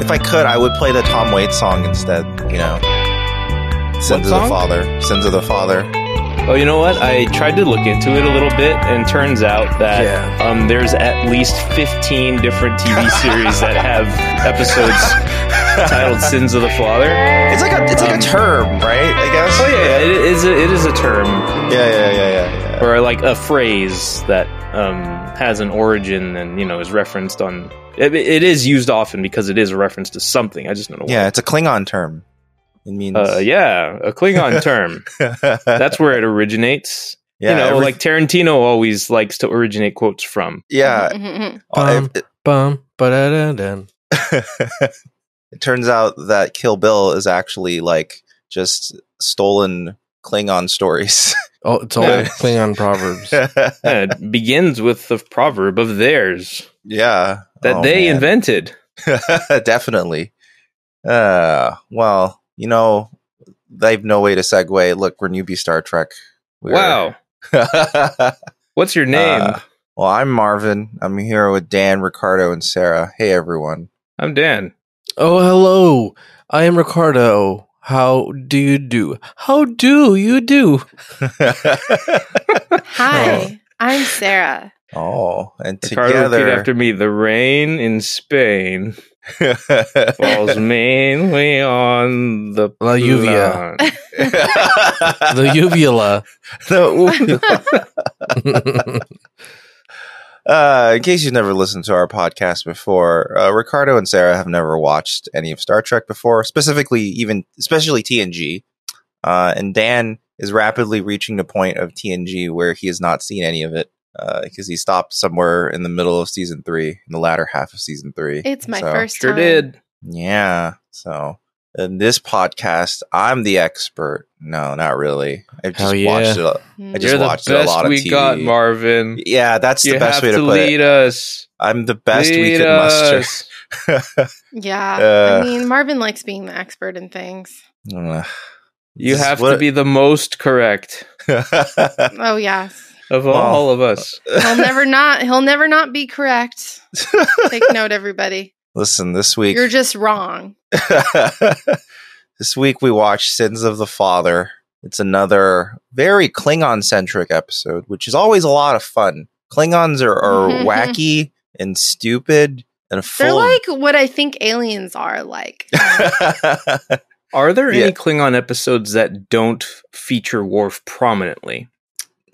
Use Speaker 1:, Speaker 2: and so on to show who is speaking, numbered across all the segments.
Speaker 1: If I could, I would play the Tom Waits song instead, you know. Sins of the
Speaker 2: song?
Speaker 1: Father. Sins of the Father.
Speaker 3: Oh, you know what? I tried to look into it a little bit, and turns out that
Speaker 2: Yeah.
Speaker 3: um, there's at least 15 different TV series that have episodes titled "Sins of the Father."
Speaker 1: It's like a it's like a term, right? I guess.
Speaker 3: Um, Oh yeah, it is. A, it is a term
Speaker 1: Yeah, yeah, yeah, yeah. yeah.
Speaker 3: or like a phrase that um, has an origin and you know is referenced on. It, it is used often because it is a reference to something. I just don't know.
Speaker 1: Yeah, it's a Klingon term. It means.
Speaker 3: What. Uh, yeah, a Klingon term. That's where it originates. you know,
Speaker 1: every-
Speaker 3: like Tarantino always likes to originate quotes from.
Speaker 1: yeah.
Speaker 4: Mm-hmm,
Speaker 3: um,
Speaker 2: Bum,
Speaker 1: It-
Speaker 2: bum, ba-da-da-dun.
Speaker 1: it turns out that Kill Bill is actually like just stolen Klingon stories.
Speaker 2: Oh, it's all
Speaker 3: Yeah.
Speaker 2: Klingon proverbs.
Speaker 3: Yeah, it begins with the proverb of theirs
Speaker 1: yeah,
Speaker 3: that
Speaker 1: Oh,
Speaker 3: they
Speaker 1: man.
Speaker 3: invented.
Speaker 1: Definitely. Uh, well, you know, they've no way to segue. Look, we're newbie Star Trek. We're-
Speaker 3: Wow. What's your name?
Speaker 1: Uh, well, I'm Marvin. I'm here with Dan, Ricardo, and Sarah. Hey, everyone.
Speaker 3: I'm Dan.
Speaker 2: Oh, hello. I am Ricardo. How do you do? How do you do?
Speaker 4: Hi, I'm Sarah.
Speaker 1: oh, and
Speaker 3: Ricardo, repeat
Speaker 1: together.
Speaker 3: after me. The rain in Spain falls mainly on the
Speaker 2: La uvea.
Speaker 3: lawn.
Speaker 2: The uvula.
Speaker 1: The- Uh, in case you've never listened to our podcast before, uh, Ricardo and Sarah have never watched any of Star Trek before, specifically even especially TNG. Uh, and Dan is rapidly reaching the point of TNG where he has not seen any of it because he stopped somewhere in the middle of season three, in the latter half of season three.
Speaker 4: It's my
Speaker 1: So-
Speaker 4: first
Speaker 3: Sure
Speaker 4: time.
Speaker 3: did.
Speaker 1: Yeah. So in this podcast, I'm the expert. No, not really. I've just
Speaker 2: Hell yeah.
Speaker 1: watched it. a-
Speaker 4: Mm.
Speaker 1: I just
Speaker 3: You're the
Speaker 1: watched
Speaker 3: best
Speaker 1: a lot of
Speaker 3: we
Speaker 1: TV.
Speaker 3: got, Marvin.
Speaker 1: Yeah, that's
Speaker 3: you
Speaker 1: the best
Speaker 3: have
Speaker 1: way to,
Speaker 3: to
Speaker 1: put it.
Speaker 3: lead us.
Speaker 1: I'm the best we
Speaker 3: Lead
Speaker 1: could muster.
Speaker 3: us.
Speaker 4: yeah.
Speaker 1: Uh.
Speaker 4: I mean, Marvin likes being the expert in things.
Speaker 1: Ugh.
Speaker 3: You
Speaker 1: This is
Speaker 3: have to
Speaker 1: what-
Speaker 3: be the most correct
Speaker 4: Oh yes,
Speaker 3: of
Speaker 1: Well, uh,
Speaker 3: all of us.
Speaker 4: he'll never not. He'll never not be correct. Take note, everybody.
Speaker 1: Listen, this week,
Speaker 4: You're just wrong.
Speaker 1: this week we watched Sins of the Father. It's another very Klingon centric episode, which is always a lot of fun. Klingons are, are
Speaker 4: Mhm.
Speaker 1: wacky and stupid and full.
Speaker 4: They're
Speaker 1: of-
Speaker 4: like what I think aliens are like.
Speaker 3: Are there
Speaker 1: Yeah.
Speaker 3: any Klingon episodes that don't feature Worf prominently?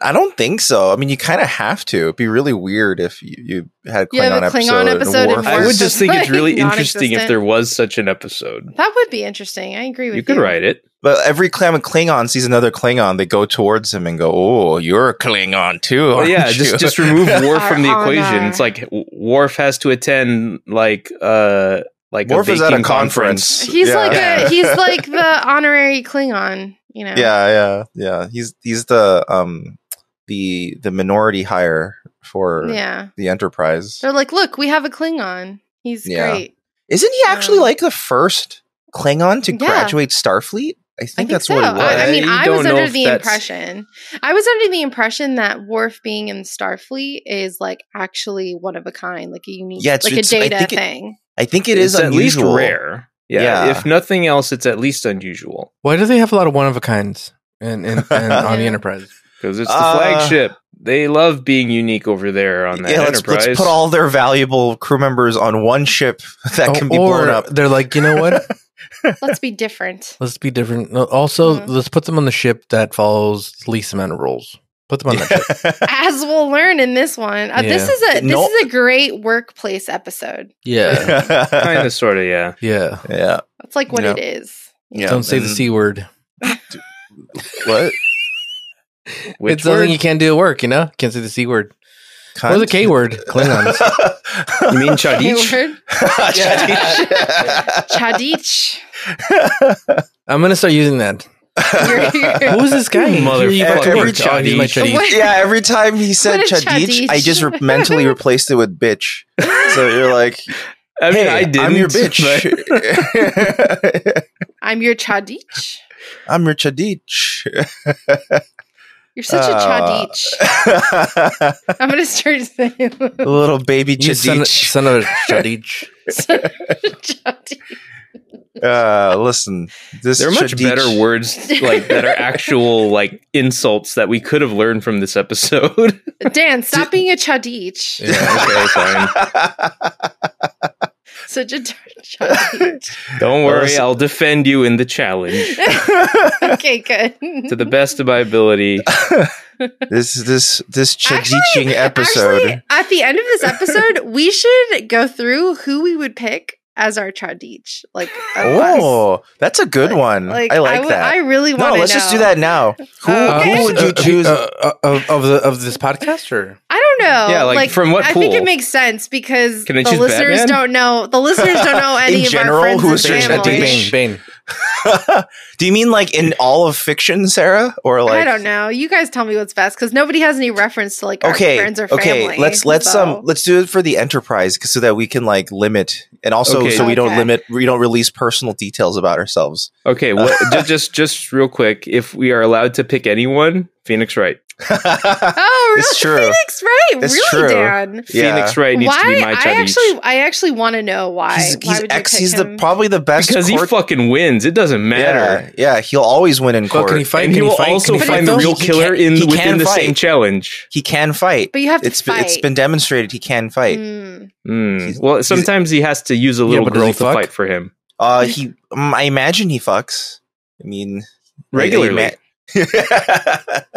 Speaker 1: I don't think so. I mean, you kind of have to. It'd be really weird if you, you had a Klingon,
Speaker 4: You have a Klingon
Speaker 1: episode.
Speaker 4: episode
Speaker 1: and
Speaker 4: and
Speaker 1: Worf
Speaker 3: I
Speaker 4: Worf
Speaker 3: would
Speaker 1: is-
Speaker 3: just think it's
Speaker 4: like
Speaker 3: really interesting if
Speaker 4: non-existent.
Speaker 3: there was such an episode.
Speaker 4: that would be interesting. I agree with you.
Speaker 3: You could write it.
Speaker 1: But every Klam- Klingon sees another Klingon, they go towards him and go, "Oh, you're a Klingon too."
Speaker 3: Oh
Speaker 1: aren't
Speaker 3: yeah,
Speaker 1: you?"
Speaker 3: just just remove Worf
Speaker 4: Our
Speaker 3: from the equation.
Speaker 4: honor.
Speaker 3: It's like W- Worf has to attend like uh like
Speaker 1: Worf
Speaker 3: a
Speaker 1: is at a
Speaker 3: baking
Speaker 1: conference.
Speaker 4: He's like
Speaker 1: Yeah.
Speaker 4: a, he's like the honorary Klingon. You know.
Speaker 1: yeah, yeah, yeah. He's he's the um the the minority hire for
Speaker 4: Yeah. Oh.
Speaker 1: the Enterprise.
Speaker 4: They're like, look, we have a Klingon. He's
Speaker 1: Yeah.
Speaker 4: great.
Speaker 1: Isn't he actually
Speaker 4: Um,
Speaker 1: like the first Klingon to
Speaker 4: Yeah.
Speaker 1: graduate Starfleet? I think,
Speaker 4: I think
Speaker 1: that's
Speaker 4: so.
Speaker 1: what it was.
Speaker 4: I, I mean,
Speaker 3: You
Speaker 4: I
Speaker 3: don't
Speaker 4: was
Speaker 3: know
Speaker 4: under
Speaker 3: if
Speaker 4: the
Speaker 3: that's-
Speaker 4: impression, I was under the impression that Worf being in Starfleet is like actually one of a kind, like a unique,
Speaker 1: Yeah, it's-
Speaker 4: like
Speaker 1: it's- I
Speaker 4: a data
Speaker 1: think it-
Speaker 4: thing.
Speaker 1: I think it
Speaker 3: It
Speaker 1: is
Speaker 3: is at least
Speaker 1: unusual.
Speaker 3: rare. Yeah,
Speaker 1: Yeah.
Speaker 3: If nothing else, it's at least unusual
Speaker 2: Why do they have a lot of one of a kinds in, in, in, on the
Speaker 4: Yeah.
Speaker 2: Enterprise?
Speaker 3: because it's the
Speaker 1: Uh,
Speaker 3: flagship. They love being unique over there on that
Speaker 1: Yeah, let's,
Speaker 3: Enterprise.
Speaker 1: let's put all their valuable crew members on one ship that
Speaker 2: Oh,
Speaker 1: can be
Speaker 2: or
Speaker 1: blown up.
Speaker 2: They're like, you know what?
Speaker 4: Let's be different.
Speaker 2: Let's be different. No, Also,
Speaker 4: Mhm.
Speaker 2: let's put them on the ship that follows the least amount of rules. Put them on that ship.
Speaker 4: As we'll learn in this one, uh, this
Speaker 2: Yeah.
Speaker 4: is a this
Speaker 1: No-
Speaker 4: is a great workplace episode.
Speaker 2: Yeah.
Speaker 3: kind of, sort of, yeah.
Speaker 2: Yeah.
Speaker 1: yeah,
Speaker 4: That's like what
Speaker 1: Yeah.
Speaker 4: it is.
Speaker 1: yeah.
Speaker 2: Don't say the
Speaker 1: and-
Speaker 2: C word.
Speaker 1: What?
Speaker 3: Which
Speaker 2: it's something
Speaker 3: word?
Speaker 2: you can't do at work, you know? Can't say the C word. Or the K word. Klingons.
Speaker 3: You mean
Speaker 4: Okay,
Speaker 3: Chadich?
Speaker 4: word? Chadich.
Speaker 2: I'm going to start using that.
Speaker 4: You're- you're-
Speaker 2: Who is this guy?
Speaker 3: Motherfucker.
Speaker 2: You fucking
Speaker 1: Every
Speaker 2: bitch. Oh, he's my
Speaker 3: Chinese.
Speaker 2: Chinese.
Speaker 1: yeah, every time he said
Speaker 4: What a
Speaker 1: Chadich,
Speaker 4: Chadich.
Speaker 1: I just re- mentally replaced it with bitch. So you're like,
Speaker 3: I mean,
Speaker 1: hey,
Speaker 3: I did.
Speaker 1: I'm your bitch.
Speaker 4: I'm your Chadich.
Speaker 1: I'm your Chadich.
Speaker 4: You're such a
Speaker 1: Uh,
Speaker 4: chadich. I'm gonna start saying
Speaker 1: a little baby
Speaker 2: You son,
Speaker 1: chadich.
Speaker 2: son of a chadich.
Speaker 4: chadich.
Speaker 1: Uh, listen, this
Speaker 3: There are much
Speaker 1: chadich-
Speaker 3: better words like that are actual like insults that we could have learned from this episode.
Speaker 4: Dan, stop being a chadich.
Speaker 2: Yeah.
Speaker 3: okay, fine.
Speaker 4: Such a chadich.
Speaker 3: Don't
Speaker 1: Well,
Speaker 3: worry,
Speaker 1: listen-
Speaker 3: I'll defend you in the challenge
Speaker 4: okay, good.
Speaker 3: to the best of my ability.
Speaker 1: this this this
Speaker 4: Actually-
Speaker 1: chadiching episode.
Speaker 4: Actually, at the end of this episode, we should go through who we would pick as our chadich. Like, of us.
Speaker 1: oh, that's a good one.
Speaker 4: like
Speaker 1: I like
Speaker 4: would-
Speaker 1: that.
Speaker 4: I really
Speaker 1: no,
Speaker 4: want.
Speaker 1: let's just do that now. Who,
Speaker 4: Okay.
Speaker 1: who would you choose?
Speaker 2: uh, uh, of, of the of this podcaster?
Speaker 4: I don't know.
Speaker 3: Yeah, like, from what
Speaker 4: Oh, I think it
Speaker 3: pool?
Speaker 4: makes sense because
Speaker 3: Can I
Speaker 4: the
Speaker 3: choose
Speaker 4: listeners
Speaker 3: Batman?
Speaker 4: don't know. The listeners don't know any of
Speaker 1: general,
Speaker 4: our friends
Speaker 1: who
Speaker 4: and
Speaker 1: is your
Speaker 4: family.
Speaker 1: chadich?
Speaker 2: Bane, Bane.
Speaker 1: do you mean like in all of fiction, Sarah, or like
Speaker 4: I don't know. You guys tell me what's best because nobody has any reference to like our
Speaker 1: Okay,
Speaker 4: friends or
Speaker 1: okay.
Speaker 4: family.
Speaker 1: let's let's
Speaker 4: so-
Speaker 1: um let's do it for the enterprise 'cause- so that we can like limit and also
Speaker 3: Okay.
Speaker 1: so we don't
Speaker 4: Okay.
Speaker 1: limit we don't release personal details about ourselves.
Speaker 3: Okay, well, just, just just real quick, if we are allowed to pick anyone, Phoenix Wright.
Speaker 4: Oh, really?
Speaker 1: It's true.
Speaker 4: Phoenix Wright.
Speaker 1: It's
Speaker 4: really,
Speaker 1: true.
Speaker 4: Dan.
Speaker 1: Yeah.
Speaker 3: Phoenix Wright needs to
Speaker 4: Why?
Speaker 3: be my
Speaker 4: I
Speaker 3: Chadich.
Speaker 4: actually, I actually want to know why.
Speaker 1: he's
Speaker 4: why
Speaker 1: he's
Speaker 4: would you
Speaker 1: ex.
Speaker 4: pick
Speaker 1: He's the
Speaker 4: him?
Speaker 1: probably the best
Speaker 3: because he
Speaker 1: court-
Speaker 3: fucking wins. It doesn't matter.
Speaker 1: Yeah, yeah, he'll always win in
Speaker 2: Well,
Speaker 1: court.
Speaker 2: can he fight?
Speaker 3: And he
Speaker 2: can
Speaker 3: will
Speaker 2: he fight?
Speaker 3: also
Speaker 2: can he
Speaker 4: fight
Speaker 3: find the
Speaker 2: though?
Speaker 3: real
Speaker 1: He can-
Speaker 3: killer in
Speaker 1: he
Speaker 3: within
Speaker 1: can
Speaker 3: the
Speaker 1: fight.
Speaker 3: same challenge.
Speaker 1: He can fight.
Speaker 4: But you have to
Speaker 1: It's been,
Speaker 4: fight.
Speaker 1: it's been demonstrated he can fight.
Speaker 4: Mm.
Speaker 3: Hmm.
Speaker 1: He's-
Speaker 3: Well, sometimes he has to use a
Speaker 2: Yeah,
Speaker 3: little
Speaker 2: but does
Speaker 3: girl
Speaker 2: he
Speaker 3: to
Speaker 2: fuck?
Speaker 3: fight for him
Speaker 1: Uh, he, um, I imagine he fucks. I mean, I- I
Speaker 3: regularly,
Speaker 1: ima-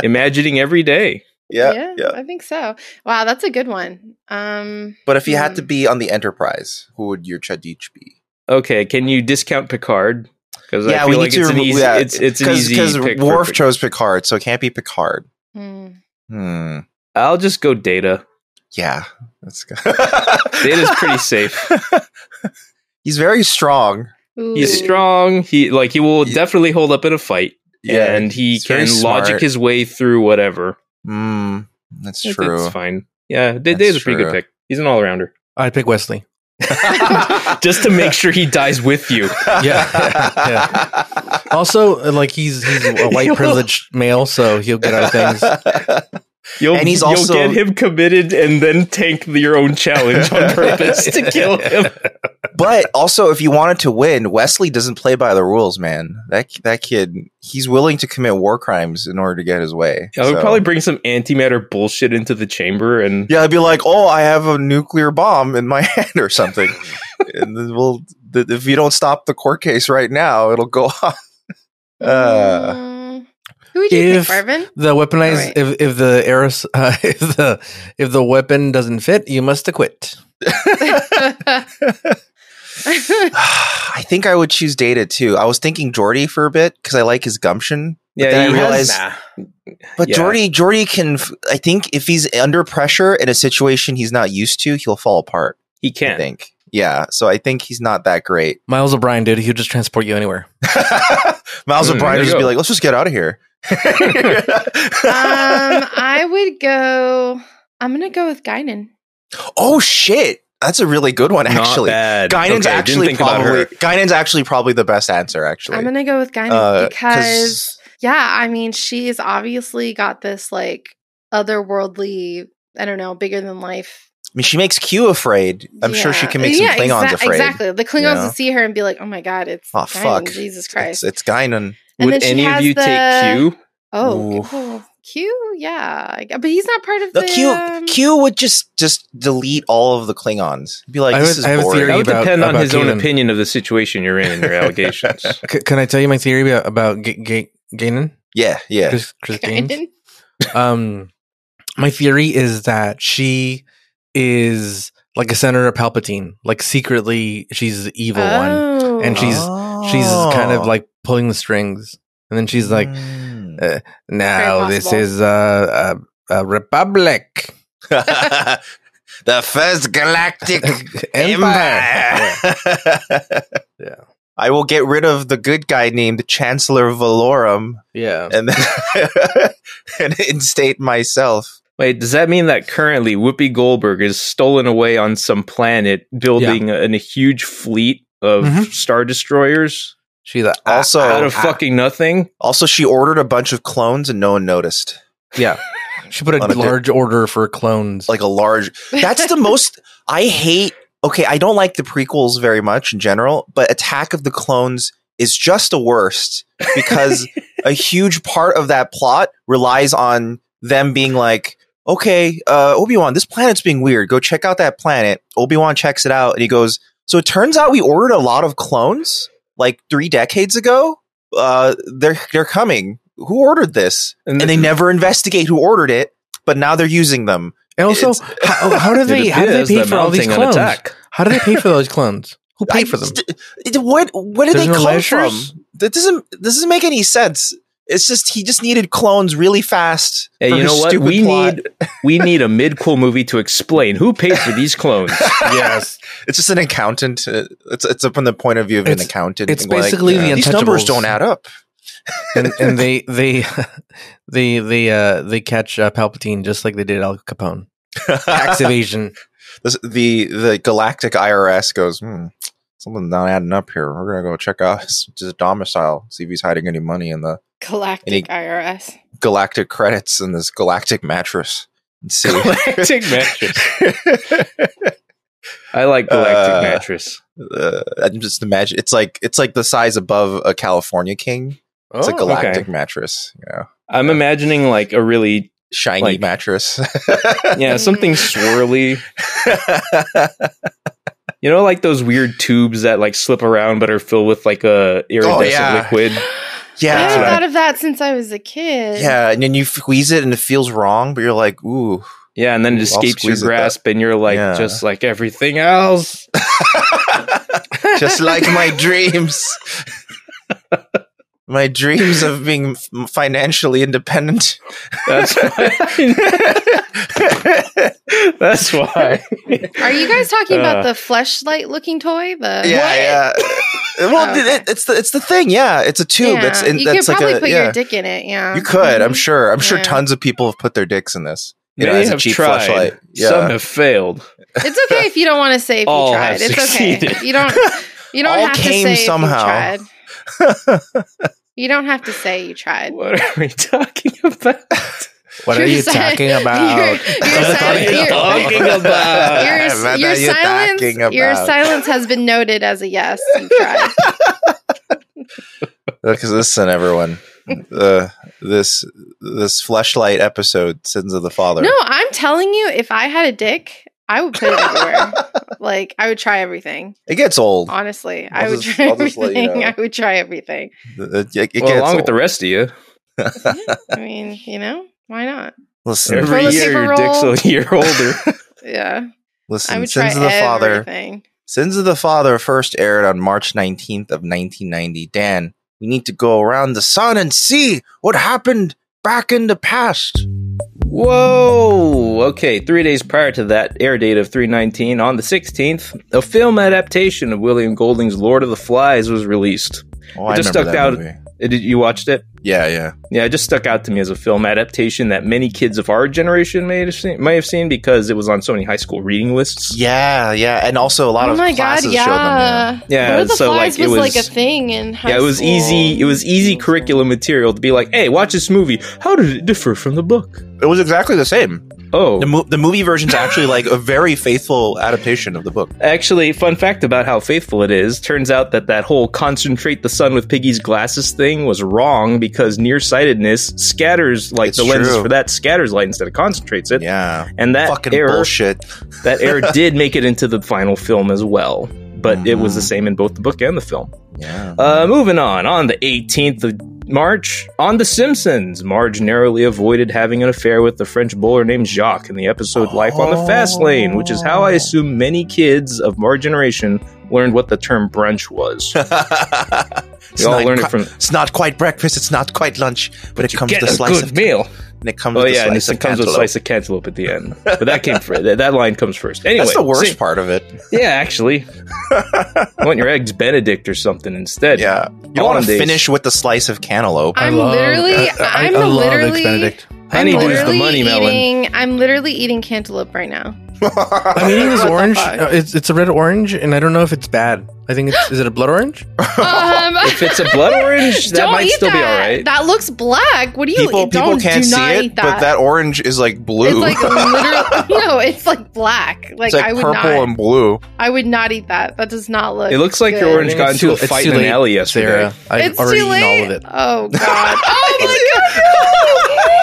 Speaker 3: imagining every day.
Speaker 1: yeah, yeah,
Speaker 4: yeah, I think so. Wow, that's a good one. Um,
Speaker 1: But if you had to
Speaker 4: Hmm.
Speaker 1: be on the Enterprise, who would your Chadich be?
Speaker 3: Okay, can you discount Picard? Because I
Speaker 1: yeah,
Speaker 3: feel
Speaker 1: we
Speaker 3: like
Speaker 1: need to.
Speaker 3: it's an
Speaker 1: remove
Speaker 3: easy.
Speaker 1: that.
Speaker 3: It's it's an easy pick for
Speaker 1: Worf
Speaker 3: Pic-
Speaker 1: chose Picard, so it can't be Picard.
Speaker 4: hmm.
Speaker 1: Hmm.
Speaker 3: I'll just go Data.
Speaker 1: Yeah, that's good.
Speaker 3: Data's pretty safe.
Speaker 1: He's very strong.
Speaker 3: He's
Speaker 4: Ooh.
Speaker 3: strong. He like he will definitely hold up in a fight, and he
Speaker 1: he's very
Speaker 3: can logic
Speaker 1: smart.
Speaker 3: his way through whatever.
Speaker 1: Mm, that's
Speaker 3: I think
Speaker 1: true.
Speaker 3: It's fine. Yeah, D-
Speaker 1: That's
Speaker 3: Data's a pretty
Speaker 1: true.
Speaker 3: good pick. He's an all rounder.
Speaker 2: I'd pick Wesley.
Speaker 3: Just to make sure he dies with you.
Speaker 1: yeah.
Speaker 2: Also, uh, like he's he's a white privileged male, so he'll get out of things.
Speaker 3: You'll,
Speaker 1: And he's
Speaker 3: you'll
Speaker 1: also-
Speaker 3: get him committed and then tank your own challenge on purpose to kill him.
Speaker 1: but also, if you wanted to win, Wesley doesn't play by the rules, man. That that kid, he's willing to commit war crimes in order to get his way.
Speaker 3: I would
Speaker 1: So-
Speaker 3: probably bring some antimatter bullshit into the chamber and
Speaker 1: yeah, I'd be like, oh, I have a nuclear bomb in my hand or something, and then we'll. th- If you don't stop the court case right now, it'll go off. Uh,
Speaker 4: Mm. Who would you
Speaker 2: if-
Speaker 4: pick, Marvin?
Speaker 2: The weaponized
Speaker 4: Alright.
Speaker 2: if if the aeros, uh, if the if the weapon doesn't fit, you must acquit.
Speaker 1: I think I would choose Data too. I was thinking Jordy for a bit because I like his gumption.
Speaker 3: yeah,
Speaker 1: then
Speaker 3: he
Speaker 1: I
Speaker 3: has-
Speaker 1: realized-
Speaker 3: nah.
Speaker 1: But
Speaker 3: Yeah.
Speaker 1: Jordy, Jordy can. f- I think if he's under pressure in a situation he's not used to, he'll fall apart.
Speaker 3: he
Speaker 1: I
Speaker 3: can't.
Speaker 1: think. Yeah. So I think he's not that great.
Speaker 2: Miles O'Brien, dude, he'll just transport you anywhere.
Speaker 1: Miles
Speaker 3: Hmm,
Speaker 1: O'Brien
Speaker 3: there
Speaker 1: would
Speaker 3: you
Speaker 1: just be
Speaker 3: go.
Speaker 1: like, let's just get out of here.
Speaker 4: um, I would go. I'm gonna go with Guinan.
Speaker 1: oh shit, that's a really good one. Actually,
Speaker 3: Not bad.
Speaker 1: Guinan's
Speaker 3: Okay, I didn't
Speaker 1: actually
Speaker 3: think about
Speaker 1: probably
Speaker 3: her.
Speaker 1: Guinan's actually probably the best answer. Actually,
Speaker 4: I'm gonna go with Guinan
Speaker 1: Uh, 'cause-
Speaker 4: because yeah, I mean, she's obviously got this like otherworldly. I don't know, bigger than life.
Speaker 1: I mean, she makes Q afraid. I'm sure she
Speaker 4: Yeah.
Speaker 1: can make some
Speaker 4: Yeah,
Speaker 1: Klingons
Speaker 4: exac-
Speaker 1: afraid.
Speaker 4: Exactly. The Klingons
Speaker 1: know?
Speaker 4: will see her and be like, "Oh my god, it's
Speaker 1: Oh,
Speaker 4: Guinan,
Speaker 1: fuck.
Speaker 4: Jesus
Speaker 1: It's,
Speaker 4: Christ!"
Speaker 1: it's Guinan.
Speaker 4: And
Speaker 3: Would
Speaker 4: then she
Speaker 3: any of
Speaker 4: has
Speaker 3: you
Speaker 4: the-
Speaker 3: take Q?
Speaker 4: oh,
Speaker 1: Oof.
Speaker 4: cool. Q, yeah, I gu- but he's not part of
Speaker 1: The
Speaker 4: the
Speaker 1: Q
Speaker 4: um,
Speaker 1: Q would just just delete all of the Klingons. Be like,
Speaker 2: I
Speaker 1: this
Speaker 2: would-
Speaker 1: is
Speaker 2: I have a
Speaker 1: boring.
Speaker 2: theory
Speaker 3: That would
Speaker 2: about-
Speaker 3: depend on
Speaker 2: about
Speaker 3: his own
Speaker 2: Kanan.
Speaker 3: opinion of the situation you're in and your allegations.
Speaker 2: C- can I tell you my theory about, about G- G- Gainan?
Speaker 1: yeah, yeah.
Speaker 2: Chris, Chris Gaines?
Speaker 4: Guinan.
Speaker 2: um my theory is that she is like a senator palpatine like secretly she's the evil
Speaker 4: Oh.
Speaker 2: And she's- one she's
Speaker 1: Oh.
Speaker 2: kind of like pulling the strings and then she's like
Speaker 1: Mm.
Speaker 2: now this
Speaker 4: possible.
Speaker 2: is a, a, a republic
Speaker 1: the first galactic empire.
Speaker 2: Yeah.
Speaker 1: I will get rid of the good guy named Chancellor Valorum
Speaker 2: yeah
Speaker 1: and then and instate myself.
Speaker 3: Wait, does that mean that currently Whoopi Goldberg is stolen away on some planet building a, an- a huge fleet of
Speaker 2: Mhm.
Speaker 3: star destroyers
Speaker 2: she's like
Speaker 1: Also,
Speaker 3: out of fucking nothing?
Speaker 1: also she ordered a bunch of clones and no one noticed.
Speaker 2: Yeah. She put a
Speaker 1: On a di-
Speaker 2: large order for clones.
Speaker 1: like a large. That's the most I hate. Okay, I don't like the prequels very much in general, but Attack of the Clones is just the worst because a huge part of that plot relies on them being like, okay, uh, Obi Wan, this planet's being weird. Go check out that planet. Obi Wan checks it out and he goes, so it turns out we ordered a lot of clones like three decades ago. Uh, they're they're coming. Who ordered this? And they never investigate who ordered it, but now they're using them.
Speaker 2: and also,
Speaker 1: it's-
Speaker 2: how, how do
Speaker 3: Dude,
Speaker 2: they
Speaker 3: it
Speaker 2: how do they
Speaker 3: is
Speaker 2: pay
Speaker 3: the
Speaker 2: for all these
Speaker 3: mounting an
Speaker 2: clones?
Speaker 3: attack.
Speaker 2: How do they pay for those clones? Who
Speaker 1: I
Speaker 2: paid for them?
Speaker 1: just- it- what? Where did
Speaker 2: There's
Speaker 1: they
Speaker 2: no
Speaker 1: come
Speaker 2: lasers?
Speaker 1: from? That doesn't. This doesn't make any sense. It's just he just needed clones really fast.
Speaker 3: Hey,
Speaker 1: for
Speaker 3: you
Speaker 1: his
Speaker 3: know what?
Speaker 1: stupid
Speaker 3: We
Speaker 1: plot.
Speaker 3: need we need a midquel movie to explain who paid for these clones.
Speaker 2: yes.
Speaker 1: It's just an accountant. uh, It's it's from the point of view of an
Speaker 2: It's-
Speaker 1: accountant.
Speaker 2: it's
Speaker 1: being like,
Speaker 2: basically the
Speaker 1: these numbers
Speaker 2: Untouchables.
Speaker 1: don't add up.
Speaker 2: And and they they they they uh they catch uh, Palpatine just like they did Al Capone. Tax evasion.
Speaker 1: This- the the galactic IRS goes. Hmm, something's not adding up here. We're gonna go check out his, his domicile, see if he's hiding any money in the
Speaker 4: Galactic
Speaker 1: Any-
Speaker 4: IRS.
Speaker 1: galactic credits in this galactic mattress. And see.
Speaker 3: Galactic mattress. I like galactic
Speaker 1: Uh,
Speaker 3: mattress.
Speaker 1: uh, I'm just imagine it's like it's like the size above a California King. It's a
Speaker 2: Oh,
Speaker 1: galactic mattress, you know,
Speaker 3: I'm imagining like a really
Speaker 1: shiny
Speaker 3: Like-
Speaker 1: mattress.
Speaker 3: yeah something swirly. You know, like those weird tubes that like slip around but are filled with like a iridescent
Speaker 1: Oh, yeah.
Speaker 3: liquid.
Speaker 4: I haven't
Speaker 1: yeah,
Speaker 4: thought of that since I was a kid.
Speaker 1: yeah, and then you squeeze it and it feels wrong, but you're like, ooh,
Speaker 3: Yeah, and then
Speaker 1: Ooh,
Speaker 3: it
Speaker 1: I'll
Speaker 3: escapes your
Speaker 1: squeeze it,
Speaker 3: grasp, and you're like
Speaker 1: Yeah.
Speaker 3: just like everything else.
Speaker 1: just like my dreams. My dreams of being f- financially independent.
Speaker 3: That's why. that's why.
Speaker 4: Are you guys talking
Speaker 3: Uh.
Speaker 4: about the fleshlight looking toy? The
Speaker 1: yeah, yeah. Well,
Speaker 4: Oh,
Speaker 1: it- it, it's the it's the thing. Yeah, it's a tube.
Speaker 4: Yeah.
Speaker 1: It's in,
Speaker 4: you
Speaker 1: that's
Speaker 4: could
Speaker 1: like
Speaker 4: probably
Speaker 1: a
Speaker 4: put
Speaker 1: yeah.
Speaker 4: your dick in it. Yeah,
Speaker 1: You could, I'm sure. I'm sure
Speaker 4: Um, mm, Yeah.
Speaker 1: tons of people have put their dicks in this. You know,
Speaker 3: Many
Speaker 1: as a
Speaker 3: have
Speaker 1: cheap
Speaker 3: tried.
Speaker 1: flashlight.
Speaker 3: Some
Speaker 1: Yeah.
Speaker 3: have failed.
Speaker 4: It's okay if you don't want to say if you
Speaker 3: All
Speaker 4: tried.
Speaker 3: have
Speaker 4: It's
Speaker 3: succeeded.
Speaker 4: okay. You don't. You don't
Speaker 1: All
Speaker 4: have
Speaker 1: came
Speaker 4: to say
Speaker 1: somehow.
Speaker 4: If you, tried. you don't have to say you tried.
Speaker 3: What are we talking about?
Speaker 2: What are
Speaker 4: You're
Speaker 2: you
Speaker 4: saying-
Speaker 2: talking
Speaker 4: You're,
Speaker 2: about?
Speaker 4: you're silent.
Speaker 3: What are you
Speaker 4: Your-
Speaker 3: talking about?
Speaker 4: Your,
Speaker 1: What
Speaker 4: your
Speaker 1: are you
Speaker 4: silence,
Speaker 1: talking
Speaker 4: your
Speaker 1: about?
Speaker 4: silence has been noted as a yes. You tried.
Speaker 1: Because listen, everyone, uh, this this fleshlight episode, sins of the father.
Speaker 4: No, I'm telling you, if I had a dick, I would put it everywhere. like I would try everything.
Speaker 1: It gets old.
Speaker 4: Honestly, i
Speaker 1: I'll
Speaker 4: would
Speaker 1: just-
Speaker 4: try
Speaker 1: I'll just let you
Speaker 4: everything.
Speaker 1: know.
Speaker 4: I would try everything.
Speaker 1: It, it- it
Speaker 3: well,
Speaker 1: gets
Speaker 3: along
Speaker 1: old.
Speaker 3: with the rest of you,
Speaker 4: I mean, you know, why not?
Speaker 1: listen,
Speaker 3: every
Speaker 4: Toilet
Speaker 3: year
Speaker 4: paper
Speaker 3: your
Speaker 4: roll.
Speaker 3: dick's a year older.
Speaker 4: Yeah, I
Speaker 1: listen.
Speaker 4: would try
Speaker 1: Sins of the father.
Speaker 4: everything.
Speaker 1: Sins of the Father first aired on March 19th of 1990. Dan, we need to go around the sun and see what happened back in the past.
Speaker 3: Whoa! Okay, three days prior to that air date of 319, on the 16th, a film adaptation of William Golding's Lord of the Flies was released.
Speaker 1: Oh,
Speaker 3: It
Speaker 1: remember
Speaker 3: just stuck
Speaker 1: that
Speaker 3: out.
Speaker 1: movie.
Speaker 3: Uh, Did you watched it?
Speaker 1: Yeah, yeah.
Speaker 3: Yeah, it just stuck out to me as a film adaptation that many kids of our generation may have seen, may have seen because it was on so many high school reading lists.
Speaker 1: Yeah, yeah. And also a lot
Speaker 4: Oh
Speaker 1: of
Speaker 4: my god!
Speaker 1: classes
Speaker 4: Yeah,
Speaker 1: showed them. Yeah.
Speaker 3: Yeah,
Speaker 4: Lord of the
Speaker 3: so,
Speaker 4: Flies
Speaker 3: like, it
Speaker 4: was,
Speaker 3: was-
Speaker 4: like a thing in high
Speaker 3: Yeah, it was
Speaker 4: school.
Speaker 3: easy. It was easy curriculum material to be like, "Hey, watch this movie. How did it differ from the book?"
Speaker 1: It was exactly the same.
Speaker 3: Oh,
Speaker 1: The, mo- the movie version's actually like a very faithful adaptation of the book.
Speaker 3: Actually, fun fact about how faithful it is turns out that that whole concentrate the sun with Piggy's glasses thing was wrong because nearsightedness scatters, like
Speaker 1: It's
Speaker 3: the lenses
Speaker 1: true.
Speaker 3: for that scatters light instead of concentrates it.
Speaker 1: Yeah.
Speaker 3: And that
Speaker 1: Fucking
Speaker 3: error,
Speaker 1: bullshit.
Speaker 3: that error did make it into the final film as well, but it was
Speaker 1: Mhm.
Speaker 3: the same in both the book and the film.
Speaker 1: Yeah.
Speaker 3: Uh, moving on, on the 18th of March, on The Simpsons, Marge narrowly avoided having an affair with the French bowler named Jacques in the episode Life on the Fast Lane, which is
Speaker 1: Oh.
Speaker 3: how I assume many kids of our generation learned what the term brunch was.
Speaker 1: it's,
Speaker 3: We all
Speaker 1: not
Speaker 3: learned
Speaker 1: qui-
Speaker 3: it from.
Speaker 1: it's not quite breakfast. It's not quite lunch, but it comes
Speaker 3: Get
Speaker 1: with a
Speaker 3: a
Speaker 1: slice
Speaker 3: good
Speaker 1: of
Speaker 3: meal.
Speaker 1: and it comes
Speaker 3: Oh
Speaker 1: with a
Speaker 3: yeah, and
Speaker 1: slice
Speaker 3: this
Speaker 1: of
Speaker 3: comes with a
Speaker 1: cantaloupe.
Speaker 3: slice of cantaloupe at the end. But that came first. That, that line comes first. Anyway,
Speaker 1: That's the worst
Speaker 3: see-
Speaker 1: part of it.
Speaker 3: yeah, actually, I want your eggs Benedict or something instead.
Speaker 1: Yeah. You don't want to
Speaker 3: Hollandaise.
Speaker 1: finish with the slice of cantaloupe.
Speaker 4: I'm literally- I'm literally-
Speaker 3: Honey,
Speaker 4: I'm
Speaker 3: dude's the
Speaker 4: literally
Speaker 3: money melon.
Speaker 4: eating- I'm literally eating cantaloupe right now.
Speaker 2: I'm eating this
Speaker 4: What the
Speaker 2: orange.
Speaker 4: fuck?
Speaker 2: Uh, It's it's a red orange, and I don't know if it's bad. I think it's, is it a blood orange?
Speaker 4: Um,
Speaker 3: If it's a blood orange, that
Speaker 4: don't
Speaker 3: might
Speaker 4: eat
Speaker 3: still
Speaker 4: that.
Speaker 3: be all right.
Speaker 4: That looks black. What do you
Speaker 1: people
Speaker 4: don't
Speaker 1: people can't
Speaker 4: do
Speaker 1: see
Speaker 4: not
Speaker 1: it,
Speaker 4: eat
Speaker 1: but that orange is like blue.
Speaker 4: It's like literally no, it's like black. Like,
Speaker 1: It's like
Speaker 4: I would
Speaker 1: purple
Speaker 4: not
Speaker 1: and blue.
Speaker 4: I would not eat that. That does not look
Speaker 3: It looks like your
Speaker 4: good.
Speaker 3: orange got
Speaker 2: It's
Speaker 3: into a
Speaker 2: too- it's
Speaker 3: fight
Speaker 2: too
Speaker 3: in an
Speaker 2: late,
Speaker 3: alley yesterday.
Speaker 2: Sarah, I've
Speaker 4: it's
Speaker 2: already
Speaker 4: too
Speaker 2: eaten
Speaker 4: late.
Speaker 2: all of it.
Speaker 4: Oh god. Oh my god.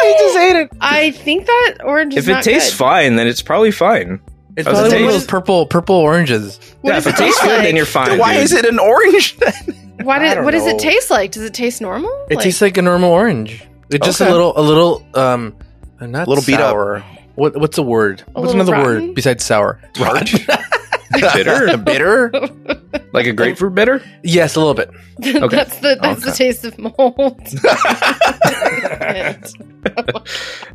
Speaker 1: I just ate it.
Speaker 4: I think that orange is
Speaker 3: If it
Speaker 4: not
Speaker 3: tastes
Speaker 4: good.
Speaker 3: fine, then it's probably fine.
Speaker 2: It's
Speaker 3: How's
Speaker 2: probably
Speaker 3: it
Speaker 2: one of
Speaker 3: taste?
Speaker 2: those purple purple oranges.
Speaker 4: What
Speaker 3: yeah,
Speaker 4: does
Speaker 3: if it tastes
Speaker 4: taste
Speaker 3: good, then
Speaker 4: like?
Speaker 3: you're fine.
Speaker 1: Why
Speaker 3: dude.
Speaker 1: is it an orange?
Speaker 4: Why
Speaker 2: I
Speaker 4: did,
Speaker 2: don't
Speaker 4: what does
Speaker 2: know.
Speaker 4: it taste like? Does it taste normal?
Speaker 2: It tastes like a normal orange. It's just
Speaker 1: Okay.
Speaker 2: a little a little um not
Speaker 1: Little beat up.
Speaker 2: sour. What what's a word? what's
Speaker 4: little
Speaker 2: another
Speaker 4: rotten?
Speaker 2: word besides sour?
Speaker 3: Bitter?
Speaker 1: bitter.
Speaker 3: like a grapefruit bitter?
Speaker 2: Yes, a little bit.
Speaker 3: Okay.
Speaker 4: that's the that's the
Speaker 3: Okay.
Speaker 4: taste of mold.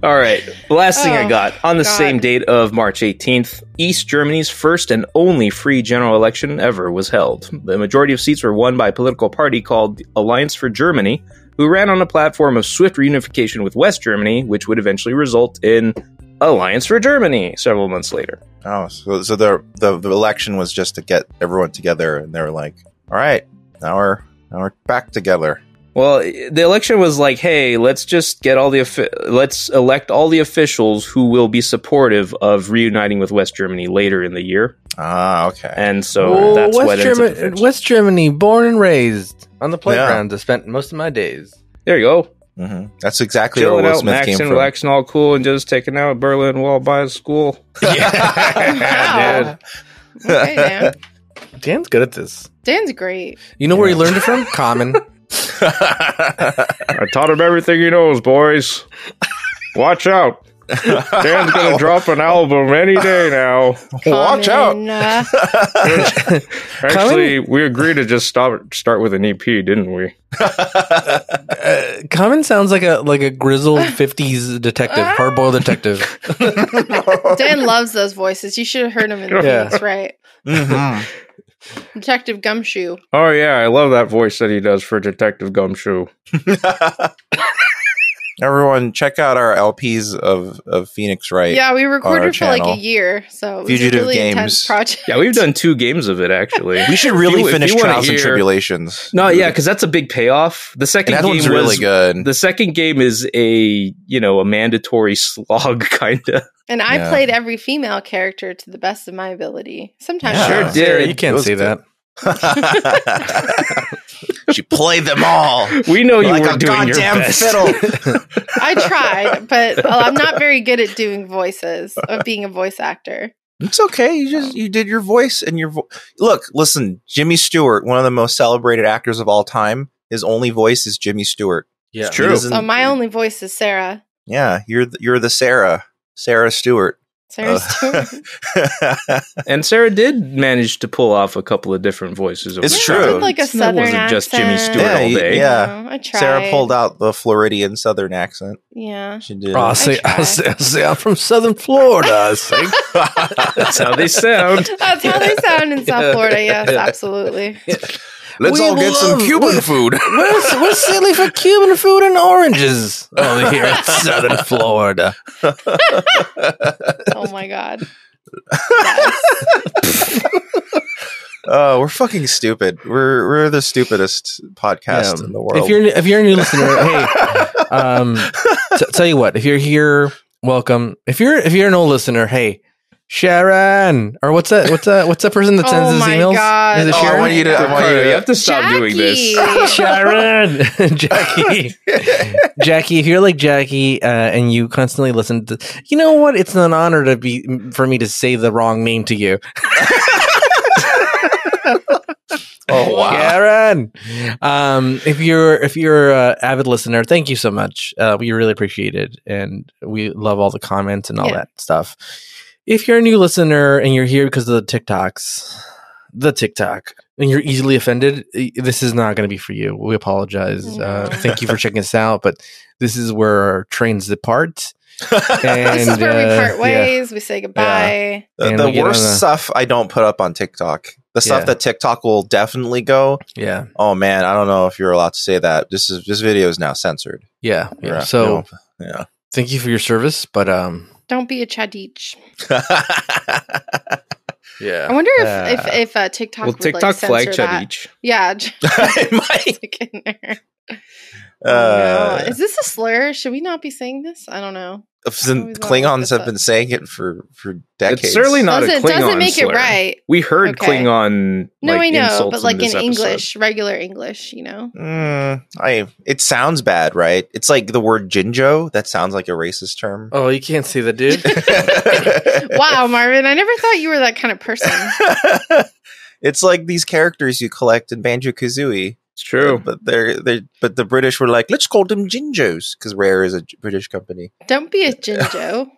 Speaker 3: All right. Last thing I
Speaker 4: Oh,
Speaker 3: got on the
Speaker 4: God.
Speaker 3: same date of March 18th, East Germany's first and only free general election ever was held. The majority of seats were won by a political party called the Alliance for Germany, who ran on a platform of swift reunification with West Germany, which would eventually result in Alliance for Germany several months later.
Speaker 1: Oh, so, so the, the the election was just to get everyone together, and they were like, "All right, now we're now we're back together."
Speaker 3: Well, the election was like, hey, let's just get all the offi- let's elect all the officials who will be supportive of reuniting with West Germany later in the year,
Speaker 1: Ah, okay.
Speaker 3: and so
Speaker 2: Whoa,
Speaker 3: that's
Speaker 2: West
Speaker 3: what ends up
Speaker 2: Germany,
Speaker 3: officially-
Speaker 2: West Germany, born and raised on the playground. I spent most of my days.
Speaker 3: There you go,
Speaker 1: hmm That's exactly
Speaker 3: chilling
Speaker 1: where Will
Speaker 3: out,
Speaker 1: Smith came
Speaker 3: maxing,
Speaker 1: from.
Speaker 3: relaxing, all cool, and just taking out Berlin Wall by school.
Speaker 4: Wow.
Speaker 3: Dude.
Speaker 4: Okay, Dan.
Speaker 2: Dan's good at this.
Speaker 4: Dan's great.
Speaker 2: You know where he learned it from? Common.
Speaker 3: I taught him everything he knows, boys. Watch out, Dan's gonna drop an album any day now.
Speaker 1: Watch out!
Speaker 4: Common, uh,
Speaker 2: Actually,
Speaker 3: we agreed to just stop start with an EP, didn't we?
Speaker 2: Uh, Common sounds like a like a grizzled fifties detective, hardboiled detective.
Speaker 4: uh, Dan loves those voices. You should have heard him in the
Speaker 2: Yeah.
Speaker 4: Phoenix, right?
Speaker 1: Mhm.
Speaker 4: Detective Gumshoe.
Speaker 3: Oh yeah, I love that voice that he does for Detective Gumshoe.
Speaker 1: Everyone, check out our LPs of of Phoenix Wright.
Speaker 4: Yeah, we
Speaker 1: our
Speaker 4: recorded for like
Speaker 1: channel.
Speaker 4: a year, so it was
Speaker 1: Fugitive
Speaker 4: a really
Speaker 1: Games.
Speaker 4: intense project.
Speaker 3: Yeah, we've done two games of it actually.
Speaker 1: we should
Speaker 3: you-
Speaker 1: really
Speaker 3: if you
Speaker 1: finish
Speaker 3: wanna
Speaker 1: Trials and
Speaker 3: hear-
Speaker 1: Tribulations.
Speaker 3: no, yeah, because that's a big payoff. The second
Speaker 1: that
Speaker 3: game
Speaker 1: one's
Speaker 3: was
Speaker 1: really good.
Speaker 3: The second game is a you know a mandatory slog kind of.
Speaker 4: And I
Speaker 1: Yeah.
Speaker 4: played every female character to the best of my ability. Sometimes
Speaker 1: Yeah.
Speaker 4: I
Speaker 3: Sure
Speaker 4: was-
Speaker 3: did.
Speaker 2: you can't
Speaker 1: Those
Speaker 2: say
Speaker 1: two.
Speaker 2: that.
Speaker 1: she played them all.
Speaker 3: We know Oh, you
Speaker 1: like
Speaker 3: were
Speaker 1: a
Speaker 3: doing your
Speaker 1: goddamn
Speaker 3: best.
Speaker 1: fiddle.
Speaker 4: I tried, but well, I'm not very good at doing voices of being a voice actor.
Speaker 1: It's okay. You just you did your voice and your vo- look. Listen, Jimmy Stewart, one of the most celebrated actors of all time. His only voice is Jimmy Stewart.
Speaker 2: Yeah.
Speaker 1: He
Speaker 3: True.
Speaker 1: doesn't-
Speaker 4: So Oh, my only voice is Sarah.
Speaker 1: yeah, you're the, you're the Sarah, Sarah Stewart.
Speaker 4: Sarah
Speaker 1: Uh,
Speaker 4: Stewart.
Speaker 3: And Sarah did manage to pull off a couple of different voices. over
Speaker 1: It's
Speaker 4: Yeah,
Speaker 3: time.
Speaker 1: true.
Speaker 4: I did like a
Speaker 3: It
Speaker 4: southern
Speaker 3: wasn't just Jimmy
Speaker 4: accent.
Speaker 3: Stewart all
Speaker 1: Yeah,
Speaker 3: day.
Speaker 1: yeah.
Speaker 4: You know, I tried.
Speaker 1: Sarah pulled out the Floridian Southern accent.
Speaker 4: Yeah.
Speaker 1: She did.
Speaker 2: Oh, I'll say, I'll say, I'll say I'm from Southern Florida. I say.
Speaker 3: That's how they sound.
Speaker 4: That's how they sound in South
Speaker 2: Yeah.
Speaker 4: Florida. Yes, absolutely.
Speaker 1: Let's
Speaker 2: We
Speaker 1: all get some
Speaker 2: love-
Speaker 1: Cuban
Speaker 2: we-
Speaker 1: food.
Speaker 2: Where's, where's silly for Cuban food and oranges over here in Oh, Southern Florida?
Speaker 4: Oh my god.
Speaker 1: Oh, we're fucking stupid. We're we're the stupidest podcast
Speaker 2: Yeah.
Speaker 1: in the world.
Speaker 2: If you're if you're a new listener, hey, um, t- tell you what, if you're here, welcome. If you're if you're an old listener, hey, Sharon, or what's that? What's that? What's that person that sends
Speaker 4: Oh
Speaker 2: his
Speaker 4: my
Speaker 2: emails?
Speaker 4: God.
Speaker 2: Is it
Speaker 1: Oh, I
Speaker 2: Sharon?
Speaker 1: want you to. I want you
Speaker 3: Ricardo,
Speaker 1: to.
Speaker 3: you have to stop doing this.
Speaker 2: Sharon, Jackie, Jackie, if you're like Jackie uh, and you constantly listen to, you know what? It's an honor to be for me to say the wrong name to you.
Speaker 1: Oh wow.
Speaker 2: Sharon. Um, if you're if you're a avid listener, thank you so much. Uh, we really appreciate it, and we love all the comments and all
Speaker 4: Yeah.
Speaker 2: that stuff. If you're a new listener and you're here because of the TikToks, the TikTok, and you're easily offended, eh, this is not going to be for you. We apologize.
Speaker 4: Mm.
Speaker 2: Uh,
Speaker 4: No.
Speaker 2: thank you for checking us out, but this is where our trains depart. And,
Speaker 4: this is where we
Speaker 2: uh,
Speaker 4: part
Speaker 2: yeah.
Speaker 4: ways. We say goodbye.
Speaker 1: The,
Speaker 2: And
Speaker 1: the
Speaker 2: we get
Speaker 1: worst
Speaker 2: on a-
Speaker 1: stuff I don't put up on TikTok. The stuff
Speaker 2: Yeah.
Speaker 1: that TikTok will definitely go.
Speaker 2: Yeah,
Speaker 1: Oh man, I don't know if you're allowed to say that. This is this video is now censored.
Speaker 2: yeah, yeah.
Speaker 1: Yeah,
Speaker 2: So
Speaker 1: no.
Speaker 2: thank you for your service, but um,
Speaker 4: Don't be a chadich.
Speaker 1: yeah.
Speaker 4: I
Speaker 2: Yeah.
Speaker 4: wonder if
Speaker 1: Yeah.
Speaker 4: if if uh, TikTok
Speaker 3: We'll
Speaker 4: would like,
Speaker 3: TikTok
Speaker 4: censor
Speaker 3: flag chat
Speaker 4: that.
Speaker 3: each.
Speaker 4: Yeah. just
Speaker 1: It might.
Speaker 4: stick in there.
Speaker 1: Uh,
Speaker 4: Oh, no. Is this a slur? Should we not be saying this? I don't know.
Speaker 1: since
Speaker 4: Always wanna look
Speaker 1: Klingons
Speaker 4: this
Speaker 1: have
Speaker 4: up.
Speaker 1: been saying it for for decades.
Speaker 3: It's certainly not a
Speaker 4: doesn't
Speaker 3: Klingon
Speaker 4: doesn't make
Speaker 3: slur.
Speaker 4: it right.
Speaker 3: We heard
Speaker 4: Okay.
Speaker 3: Klingon.
Speaker 4: No,
Speaker 3: like,
Speaker 4: I know,
Speaker 3: insults
Speaker 4: but like in,
Speaker 3: this episode.
Speaker 4: English, regular English, you know.
Speaker 1: Mm, I. It sounds bad, right? It's like the word "jinjo." That sounds like a racist term.
Speaker 2: Oh, you can't see the dude.
Speaker 4: Wow, Marvin, I never thought you were that kind of person.
Speaker 1: it's like these characters you collect in Banjo Kazooie.
Speaker 3: It's true.
Speaker 1: But they're they but the British were like, let's call them Jinjos because Rare is a J- British company.
Speaker 4: Don't be a Jinjo.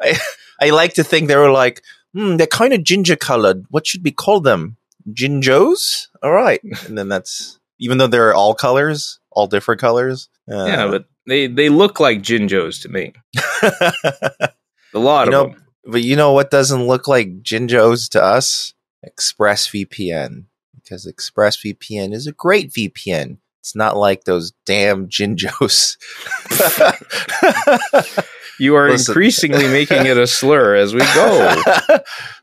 Speaker 1: I I like to think they were like, hmm, they're kind of ginger colored. What should we call them? Jinjos? All right. And then that's even though they're all colors, all different colors. Uh,
Speaker 3: yeah, but they they look like Jinjos to me. A lot
Speaker 1: You
Speaker 3: of
Speaker 1: know-
Speaker 3: them.
Speaker 1: but you know what doesn't look like Jinjos to us? ExpressVPN. Because ExpressVPN is a great VPN. It's not like those damn Jinjos.
Speaker 3: You are
Speaker 1: Listen.
Speaker 3: increasingly making it a slur as we go.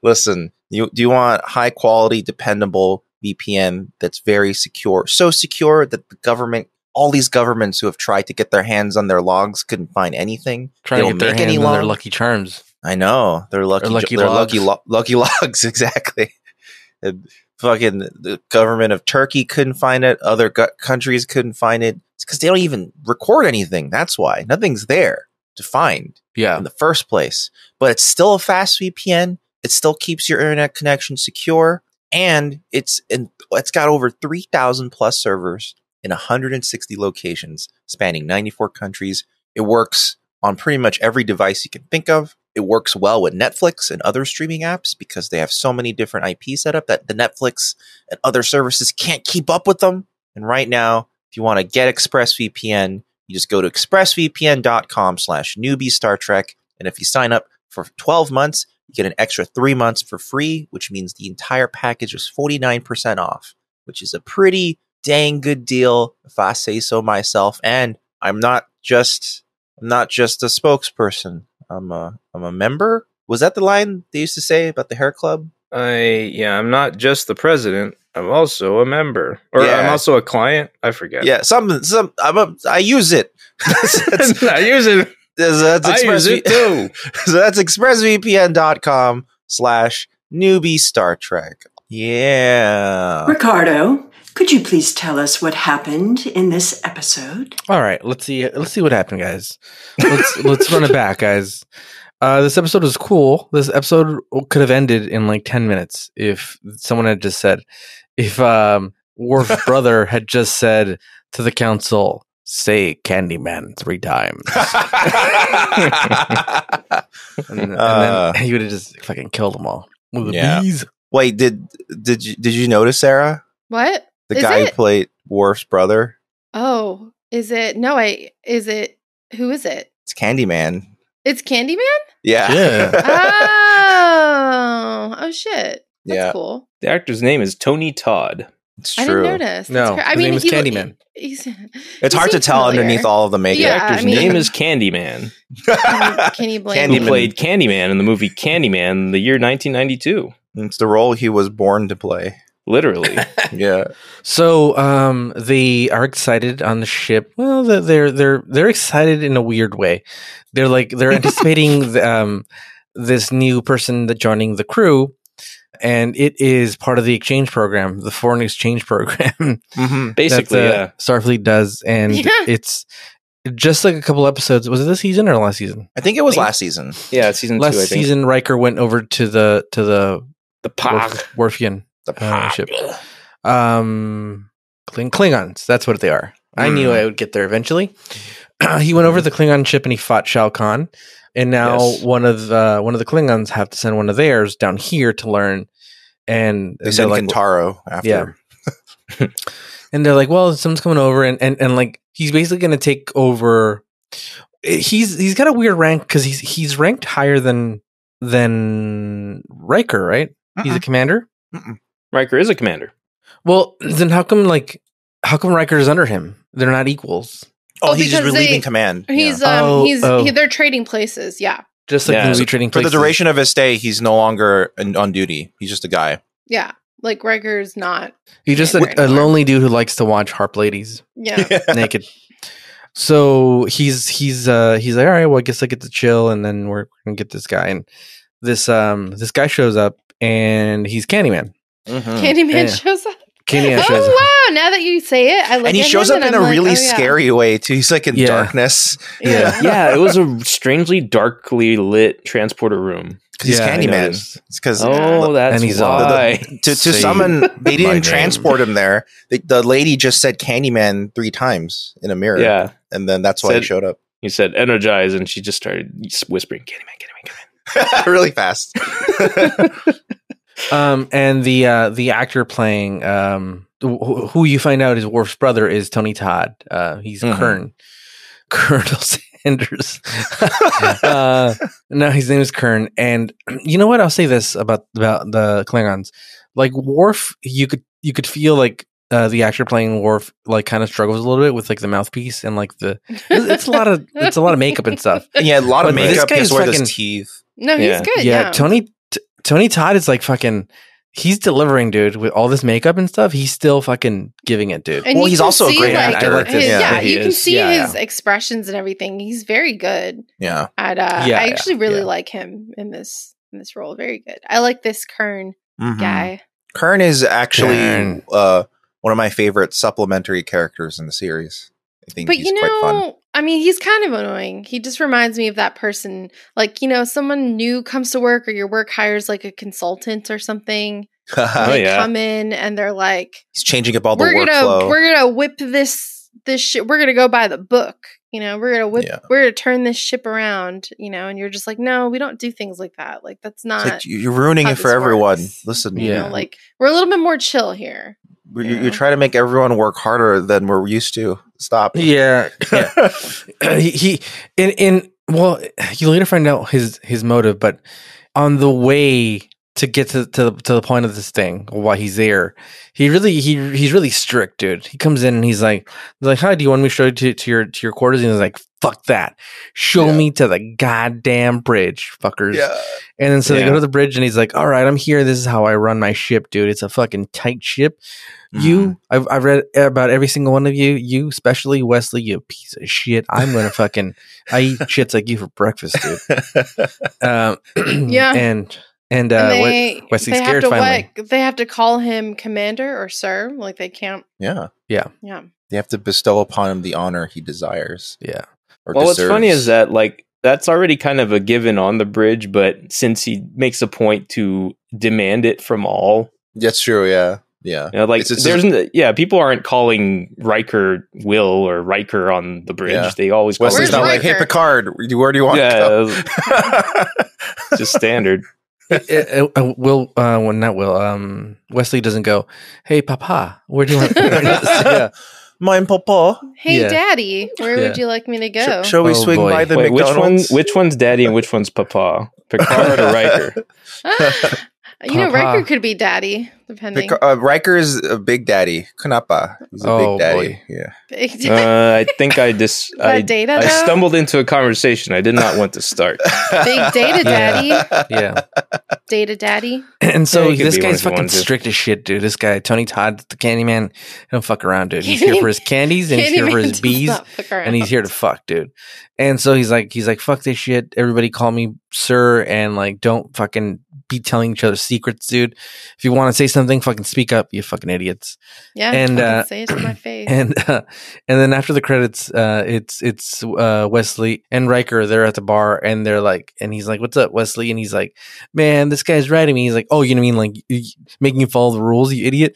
Speaker 1: Listen, you do you want high quality, dependable VPN that's very secure, so secure that the government, all these governments who have tried to get their hands on their logs couldn't find anything.
Speaker 2: Trying
Speaker 1: They
Speaker 2: to
Speaker 1: don't
Speaker 2: get their
Speaker 1: make
Speaker 2: hands
Speaker 1: any
Speaker 2: on their
Speaker 1: laws.
Speaker 2: lucky charms.
Speaker 1: I know they're lucky.
Speaker 2: Or lucky
Speaker 1: they're
Speaker 2: logs.
Speaker 1: lucky, lo- lucky logs. Exactly. And fucking the government of Turkey couldn't find it. Other gu- countries couldn't find it. It's because they don't even record anything. That's why nothing's there to find
Speaker 2: Yeah.
Speaker 1: in the first place. But it's still a fast VPN. It still keeps your internet connection secure, and it's in, it's got over three thousand plus servers in 160 locations, spanning 94 countries. It works on pretty much every device you can think of. It works well with Netflix and other streaming apps because they have so many different IP set up that the Netflix and other services can't keep up with them. And right now, if you want to get ExpressVPN, you just go to expressvpn.com slash newbie Star Trek. And if you sign up for 12 months, you get an extra three months for free, which means the entire package is 49% off, which is a pretty dang good deal, if I say so myself. And I'm not just I'm not just a spokesperson. I'm a I'm a member. Was that the line they used to say about the hair club?
Speaker 3: I yeah, I'm not just the president. I'm also a member, or I'm
Speaker 1: Yeah.
Speaker 3: also a client. I forget.
Speaker 1: Yeah, some some I'm a, I use it. that's,
Speaker 3: I use it.
Speaker 1: that's, that's
Speaker 3: I use
Speaker 1: ExpressV-
Speaker 3: it too.
Speaker 1: so that's expressvpn.com slash newbie star trek yeah
Speaker 5: Ricardo, could you please tell us what happened in this episode?
Speaker 2: All right. Let's see. Let's see what happened, guys. Let's let's run it back, guys. Uh, this episode was cool. This episode could have ended in like ten minutes if someone had just said, if um, Worf's brother had just said to the council, "Say Candyman three times." And, and
Speaker 1: Uh.
Speaker 2: then he would have just fucking killed them all. With the
Speaker 1: Yeah.
Speaker 2: bees.
Speaker 1: wait did did you did you notice sarah
Speaker 4: What?
Speaker 1: the
Speaker 4: Is
Speaker 1: guy who
Speaker 4: it?
Speaker 1: played Worf's brother
Speaker 4: Oh, is it? No, I. Is it? Who is it?
Speaker 1: it's candyman
Speaker 4: It's Candyman.
Speaker 1: yeah
Speaker 2: Yeah. Ah,
Speaker 4: Oh, oh shit. That's
Speaker 1: Yeah.
Speaker 4: cool.
Speaker 3: The actor's name is Tony Todd.
Speaker 1: it's
Speaker 4: I
Speaker 1: true
Speaker 4: didn't notice. That's
Speaker 2: No,
Speaker 4: cra-
Speaker 2: his name is
Speaker 4: he-
Speaker 2: Candyman.
Speaker 4: he's-
Speaker 1: it's
Speaker 4: he
Speaker 1: hard to
Speaker 4: seemed
Speaker 1: tell
Speaker 4: familiar.
Speaker 1: underneath all of the makeup
Speaker 4: Yeah,
Speaker 3: the
Speaker 4: I
Speaker 3: actor's
Speaker 4: mean-
Speaker 3: name is Candyman,
Speaker 4: Can, can you blame
Speaker 3: who
Speaker 1: Candyman.
Speaker 4: me?
Speaker 3: played Candyman in the movie Candyman in the year 1992.
Speaker 1: it's the role he was born to play
Speaker 3: Literally,
Speaker 1: yeah
Speaker 2: So um, they are excited on the ship. Well, they're- they're they're they're excited in a weird way. They're like they're anticipating the, um, this new person that joining the crew, and it is part of the exchange program, the foreign exchange program.
Speaker 1: Mhm.
Speaker 3: basically,
Speaker 2: that, uh,
Speaker 3: yeah.
Speaker 2: Starfleet does, and
Speaker 4: Yeah.
Speaker 2: it's just like a couple episodes. Was it this season or last season?
Speaker 1: i think it was
Speaker 3: Think-
Speaker 1: last season
Speaker 3: Yeah, season
Speaker 2: Last
Speaker 3: two. I think
Speaker 2: season, Riker went over to the to the
Speaker 3: the Pog.
Speaker 2: Worf, Worfian
Speaker 1: the
Speaker 2: uh, ship. Um, Kling- Klingons. That's what they are. I
Speaker 1: Hmm.
Speaker 2: knew I would get there eventually. he went over to the Klingon ship and he fought Shao Kahn, and now
Speaker 3: Yes.
Speaker 2: one of the, one of the Klingons have to send one of theirs down here to learn. And
Speaker 1: they
Speaker 2: they're
Speaker 1: said
Speaker 2: like,
Speaker 1: Kentaro after
Speaker 2: Yeah. and they're like, well, someone's coming over, and and, and like he's basically going to take over. eh, He's he's got a weird rank because he's he's ranked higher than than Riker, right? He's a commander.
Speaker 3: Riker is a commander.
Speaker 2: Well, then how come like how come Riker is under him? They're not equals.
Speaker 1: oh
Speaker 4: Oh,
Speaker 1: he's just
Speaker 4: because
Speaker 1: relieving
Speaker 4: they-
Speaker 1: command
Speaker 4: He's
Speaker 2: Yeah.
Speaker 4: um
Speaker 2: Oh,
Speaker 4: he's
Speaker 2: oh.
Speaker 4: He, they're trading places. Yeah,
Speaker 2: Just like
Speaker 3: Yeah.
Speaker 2: movie trading
Speaker 1: For the
Speaker 2: Places.
Speaker 1: duration of his stay, he's no longer an, on duty. He's just a guy.
Speaker 4: Yeah. Like Riker's not.
Speaker 2: He's just a, a lonely dude who likes to watch harp ladies
Speaker 4: Yeah.
Speaker 2: naked. So he's he's uh he's like, all right, well, I guess I get to chill, and then we're gonna get this guy, and this um this guy shows up, and he's Candyman.
Speaker 4: Mm-hmm.
Speaker 1: Mhm.
Speaker 4: Candyman
Speaker 2: Yeah.
Speaker 4: shows up.
Speaker 2: Candyman shows up.
Speaker 4: oh wow! Now that you say it, I look
Speaker 1: And he
Speaker 4: at
Speaker 1: shows
Speaker 4: him
Speaker 1: up in
Speaker 4: and
Speaker 1: a
Speaker 4: I'm like,
Speaker 1: really
Speaker 4: oh, yeah.
Speaker 1: scary way too. He's like in
Speaker 2: Yeah.
Speaker 1: darkness.
Speaker 4: Yeah.
Speaker 3: yeah, it was a strangely darkly lit transporter room.
Speaker 1: 'Cause he's
Speaker 2: Yeah, I
Speaker 1: Candyman.
Speaker 2: noticed.
Speaker 1: It's because
Speaker 3: Oh, that's
Speaker 2: And he's all-
Speaker 3: why.
Speaker 1: to, to
Speaker 2: Say
Speaker 1: summon, they
Speaker 2: my name.
Speaker 1: didn't transport him there. The, the lady just said Candyman three times in a mirror.
Speaker 3: yeah,
Speaker 1: And then that's why he
Speaker 3: Said-
Speaker 1: showed up
Speaker 3: he said energize, and she just started whispering, "Candyman, Candyman, Candyman."
Speaker 1: really fast.
Speaker 2: Um, and the uh, the actor playing um, wh- who you find out is Worf's brother is Tony Todd. Uh, he's
Speaker 1: Mhm.
Speaker 2: Kern, Colonel Sanders. uh, no, his name is Kern. And you know what? I'll say this about about the Klingons. Like Worf, you could you could feel like uh, the actor playing Worf like kind of struggles a little bit with like the mouthpiece and like the it's a lot of it's a lot of makeup and stuff.
Speaker 1: And he had a lot of
Speaker 2: But this
Speaker 1: makeup. He
Speaker 2: guy
Speaker 1: has
Speaker 2: is
Speaker 1: to wear those
Speaker 2: fucking-
Speaker 1: teeth.
Speaker 4: No, he's
Speaker 3: Yeah.
Speaker 4: good.
Speaker 2: yeah,
Speaker 4: Yeah.
Speaker 2: Tony T- Tony Todd is like fucking. He's delivering, dude, with all this makeup and stuff. He's still fucking giving it, dude.
Speaker 4: And
Speaker 1: Well,
Speaker 4: you
Speaker 1: he's
Speaker 4: can
Speaker 1: also a
Speaker 4: see,
Speaker 1: great
Speaker 4: like,
Speaker 2: actor. I like
Speaker 4: his-
Speaker 2: this.
Speaker 4: yeah,
Speaker 2: Yeah,
Speaker 3: he
Speaker 4: you can
Speaker 3: is.
Speaker 4: see
Speaker 2: Yeah,
Speaker 4: his expressions and everything. He's very good
Speaker 1: Yeah.
Speaker 4: at. Uh,
Speaker 2: Yeah,
Speaker 4: I actually really
Speaker 2: yeah.
Speaker 4: like him in this in this role. Very good. I like this Kern guy.
Speaker 1: Mm-hmm. Kern is actually
Speaker 2: Kern.
Speaker 1: Uh, one of my favorite supplementary characters in the series. I think
Speaker 4: But
Speaker 1: he's
Speaker 4: you
Speaker 1: quite fun.
Speaker 4: know, I mean, he's kind of annoying. He just reminds me of that person, like you know, someone new comes to work, or your work hires like a consultant or something.
Speaker 3: Oh,
Speaker 4: they
Speaker 3: yeah.
Speaker 4: come in and they're like,
Speaker 1: he's changing up all the
Speaker 4: we're
Speaker 1: workflow.
Speaker 4: gonna we're gonna whip this this shit. We're gonna go by the book. You know, we're gonna whip.
Speaker 1: Yeah.
Speaker 4: We're gonna turn this ship around. You know, and you're just like, no, we don't do things like that. Like that's
Speaker 1: It's
Speaker 4: not.
Speaker 1: like, you- you're ruining
Speaker 4: how
Speaker 1: it for
Speaker 4: this
Speaker 1: everyone.
Speaker 4: works.
Speaker 1: Listen,
Speaker 4: you
Speaker 2: Yeah.
Speaker 4: know, like we're a little bit more chill here.
Speaker 1: you, you try to make everyone work harder than we're used to. Stop.
Speaker 2: Yeah, yeah. he, he in in well, you later find out his his motive, but on the way to get to to the, to the point of this thing, why he's there, he really he he's really strict, dude. He comes in and he's like, he's like, hi, do you want me to show you to, to your to your quarters? And he's like, fuck that, show
Speaker 1: Yeah.
Speaker 2: me to the goddamn bridge, fuckers.
Speaker 1: Yeah.
Speaker 2: And then so they
Speaker 3: Yeah.
Speaker 2: go to the bridge, and he's like, "All right, I'm here. This is how I run my ship, dude. It's a fucking tight ship. You, I've, I've read about every single one of you. You, especially Wesley, you piece of shit. I'm gonna fucking I eat shits like you for breakfast, dude. Um,
Speaker 4: Yeah.
Speaker 2: and and, uh,
Speaker 4: And
Speaker 2: what-
Speaker 4: they
Speaker 2: Wesley's
Speaker 4: they have
Speaker 2: scared
Speaker 4: to
Speaker 2: finally.
Speaker 4: what- they have to call him commander or sir. Like they can't.
Speaker 1: yeah.
Speaker 4: Yeah.
Speaker 1: You have to bestow upon him the honor he desires.
Speaker 2: yeah,
Speaker 1: Or
Speaker 3: well, what's
Speaker 1: deserves.
Speaker 3: funny is that like that's already kind of a given on the bridge, but since he makes a point to demand it from all,
Speaker 1: That's true. Yeah. Yeah.
Speaker 3: you know, like
Speaker 1: It's- it's-
Speaker 3: there's n yeah, people aren't calling Riker Will or Riker on the bridge.
Speaker 1: Yeah.
Speaker 3: They always call
Speaker 1: Wesley's
Speaker 4: Where's
Speaker 3: him
Speaker 1: not like, hey,
Speaker 4: Riker?
Speaker 1: Picard, where do you want
Speaker 3: yeah,
Speaker 1: to go?
Speaker 3: it's just standard.
Speaker 2: Uh, uh, Will, uh, well, not Will. Um, Wesley doesn't go. Hey, Papa, where do you want? yeah,
Speaker 1: Mine, Papa.
Speaker 4: Hey,
Speaker 2: Yeah.
Speaker 4: daddy, where
Speaker 2: Yeah.
Speaker 4: would you like me to
Speaker 1: Sh-
Speaker 4: go?
Speaker 1: shall we
Speaker 2: Oh,
Speaker 1: swing
Speaker 2: boy.
Speaker 1: by the
Speaker 3: Wait, which one?
Speaker 1: McDonald's?
Speaker 3: Which one's Daddy and which one's Papa? Picard or Riker?
Speaker 4: Ah, you know,
Speaker 2: Papa.
Speaker 4: Riker could be daddy, depending.
Speaker 1: Pic- uh, Riker's a big daddy. Kunapa. He's a
Speaker 2: Oh,
Speaker 1: big daddy.
Speaker 2: boy.
Speaker 1: Yeah.
Speaker 4: Big
Speaker 3: Uh, I think I just
Speaker 4: That
Speaker 3: I,
Speaker 4: data,
Speaker 3: I
Speaker 4: though?
Speaker 3: stumbled into a conversation I did not want to start.
Speaker 4: Big data daddy.
Speaker 2: yeah.
Speaker 4: Data daddy.
Speaker 2: And so
Speaker 3: Yeah, he could
Speaker 2: this
Speaker 3: be one
Speaker 2: guy's
Speaker 3: if he
Speaker 2: fucking
Speaker 3: wanted to.
Speaker 2: strict as shit, dude. This guy, Tony Todd, the Candyman, he don't fuck around, dude. He's here for his candies and he's here for
Speaker 4: Candyman
Speaker 2: his
Speaker 4: does
Speaker 2: bees,
Speaker 4: not fuck around.
Speaker 2: and he's here to fuck, dude. And so he's like, he's like, fuck this shit. Everybody call me sir, and like, don't fucking be telling each other secrets, dude. If you want to say something, fucking speak up, you fucking idiots.
Speaker 4: Yeah,
Speaker 2: and,
Speaker 4: I can
Speaker 2: uh,
Speaker 4: say it to my face.
Speaker 2: And uh, and then after the credits, uh, it's it's uh, Wesley and Riker. They're at the bar, and they're like, and he's like, "What's up, Wesley?" And he's like, "Man, this guy's writing me." He's like, "Oh, you know what I mean? Like y- y- making you follow the rules, you idiot."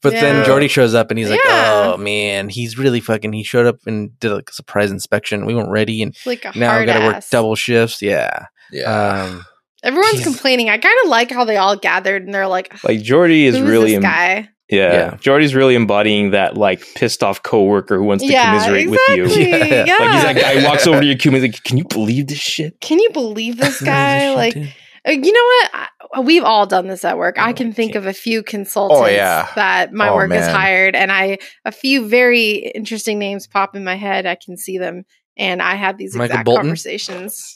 Speaker 2: but
Speaker 4: Yeah.
Speaker 2: then Jordy shows up, and he's like,
Speaker 4: Yeah.
Speaker 2: "Oh man, he's really fucking." He showed up and did like a surprise inspection. We weren't ready, and
Speaker 4: It's like a
Speaker 2: now we
Speaker 4: hard
Speaker 2: got to work
Speaker 4: ass.
Speaker 2: double shifts. Yeah.
Speaker 1: yeah.
Speaker 2: Um,
Speaker 4: Everyone's
Speaker 2: Jeez.
Speaker 4: complaining. I kind of like how they all gathered and they're like,
Speaker 3: Like Jordy is
Speaker 4: "Who's
Speaker 3: really
Speaker 4: this
Speaker 3: em-
Speaker 4: guy?"
Speaker 3: Yeah.
Speaker 2: Yeah.
Speaker 3: Jordy's really embodying that like pissed off coworker who wants to commiserate with you.
Speaker 2: Yeah, yeah.
Speaker 4: Yeah.
Speaker 3: Like he's that guy who walks over to your cubicle like, can you believe this shit?
Speaker 4: Can you believe this guy?
Speaker 2: shit,
Speaker 4: like,
Speaker 2: dude.
Speaker 4: uh, you know what? I, uh, we've all done this at work. I
Speaker 3: Oh,
Speaker 4: can think
Speaker 3: okay.
Speaker 4: of a few consultants
Speaker 1: Oh, yeah.
Speaker 4: that my
Speaker 1: Oh,
Speaker 4: work has
Speaker 1: man.
Speaker 4: hired, and I a few very interesting names pop in my head. I can see them and I had these
Speaker 2: Michael
Speaker 4: exact
Speaker 2: Bolton?
Speaker 4: conversations.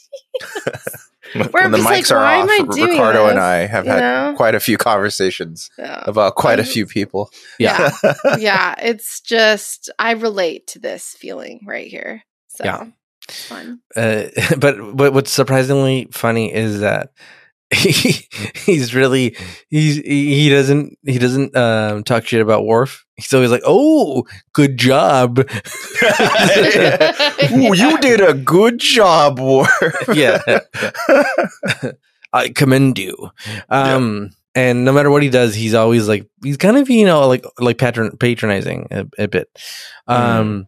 Speaker 4: Where
Speaker 1: when the
Speaker 4: it was like,
Speaker 1: mics are
Speaker 4: why
Speaker 1: off,
Speaker 4: am I doing
Speaker 1: Ricardo and
Speaker 4: this?
Speaker 1: I have
Speaker 4: You
Speaker 1: had
Speaker 4: know?
Speaker 1: quite a few conversations
Speaker 4: So,
Speaker 1: about quite a
Speaker 4: Um,
Speaker 1: few people.
Speaker 4: yeah. yeah, it's just I relate to this feeling right here. So
Speaker 2: Yeah.
Speaker 4: it's fun.
Speaker 2: Uh, but but what's surprisingly funny is that he, he's really he's he he doesn't he doesn't um, talk shit about Worf. He's always like, "Oh, good job."
Speaker 1: Ooh, you did a good job, War.
Speaker 2: yeah, I commend you. Um, and no matter what he does, he's always like he's kind of you know like like patron patronizing a, a bit. Um,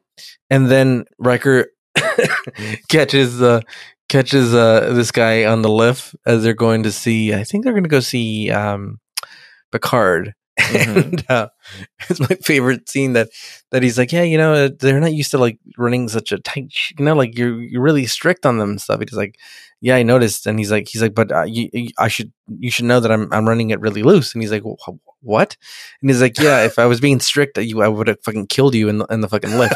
Speaker 2: and then Riker catches the catches uh this guy on the lift as they're going to see. I think they're going to go see um Picard.
Speaker 1: Mhm.
Speaker 2: And uh, it's my favorite scene that that he's like, yeah, you know, they're not used to like running such a tight, sh- you know, like you're you're really strict on them and stuff. He's like, yeah, I noticed, and he's like, he's like, but uh, you, you- I should you should know that I'm I'm running it really loose, and he's like, "Wh- wh- what? And he's like, yeah, if I was being strict, you I would have fucking killed you in the, in the fucking lift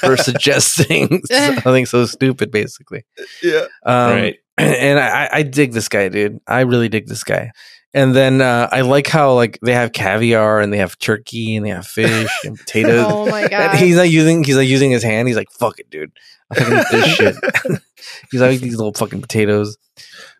Speaker 2: for suggesting something so stupid, basically.
Speaker 1: yeah.
Speaker 2: Um,
Speaker 3: right.
Speaker 2: and I, I- I dig this guy, dude. I really dig this guy. And then uh, I like how like they have caviar and they have turkey and they have fish and potatoes.
Speaker 4: Oh my god.
Speaker 2: And he's not using he's like using his hand. He's like, fuck it, dude. I fucking eat this shit. he's like these little fucking potatoes.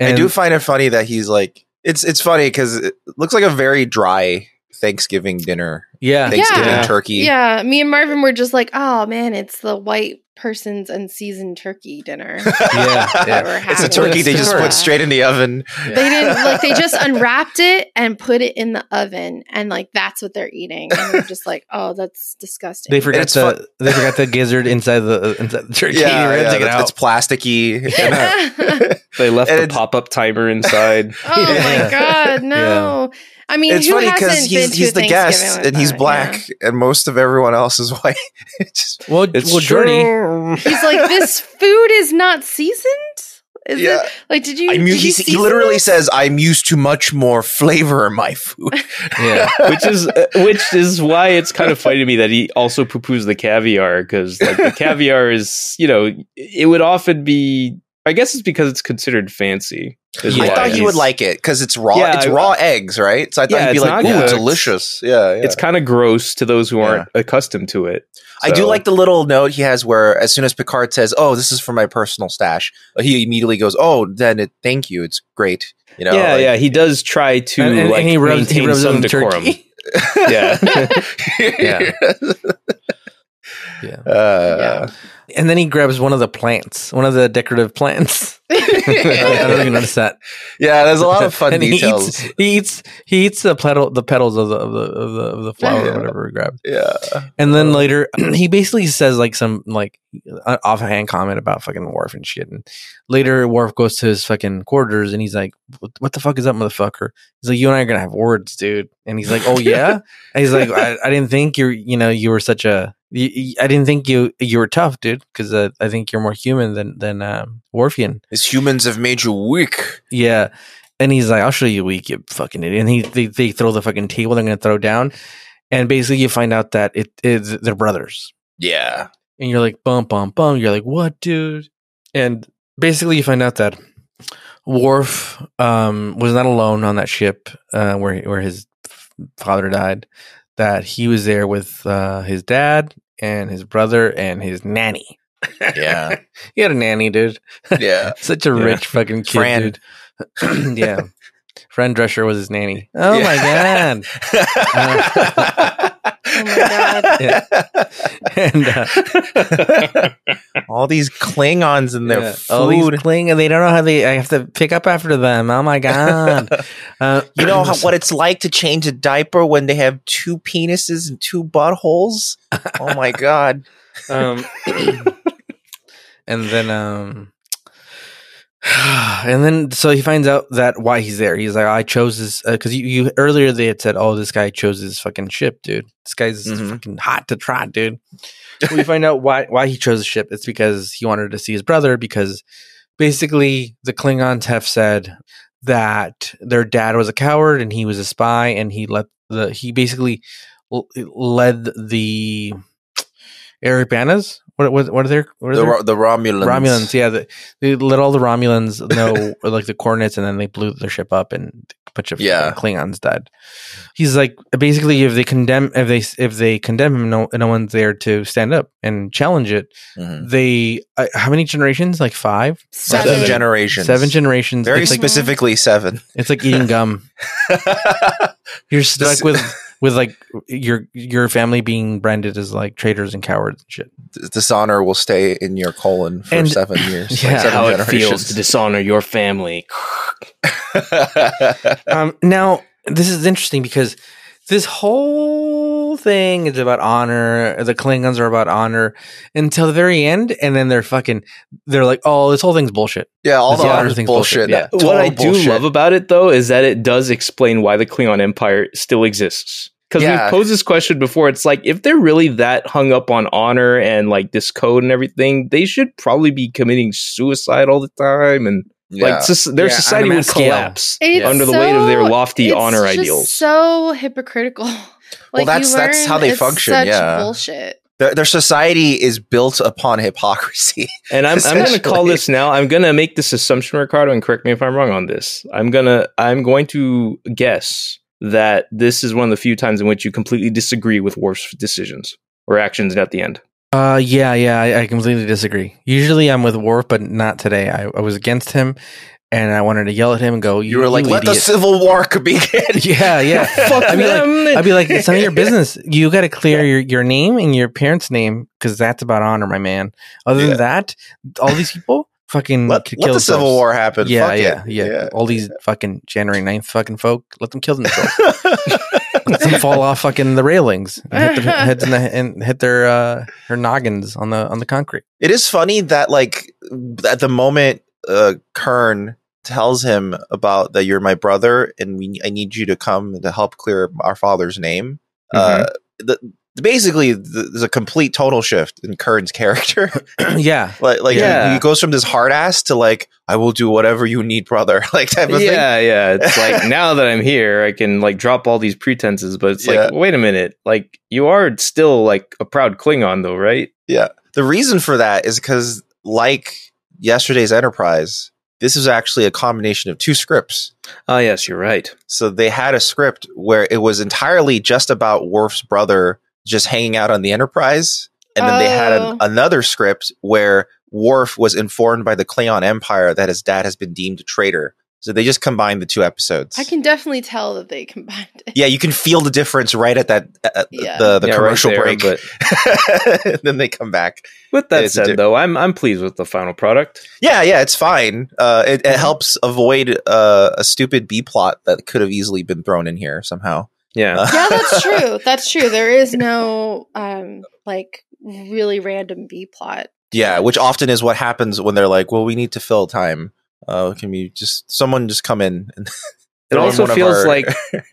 Speaker 1: I
Speaker 2: And-
Speaker 1: do find it funny that he's like it's it's funny because it looks like a very dry Thanksgiving dinner,
Speaker 2: yeah.
Speaker 4: Thank-
Speaker 1: Thanksgiving
Speaker 3: Yeah.
Speaker 1: turkey.
Speaker 4: Yeah, me and Marvin were just like, oh man, it's the white person's unseasoned turkey dinner.
Speaker 2: Yeah, yeah.
Speaker 4: that we're
Speaker 1: It's a
Speaker 4: having.
Speaker 1: turkey they just
Speaker 4: Yeah.
Speaker 1: put straight in the oven.
Speaker 4: They didn't like they just unwrapped it and put it in the oven and like that's what they're eating. And we're just like, oh, that's disgusting.
Speaker 2: They forgot
Speaker 1: it's
Speaker 2: the
Speaker 1: fun-
Speaker 2: they forgot the gizzard inside the uh, inside the turkey.
Speaker 1: Yeah,
Speaker 2: They had to
Speaker 1: yeah,
Speaker 2: take it
Speaker 1: it's
Speaker 2: out.
Speaker 1: plasticky.
Speaker 3: They left
Speaker 1: And
Speaker 3: the
Speaker 1: it's-
Speaker 3: pop up timer inside.
Speaker 4: Oh
Speaker 2: Yeah.
Speaker 4: my god, no! I mean,
Speaker 1: it's
Speaker 4: who
Speaker 1: funny
Speaker 4: hasn't
Speaker 1: because
Speaker 4: been
Speaker 1: he's
Speaker 4: to
Speaker 1: he's
Speaker 4: a
Speaker 1: the
Speaker 4: Thanksgiving
Speaker 1: guest
Speaker 4: with
Speaker 1: and he's
Speaker 4: that?
Speaker 1: black, and most of everyone else is white. It's just-
Speaker 2: Well,
Speaker 3: It's
Speaker 2: well, Jordy.
Speaker 3: true.
Speaker 4: Yeah. He's like, this food is not seasoned. Is
Speaker 1: yeah,
Speaker 4: it like? Did you?
Speaker 1: I'm
Speaker 4: did
Speaker 1: used,
Speaker 4: you
Speaker 1: he,
Speaker 4: season
Speaker 1: literally
Speaker 4: this?
Speaker 1: says, "I'm used to much more flavor in my food."
Speaker 2: Yeah.
Speaker 3: which is uh, which is why it's kind of funny to me that he also poo poos the caviar because like the caviar is you know it would often be I guess it's because it's considered fancy. is
Speaker 1: I
Speaker 3: why
Speaker 1: thought he would
Speaker 3: he's-
Speaker 1: like it because it's raw.
Speaker 3: Yeah,
Speaker 1: it's
Speaker 3: I-
Speaker 1: raw eggs, right? So I thought
Speaker 3: Yeah,
Speaker 1: he'd be
Speaker 3: it's
Speaker 1: like,
Speaker 3: not
Speaker 1: "Ooh,
Speaker 3: cooked.
Speaker 1: delicious!" Yeah, yeah.
Speaker 3: It's kind of gross to those who aren't accustomed to it.
Speaker 1: I do
Speaker 3: So-
Speaker 1: like the little note he has where, as soon as Picard says, "Oh, this is for my personal stash," he immediately goes, "Oh, then it, thank you. It's great." You know,
Speaker 3: yeah,
Speaker 1: like-
Speaker 3: yeah. He does try to
Speaker 2: And- and-
Speaker 3: like
Speaker 2: and he rubs- he
Speaker 3: maintain
Speaker 2: rubs it
Speaker 3: some
Speaker 2: on the
Speaker 3: decorum.
Speaker 2: turkey.
Speaker 3: yeah,
Speaker 2: Yeah. Yeah.
Speaker 1: Uh,
Speaker 2: And then he grabs one of the plants, one of the decorative plants. I don't even notice that.
Speaker 1: yeah, there's a lot of fun
Speaker 2: And he eats-
Speaker 1: details.
Speaker 2: He eats he eats the petal the petals of the of the of the, of the flower
Speaker 1: Yeah.
Speaker 2: or whatever he grabbed.
Speaker 1: Yeah.
Speaker 2: And
Speaker 1: Uh.
Speaker 2: then later he basically says like some like uh, offhand comment about fucking Worf and shit. And later Worf goes to his fucking quarters and he's like, "What- "What the fuck is up, motherfucker?" He's like, "You and I are gonna have words, dude." And he's like, "Oh yeah." and he's like, I, "I didn't think you're you know you were such a you- you- I didn't think you you were tough, dude, because uh, I think you're more human than than um, Worfian."
Speaker 1: These humans have made you weak.
Speaker 2: Yeah. And he's like, I'll show you weak, you fucking idiot. And he, they, they throw the fucking table they're going to throw down. And basically, you find out that it is they're brothers.
Speaker 1: Yeah.
Speaker 2: And you're like, bum, bum, bum. You're like, what, dude? And basically, you find out that Worf um, was not alone on that ship uh, where, where his father died, that he was there with uh, his dad and his brother and his nanny.
Speaker 1: Yeah.
Speaker 2: He had a nanny, dude.
Speaker 1: Yeah.
Speaker 2: Such a
Speaker 3: Yeah.
Speaker 2: rich fucking kid,
Speaker 1: Fran.
Speaker 2: dude. yeah. Fran Drescher was his nanny. Oh
Speaker 1: Yeah.
Speaker 2: my god! and uh,
Speaker 1: All these Klingons and their
Speaker 2: yeah, all these
Speaker 1: food.
Speaker 2: cling, and they don't know how they. I have to pick up after them. Oh my god! Uh,
Speaker 1: you know how, what it's like to change a diaper when they have two penises and two buttholes? Oh my god.
Speaker 2: Um, and then, um, and then, so he finds out that why he's there. He's like, I chose this because you, you earlier they had said, oh, this guy chose this fucking ship, dude. This guy's
Speaker 1: Mhm.
Speaker 2: fucking hot to trot, dude. we find out why why he chose the ship. It's because he wanted to see his brother. Because basically, the Klingons have said that their dad was a coward and he was a spy, and he let the he basically l- led the Eribanas What what what are their what are
Speaker 1: The,
Speaker 2: their-
Speaker 1: Ro- the Romulans.
Speaker 2: Romulans? Yeah, the, they let all the Romulans know or, like the coordinates, and then they blew their ship up, and a bunch of
Speaker 1: Yeah.
Speaker 2: fucking Klingons died. He's like basically if they condemn if they if they condemn him, no no one's there to stand up and challenge it.
Speaker 1: Mhm.
Speaker 2: They uh, how many generations? Like five,
Speaker 1: Seven,
Speaker 4: Seven.
Speaker 1: generations.
Speaker 2: seven generations.
Speaker 1: Very
Speaker 2: it's like
Speaker 1: specifically seven.
Speaker 2: it's like eating gum. You're stuck
Speaker 1: This-
Speaker 2: with with like your your family being branded as like traitors and cowards and shit.
Speaker 1: Dishonor will stay in your colon for
Speaker 2: And-
Speaker 1: seven years.
Speaker 2: Yeah,
Speaker 1: seven
Speaker 3: How it feels to dishonor your family.
Speaker 2: Um, now this is interesting because this whole thing is about honor. The Klingons are about honor until the very end, and then they're fucking. They're like, oh, this whole thing's bullshit.
Speaker 1: yeah, all
Speaker 2: This
Speaker 1: the
Speaker 2: honor
Speaker 1: honor
Speaker 2: thing's
Speaker 1: bullshit.
Speaker 2: bullshit, yeah.
Speaker 1: Total
Speaker 3: what I do
Speaker 1: bullshit.
Speaker 3: love about it, though, is that it does explain why the Klingon Empire still exists. Because
Speaker 1: Yeah.
Speaker 3: we've posed this question before. It's like, if they're really that hung up on honor and like this code and everything, they should probably be committing suicide all the time. And
Speaker 1: Yeah.
Speaker 3: like, sus- their
Speaker 2: Yeah, on a
Speaker 3: society would
Speaker 2: mass scale.
Speaker 3: collapse
Speaker 4: And it's
Speaker 3: under the
Speaker 4: so-
Speaker 3: weight of their lofty
Speaker 4: it's
Speaker 3: honor
Speaker 4: just
Speaker 3: ideals.
Speaker 4: So hypocritical. Like you
Speaker 1: that's- that's
Speaker 4: learn
Speaker 1: how they
Speaker 4: it's
Speaker 1: function,
Speaker 4: Such
Speaker 1: yeah.
Speaker 4: bullshit.
Speaker 1: their, their society is built upon hypocrisy.
Speaker 3: And I'm, I'm going to call
Speaker 1: Essentially.
Speaker 3: this now. I'm going to make this assumption, Ricardo, and correct me if I'm wrong on this. I'm going to I'm going to guess that this is one of the few times in which you completely disagree with Worf's decisions or actions at the end.
Speaker 2: Uh, yeah, yeah, I, I completely disagree. Usually, I'm with Worf, but not today. I, I was against him, and I wanted to yell at him and go, "You,
Speaker 1: You were like,
Speaker 2: you
Speaker 1: let the
Speaker 2: idiot."
Speaker 1: civil war begin.
Speaker 2: yeah, yeah."
Speaker 3: Fuck
Speaker 2: I mean, uh, like,
Speaker 3: them.
Speaker 2: I'd be like, it's none of your business. You got to clear your, your name and your parents' name because that's about honor, my man. Other
Speaker 1: Yeah.
Speaker 2: than that, all these people fucking
Speaker 1: let,
Speaker 2: could
Speaker 1: let
Speaker 2: kill
Speaker 1: the civil
Speaker 2: themselves.
Speaker 1: war happen.
Speaker 2: Yeah,
Speaker 1: Fuck
Speaker 2: yeah,
Speaker 1: it.
Speaker 2: yeah, All these fucking January 9th fucking folk, let them kill themselves.
Speaker 1: yeah.
Speaker 2: let them fall off fucking the railings and hit their heads in the, and hit their uh, their noggins on the on the concrete.
Speaker 1: it is funny that like at the moment uh, Kern tells him about that you're my brother and we I need you to come to help clear our father's name.
Speaker 3: mm-hmm.
Speaker 1: Uh, the, basically, th there's a complete total shift in Kern's character.
Speaker 2: yeah,
Speaker 1: like, like
Speaker 3: Yeah.
Speaker 1: he, he goes from this hard ass to like I will do whatever you need, brother. Like type of thing.
Speaker 3: yeah, yeah. It's like now that I'm here, I can like drop all these pretenses, but it's
Speaker 1: Yeah.
Speaker 3: like, wait a minute. Like you are still like a proud Klingon though, right?
Speaker 1: The reason for that is because, like yesterday's Enterprise, this is actually a combination of two scripts.
Speaker 3: Oh, yes, you're right.
Speaker 1: So they had a script where it was entirely just about Worf's brother just hanging out on the Enterprise. And then they had an,
Speaker 4: Oh.
Speaker 1: another script where Worf was informed by the Klingon Empire that his dad has been deemed a traitor. So they just combined the two episodes.
Speaker 4: I can definitely tell that they combined it.
Speaker 1: yeah, you can feel the difference right at that at
Speaker 4: Yeah.
Speaker 1: the, the
Speaker 3: Yeah, right
Speaker 1: commercial
Speaker 3: there,
Speaker 1: break.
Speaker 3: But
Speaker 1: and then they come back.
Speaker 3: with that
Speaker 1: It's a
Speaker 3: said,
Speaker 1: diff-
Speaker 3: though, I'm I'm pleased with the final product.
Speaker 1: Yeah, yeah, it's fine. Uh, it, it helps avoid uh, a stupid B plot that could have easily been thrown in here somehow.
Speaker 3: Yeah.
Speaker 1: Uh,
Speaker 4: yeah, that's true. That's true. There is no um like really random B plot.
Speaker 1: Yeah, which often is what happens when they're like, "Well, we need to fill time. Uh, can we just someone just come in?" And
Speaker 3: it
Speaker 1: throw in
Speaker 3: also
Speaker 1: one of
Speaker 3: feels
Speaker 1: our-
Speaker 3: like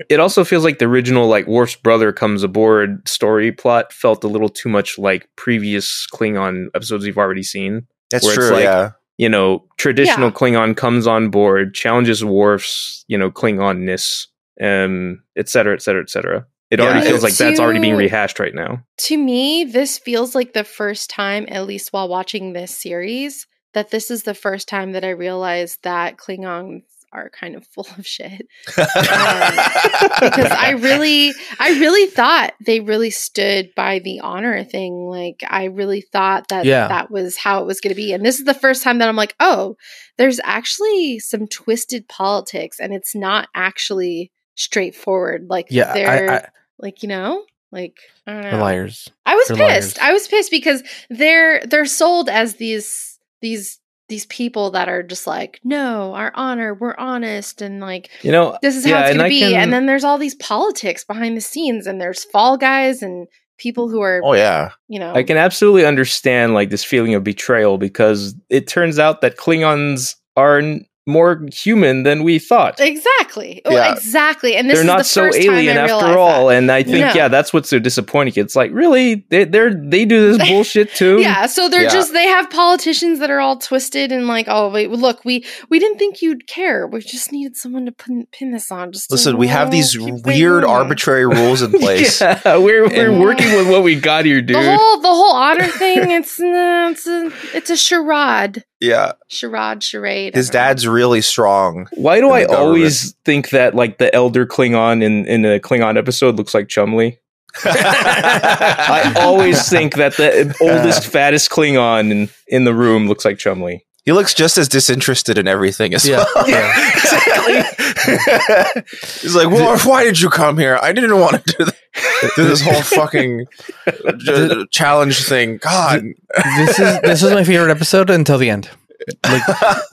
Speaker 3: it also feels like the original like Worf's brother comes aboard story plot felt a little too much like previous Klingon episodes we've already seen.
Speaker 1: that's
Speaker 3: where it's
Speaker 1: true.
Speaker 3: like-
Speaker 1: yeah,
Speaker 3: You know, traditional
Speaker 4: Yeah.
Speaker 3: Klingon comes on board, challenges Worf's you know Klingonness, um, et cetera, et cetera, et cetera. It
Speaker 1: Yeah,
Speaker 3: already feels
Speaker 1: it's-
Speaker 3: like that's already being
Speaker 4: Too-
Speaker 3: rehashed right now.
Speaker 4: To me, this feels like the first time, at least while watching this series, that this is the first time that I realized that Klingons are kind of full of shit. because I really I really thought they really stood by the honor thing. Like I really thought that
Speaker 2: Yeah.
Speaker 4: that was how it was going to be. And this is the first time that I'm like, oh, there's actually some twisted politics, and it's not actually straightforward. Like
Speaker 2: yeah.
Speaker 4: they're uh,
Speaker 2: I, I,
Speaker 4: like you know like I don't know.
Speaker 2: they're liars.
Speaker 4: I was
Speaker 2: They're
Speaker 4: pissed.
Speaker 2: liars.
Speaker 4: I was pissed because they're they're sold as these these these people that are just like no our honor we're honest and like
Speaker 3: You know,
Speaker 4: this is
Speaker 3: Yeah,
Speaker 4: how it's
Speaker 3: and
Speaker 4: going
Speaker 3: I
Speaker 4: to be.
Speaker 3: can-
Speaker 4: And then there's all these politics behind the scenes, and there's fall guys and people who are,
Speaker 1: oh yeah,
Speaker 4: you know,
Speaker 3: I can absolutely understand like this feeling of betrayal because it turns out that Klingons are n- more human than we thought.
Speaker 4: Exactly. Well,
Speaker 1: Yeah.
Speaker 4: exactly. And this
Speaker 3: They're
Speaker 4: is
Speaker 3: not
Speaker 4: the
Speaker 3: so
Speaker 4: first
Speaker 3: alien
Speaker 4: time I
Speaker 3: after
Speaker 4: realized
Speaker 3: all,
Speaker 4: that.
Speaker 3: and I think
Speaker 4: No.
Speaker 3: yeah, that's what's so disappointing. It's like really they they're, they do this bullshit too.
Speaker 4: Yeah, so they're
Speaker 1: Yeah.
Speaker 4: just they have politicians that are all twisted and like, oh wait, look, we we didn't think you'd care. We just needed someone to pin, pin this on. Just to
Speaker 1: Listen, we have these
Speaker 4: keep things
Speaker 1: weird
Speaker 4: moving.
Speaker 1: arbitrary rules in place.
Speaker 3: Yeah, we're we're
Speaker 4: And-
Speaker 3: working with what we got here, dude.
Speaker 4: The whole the whole honor thing. It's no, it's a it's a charade,
Speaker 1: yeah.
Speaker 4: charade, charade.
Speaker 1: His
Speaker 4: I don't know.
Speaker 1: dad's really strong.
Speaker 3: Why do
Speaker 1: in the
Speaker 3: I
Speaker 1: government.
Speaker 3: always think that like the elder Klingon in in a Klingon episode looks like Chumley? I always think that the oldest, fattest Klingon in, in the room looks like Chumley.
Speaker 1: He looks just as disinterested in everything as
Speaker 2: Yeah,
Speaker 1: well.
Speaker 2: yeah.
Speaker 1: exactly. He's like, well, why did you come here? I didn't want to do, th- do this whole fucking j- challenge thing. God.
Speaker 2: this is this was my favorite episode until the end. Like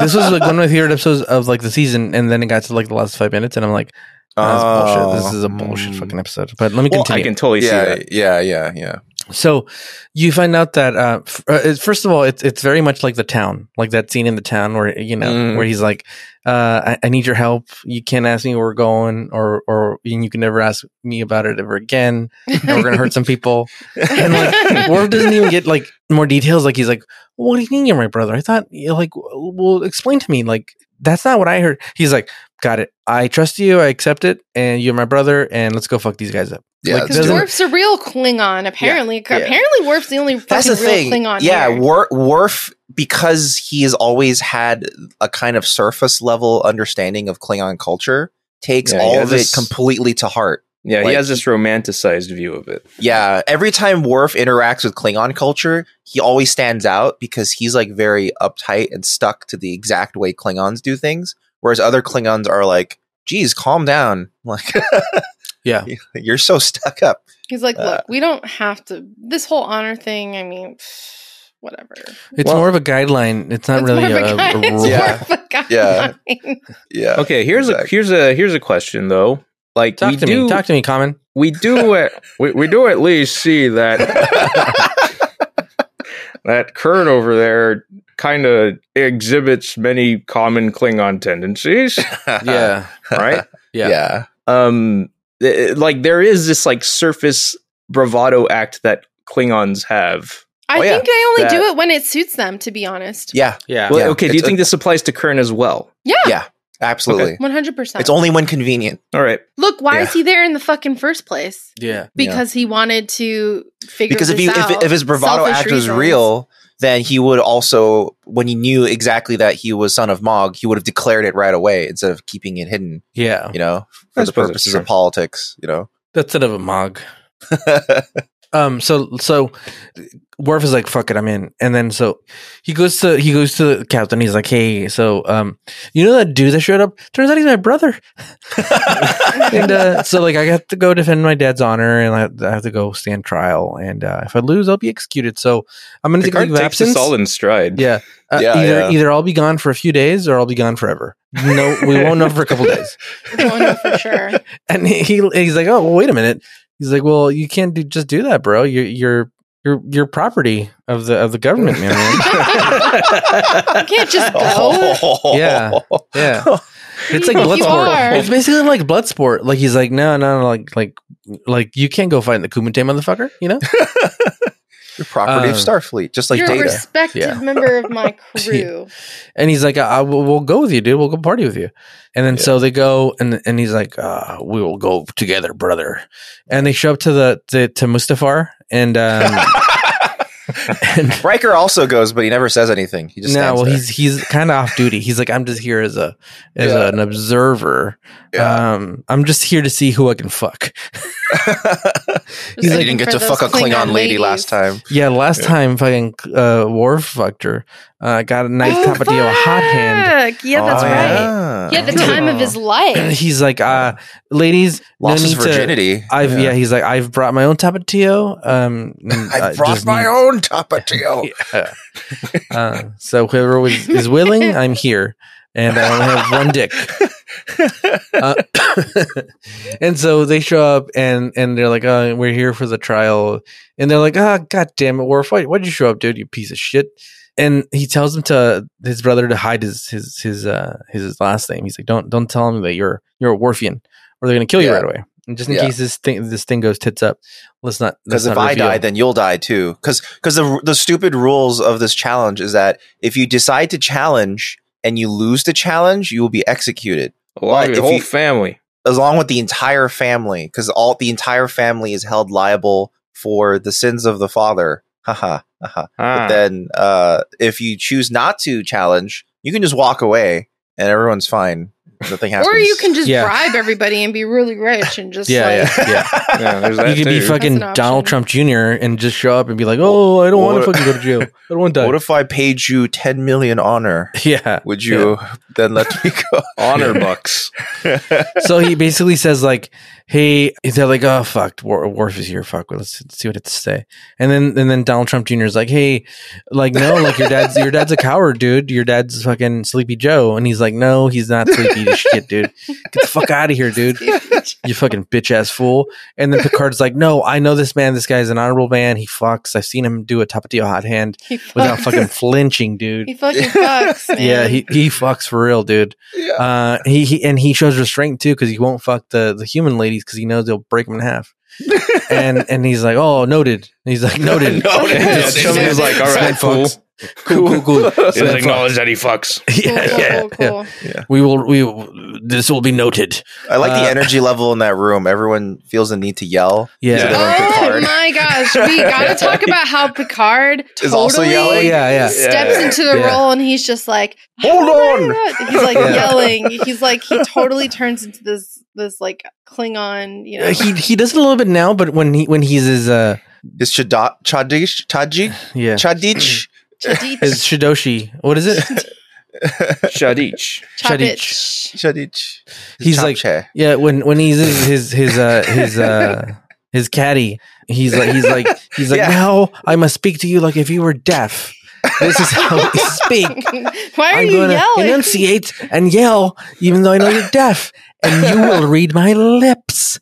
Speaker 2: this was like one of my favorite episodes of like the season, and then it got to like the last five minutes, and I'm like, that's bullshit. This is a bullshit
Speaker 1: Mm.
Speaker 2: fucking episode. But let me
Speaker 3: Oh. Well, I
Speaker 2: continue.
Speaker 3: can totally see
Speaker 1: yeah,
Speaker 3: that.
Speaker 1: yeah, yeah, yeah.
Speaker 2: So you find out that uh, f- uh, it- first of all, it's it's very much like the town, like that scene in the town where you know
Speaker 1: Mm.
Speaker 2: where he's like, uh, I, "I need your help. You can't ask me where we're going, or or and you can never ask me about it ever again. And we're gonna hurt some people." And like Worf doesn't even get like more details. Like he's like, "What do you mean you're my brother? I thought you know, like w- well, explain to me. Like that's not what I heard." He's like, "Got it. I trust you. I accept it, and you're my brother. And let's go fuck these guys up."
Speaker 1: Yeah,
Speaker 2: Like,
Speaker 1: that's
Speaker 4: Because
Speaker 2: doesn't-
Speaker 4: Worf's a real Klingon, apparently.
Speaker 1: yeah.
Speaker 4: Apparently, Worf's the only
Speaker 1: That's
Speaker 4: fucking
Speaker 1: the
Speaker 4: real
Speaker 1: thing.
Speaker 4: Klingon.
Speaker 1: yeah,
Speaker 4: here.
Speaker 1: Wor- Worf, because he has always had a kind of surface level understanding of Klingon culture, takes
Speaker 3: Yeah, he
Speaker 1: all
Speaker 3: has
Speaker 1: of it
Speaker 3: this-
Speaker 1: completely to heart.
Speaker 3: Yeah, he
Speaker 1: Like-
Speaker 3: has this romanticized view of it.
Speaker 1: Yeah, every time Worf interacts with Klingon culture, he always stands out because he's like very uptight and stuck to the exact way Klingons do things, whereas other Klingons are like, "Geez, calm down." Like,
Speaker 2: Yeah.
Speaker 1: you're so stuck up.
Speaker 4: he's like,
Speaker 1: Uh,
Speaker 4: look, we don't have to. This whole honor thing. I mean, pff, whatever.
Speaker 2: It's
Speaker 1: Well-
Speaker 2: more of a guideline. It's not
Speaker 4: It's
Speaker 2: really
Speaker 4: more of
Speaker 2: a,
Speaker 4: guide-
Speaker 2: a
Speaker 4: it's
Speaker 2: rule.
Speaker 4: more
Speaker 1: Yeah.
Speaker 4: of a
Speaker 1: Yeah.
Speaker 4: guideline.
Speaker 1: Yeah.
Speaker 3: Okay, here's a
Speaker 1: Exactly.
Speaker 3: here's a here's a question though. Like
Speaker 2: Talk
Speaker 3: we
Speaker 2: to
Speaker 3: do
Speaker 2: me. Talk to me, Common.
Speaker 3: we do it we, we do at least see that that Kern over there kind of exhibits many common Klingon tendencies, right?
Speaker 1: yeah. Yeah.
Speaker 3: um th- like there is this like surface bravado act that Klingons have.
Speaker 4: I
Speaker 1: Oh, yeah.
Speaker 4: think they only
Speaker 3: That-
Speaker 4: do it when it suits them, to be honest.
Speaker 1: Yeah.
Speaker 2: yeah.
Speaker 3: Well,
Speaker 1: Yeah,
Speaker 3: okay, do you
Speaker 1: it's-
Speaker 3: think this applies to Kern as well?
Speaker 1: Absolutely.
Speaker 3: Okay.
Speaker 4: One hundred percent.
Speaker 1: It's only when convenient.
Speaker 3: All right.
Speaker 4: look. Why
Speaker 1: Yeah.
Speaker 4: is he there in the fucking first place?
Speaker 2: yeah.
Speaker 4: Because he wanted to figure.
Speaker 1: Because if
Speaker 4: this
Speaker 1: he if,
Speaker 4: out.
Speaker 1: if his bravado
Speaker 4: Selfish
Speaker 1: act was
Speaker 4: reasons.
Speaker 1: real, then he would also when he knew exactly that he was son of Mog, he would have declared it right away instead of keeping it hidden,
Speaker 2: Yeah.
Speaker 1: you know,
Speaker 3: I
Speaker 1: for the
Speaker 3: suppose it's
Speaker 1: purposes
Speaker 3: true.
Speaker 1: of politics, you know.
Speaker 2: That's sort of a mog. Um. So so, Worf is like, "Fuck it, I'm in." And then so he goes to he goes to the captain. He's like, "Hey, so um, you know that dude that showed up? Turns out he's my brother." and uh, so like, I have to go defend my dad's honor, and I have, I have to go stand trial. And uh, if I lose, I'll be executed. So I'm gonna take
Speaker 3: Picard
Speaker 2: leave of
Speaker 3: takes this
Speaker 2: absence.
Speaker 3: all in stride.
Speaker 2: Yeah. Uh,
Speaker 1: Yeah,
Speaker 2: either
Speaker 1: yeah.
Speaker 2: either I'll be gone for a few days or I'll be gone forever. No, we won't know for a couple days.
Speaker 4: Don't know for sure.
Speaker 2: And he he's like, "Oh, well, wait a minute." He's like, "Well, you can't do, just do that, bro. You're you're you're you're property of the of the government, man."
Speaker 4: You can't just go.
Speaker 1: Oh,
Speaker 2: Yeah. yeah. It's like
Speaker 4: You
Speaker 2: blood
Speaker 4: are.
Speaker 2: sport. It's basically like blood sport. Like he's like, "No, no, no, like like like you can't go fight the Kumite motherfucker, you know?"
Speaker 1: You're property of
Speaker 2: Um,
Speaker 1: Starfleet, just like
Speaker 4: You're
Speaker 1: data.
Speaker 4: a respected
Speaker 2: Yeah.
Speaker 4: member of my crew.
Speaker 2: And he's like, I, I will, "We'll go with you, dude. We'll go party with you." And then so they go, and and he's like, uh, "We will go together, brother." And they show up to the to, to Mustafar, and um, and
Speaker 1: Riker also goes, but he never says anything. He just
Speaker 2: no,
Speaker 1: stands
Speaker 2: well,
Speaker 1: there.
Speaker 2: he's he's kind of off duty. He's like, I'm just here as a as
Speaker 1: Yeah.
Speaker 2: an observer.
Speaker 1: Yeah.
Speaker 2: Um, I'm just here to see who I can fuck.
Speaker 4: Just
Speaker 2: He's
Speaker 1: I didn't
Speaker 2: like-
Speaker 4: looking
Speaker 1: get
Speaker 4: for
Speaker 1: to
Speaker 4: those
Speaker 1: fuck a Klingon lady
Speaker 4: ladies.
Speaker 1: last time.
Speaker 2: Yeah, last time fucking uh, Worf fucked her. Uh, got a nice
Speaker 4: Oh,
Speaker 2: top of deal, hot hand.
Speaker 4: fuck. Yeah, that's
Speaker 1: Oh,
Speaker 4: right.
Speaker 1: yeah.
Speaker 4: He had the time of his
Speaker 2: And
Speaker 4: life.
Speaker 2: he's like, uh, ladies, no
Speaker 1: Lost his
Speaker 2: need to.
Speaker 1: virginity.
Speaker 2: I've yeah. he's like I've brought my own tapatio. Um,
Speaker 1: I brought my own tapatio.
Speaker 2: Yeah. Oh. Uh, so whoever was, is willing, I'm here, and I only have one dick. Uh, and so they show up and and they're like, uh, we're here for the trial. And they're like, ah, god damn it, Worf, why why'd you show up, dude? You piece of shit. And he tells him to his brother to hide his his his uh his, his last name. He's like, don't don't tell him that you're you're a Worfian, or they're gonna kill you
Speaker 1: Yeah.
Speaker 2: right away. And just in
Speaker 1: Yeah.
Speaker 2: case this thing this thing goes tits up, let's not let's
Speaker 1: Because if
Speaker 2: not
Speaker 1: I
Speaker 2: reveal.
Speaker 1: die, then you'll die too. Because the the stupid rules of this challenge is that if you decide to challenge and you lose the challenge, you will be executed
Speaker 3: Along with
Speaker 1: if
Speaker 3: your whole
Speaker 1: you-
Speaker 3: family.
Speaker 1: along with the entire family. Because all the entire family is held liable for the sins of the father. Haha, haha.
Speaker 3: Ah.
Speaker 1: But then, uh, if you choose not to challenge, you can just walk away, and everyone's fine. Nothing happens.
Speaker 4: Or you can just
Speaker 2: Yeah.
Speaker 4: bribe everybody and be really rich and just
Speaker 2: Yeah,
Speaker 4: like
Speaker 2: yeah, yeah.
Speaker 3: yeah, there's that
Speaker 2: you could be
Speaker 3: too.
Speaker 2: fucking
Speaker 4: That's an
Speaker 2: Donald
Speaker 4: option.
Speaker 2: Trump Jr. and just show up and be like, "Oh, I don't want
Speaker 1: What-
Speaker 2: to fucking go to jail. I don't want to die."
Speaker 1: What if I paid you ten million honor?
Speaker 2: yeah.
Speaker 1: Would you then let me go?
Speaker 3: honor bucks.
Speaker 2: So he basically says like, "Hey," they're like, "Oh fuck, Wor- Worf is here. Fuck, let's see what it has to say." And then and then Donald Trump Jr. is like, "Hey, like no, like your dad's your dad's a coward, dude. Your dad's fucking Sleepy Joe." And he's like, "No, he's not sleepy as shit, dude. Get the fuck out of here, dude." you fucking bitch ass fool. And then Picard's like, no, I know this man. This guy's an honorable man. He fucks. I've seen him do a tapatio hot hand
Speaker 4: he fucks.
Speaker 2: without fucking flinching, dude.
Speaker 4: he fucking fucks. Man.
Speaker 2: Yeah, he, he fucks for real, dude.
Speaker 1: Yeah.
Speaker 2: Uh, he, he and he shows restraint too because he won't fuck the, the human ladies because he knows they'll break him in half. and and he's like, oh, noted. And he's like, noted.
Speaker 1: Oh,
Speaker 3: Noted.
Speaker 2: And
Speaker 3: Yeah,
Speaker 2: just
Speaker 3: they said
Speaker 2: shows
Speaker 3: it. Like, all
Speaker 2: Sven
Speaker 3: right, cool.
Speaker 2: fucks. cool, cool, cool.
Speaker 3: It
Speaker 2: Sven
Speaker 3: is
Speaker 2: fucks.
Speaker 3: acknowledged that he fucks.
Speaker 4: Cool,
Speaker 2: Yeah,
Speaker 4: cool,
Speaker 2: yeah,
Speaker 4: cool,
Speaker 2: yeah.
Speaker 4: cool.
Speaker 2: We will. We will, this will be noted.
Speaker 1: I like the
Speaker 2: Uh,
Speaker 1: energy level in that room. Everyone feels the need to yell.
Speaker 2: Yeah.
Speaker 1: So they don't get
Speaker 4: Oh
Speaker 1: hard.
Speaker 4: my gosh, we gotta talk about how Picard
Speaker 1: Is also
Speaker 4: totally
Speaker 2: Oh
Speaker 1: yelling.
Speaker 2: yeah, yeah.
Speaker 4: steps
Speaker 3: Yeah.
Speaker 4: into the
Speaker 2: Yeah.
Speaker 4: role and he's just like, "Oh
Speaker 1: Hold on!
Speaker 4: He's like
Speaker 2: Yeah.
Speaker 4: yelling. He's like he totally turns into this this like Klingon, you know.
Speaker 2: Uh, he he does it a little bit now, but when he when he's his uh
Speaker 1: Is Chada- Chadich Chadich
Speaker 2: yeah
Speaker 1: Chadich?
Speaker 4: Chadich.
Speaker 2: his Shidoshi, what is it?
Speaker 3: Shadich.
Speaker 4: Chadich.
Speaker 1: Chadich.
Speaker 2: He's
Speaker 1: Chop
Speaker 2: like-
Speaker 1: Che.
Speaker 2: yeah, when when he's his his his uh his uh his caddy, he's like he's like he's like
Speaker 1: Yeah.
Speaker 2: now I must speak to you like if you were deaf. This is how we speak.
Speaker 4: Why are
Speaker 2: I'm
Speaker 4: you
Speaker 2: going to
Speaker 4: yelling?
Speaker 2: enunciate and yell, even though I know you're deaf, and you will read my lips.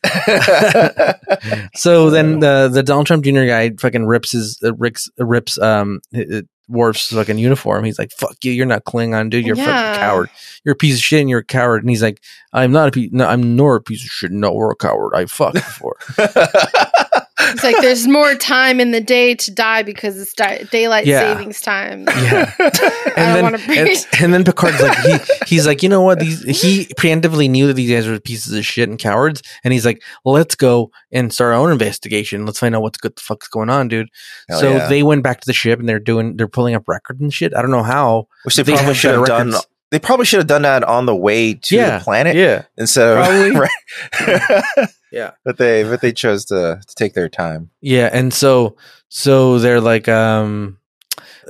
Speaker 2: So then the the Donald Trump Jr. guy fucking rips his uh, rips rips um uh, Worf's fucking uniform. He's like, "Fuck you! You're not Klingon, dude. You're a
Speaker 4: Yeah.
Speaker 2: fucking coward. You're a piece of shit, and you're a coward." And he's like, "I'm not a piece. No, I'm nor a piece of shit. No, we're a coward. I fucked before."
Speaker 4: It's like there's more time in the day to die because it's di- daylight
Speaker 2: Yeah.
Speaker 4: savings time.
Speaker 2: yeah.
Speaker 4: I don't
Speaker 2: And
Speaker 4: want to
Speaker 2: then and,
Speaker 4: breathe.
Speaker 2: and then Picard's like, he, he's like, you know what? These he preemptively knew that these guys were pieces of shit and cowards, and he's like, let's go and start our own investigation. Let's find out what's good. The fuck's going on, dude?
Speaker 1: Hell
Speaker 2: so
Speaker 1: yeah.
Speaker 2: they went back to the ship and they're doing they're pulling up records and shit. I don't know how.
Speaker 1: Which they,
Speaker 2: They
Speaker 1: probably
Speaker 2: have
Speaker 1: should have
Speaker 2: better
Speaker 1: done.
Speaker 2: records.
Speaker 1: They probably should have done that on the way to
Speaker 2: Yeah.
Speaker 1: the planet
Speaker 2: Yeah.
Speaker 1: instead of
Speaker 2: Probably.
Speaker 1: right.
Speaker 2: Yeah.
Speaker 1: But they but they chose to, to take their time.
Speaker 2: Yeah, and so so they're like um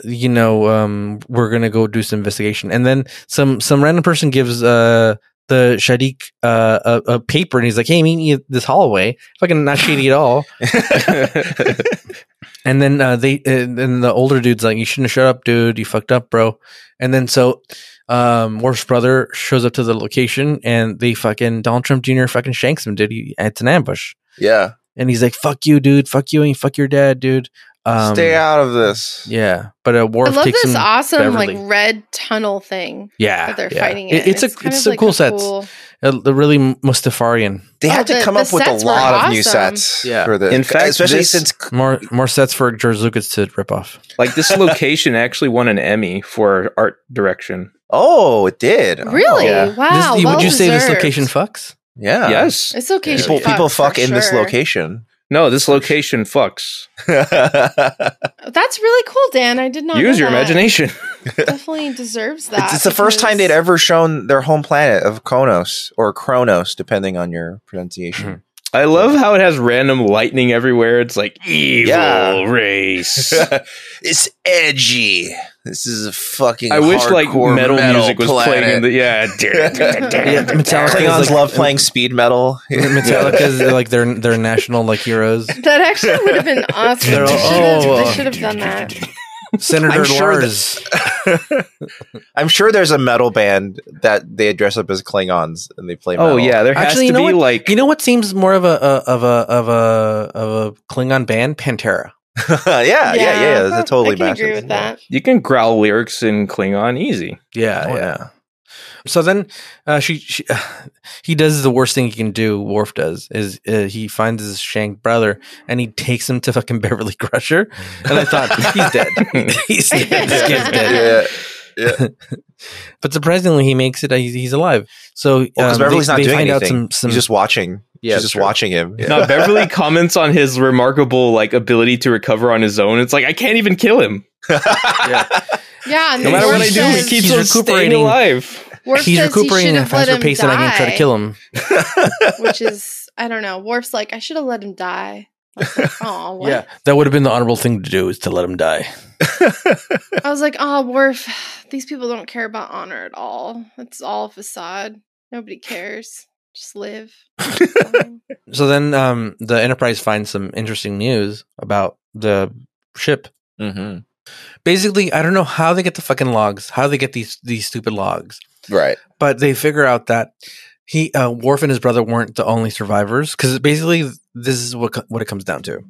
Speaker 2: you know um we're going to go do some investigation. And then some some random person gives uh the Shadik uh, a, a paper and he's like, "Hey, meet me at this hallway." Fucking not shady at all. And then uh, they and, and the older dude's like, "You shouldn't have shut up, dude. You fucked up, bro." And then so um Worf's brother shows up to the location and they fucking Donald Trump Jr. fucking shanks him, dude. He, it's an ambush.
Speaker 1: yeah.
Speaker 2: and he's like, "Fuck you, dude. Fuck you, and fuck your dad, dude." Um,
Speaker 1: Stay out of this.
Speaker 2: Yeah, but a
Speaker 4: I
Speaker 2: Worf
Speaker 4: love
Speaker 2: takes
Speaker 4: this
Speaker 2: him.
Speaker 4: awesome
Speaker 2: Beverly.
Speaker 4: like red tunnel thing
Speaker 2: yeah,
Speaker 4: that they're
Speaker 2: yeah.
Speaker 4: fighting.
Speaker 2: It-
Speaker 4: in.
Speaker 2: it's a it's,
Speaker 4: kind of
Speaker 2: a
Speaker 4: like
Speaker 2: cool sets,
Speaker 4: cool-
Speaker 2: a, a really Mustafarian.
Speaker 1: They
Speaker 4: Oh,
Speaker 1: had to
Speaker 4: the-
Speaker 1: come
Speaker 4: the
Speaker 1: up with a
Speaker 4: sets were
Speaker 1: lot of new
Speaker 4: awesome.
Speaker 1: sets
Speaker 2: Yeah.
Speaker 1: for the
Speaker 3: In fact,
Speaker 1: especially
Speaker 3: this-
Speaker 1: since
Speaker 2: More more sets for George Lucas to rip off.
Speaker 3: like this location actually won an Emmy for art direction.
Speaker 1: Oh, it did. Oh.
Speaker 4: Really?
Speaker 1: Yeah.
Speaker 4: Wow.
Speaker 2: This-
Speaker 4: well
Speaker 2: would you say this
Speaker 4: deserved.
Speaker 2: location fucks?
Speaker 1: Yeah.
Speaker 3: yes.
Speaker 4: It's location.
Speaker 1: People people
Speaker 4: fucks,
Speaker 1: fuck
Speaker 4: for
Speaker 1: in this
Speaker 4: sure.
Speaker 1: location.
Speaker 3: No, this location fucks.
Speaker 1: it's,
Speaker 4: That's really cool, Dan. I did not
Speaker 3: Use
Speaker 4: know
Speaker 3: your
Speaker 4: that.
Speaker 3: imagination.
Speaker 4: Definitely deserves that.
Speaker 1: it's the first time
Speaker 4: because-
Speaker 1: they'd ever shown their home planet of Kronos or Kronos, depending on your
Speaker 3: Hmm.
Speaker 1: pronunciation.
Speaker 3: I love how it has random lightning everywhere. It's like evil
Speaker 1: Yeah.
Speaker 3: race.
Speaker 1: it's edgy. This is a fucking.
Speaker 3: I wish like
Speaker 1: hardcore
Speaker 3: metal, music was playing in the yeah.
Speaker 1: Yeah,
Speaker 2: Metallica
Speaker 1: Klingons
Speaker 2: is like-
Speaker 1: love playing speed metal.
Speaker 2: Metallica's like their their national like heroes.
Speaker 4: That actually would have been awesome.
Speaker 2: They're all-
Speaker 4: they, should have,
Speaker 2: oh,
Speaker 4: they
Speaker 2: uh,
Speaker 4: should have done that.
Speaker 2: Senator
Speaker 1: sure
Speaker 2: Lars.
Speaker 1: I'm sure there's a metal band that they dress up as Klingons and they play. Metal.
Speaker 3: Oh yeah, there has
Speaker 2: Actually, you
Speaker 3: to
Speaker 2: know
Speaker 3: be
Speaker 2: what?
Speaker 3: like
Speaker 2: You know what seems more of a, a of a of a of a Klingon band? Pantera.
Speaker 1: yeah, yeah, yeah, yeah.
Speaker 4: I
Speaker 1: That totally
Speaker 4: can
Speaker 1: matches.
Speaker 4: agree with that.
Speaker 3: you can growl lyrics in Klingon easy.
Speaker 2: Yeah,
Speaker 1: Oh,
Speaker 2: yeah. So then, uh, she, she he does the worst thing he can do. Worf does is uh, he finds his shanked brother and he takes him to fucking Beverly Crusher. And I thought he's dead. he's dead. This kid's dead.
Speaker 1: Yeah,
Speaker 2: But surprisingly, he makes it. He's, he's alive. So
Speaker 1: because
Speaker 2: um,
Speaker 1: Beverly's
Speaker 2: they-
Speaker 1: not
Speaker 2: they
Speaker 1: doing
Speaker 2: find out
Speaker 1: anything.
Speaker 2: some- some-
Speaker 1: He's just watching.
Speaker 2: Yeah,
Speaker 1: She's just
Speaker 2: true.
Speaker 1: watching him. Yeah.
Speaker 3: Now Beverly comments on his remarkable like ability to recover on his own. It's like I can't even kill him.
Speaker 4: Yeah, and
Speaker 3: No matter what I do, he
Speaker 4: says,
Speaker 3: keeps
Speaker 2: He's
Speaker 3: on staying
Speaker 2: recuperating.
Speaker 3: alive.
Speaker 4: Worf
Speaker 2: he's
Speaker 4: says he
Speaker 2: recuperating
Speaker 4: should
Speaker 2: at a
Speaker 4: have let
Speaker 2: faster
Speaker 4: him
Speaker 2: pace than I can try to
Speaker 4: die,
Speaker 2: kill him.
Speaker 4: Which is, I don't know. Worf's like, I should have let him die. I was like, oh, what?
Speaker 2: Yeah, that would have been the honorable thing to do is to let him die.
Speaker 4: I was like, oh, Worf, these people don't care about honor at all. It's all facade. Nobody cares. Just live. Um,
Speaker 2: So then, um, the Enterprise finds some interesting news about the ship
Speaker 1: hmm
Speaker 2: basically i don't know how they get the fucking logs how they get these these stupid logs
Speaker 1: Right.
Speaker 2: but they figure out that he uh, Worf and his brother weren't the only survivors because basically this is what co- what it comes down to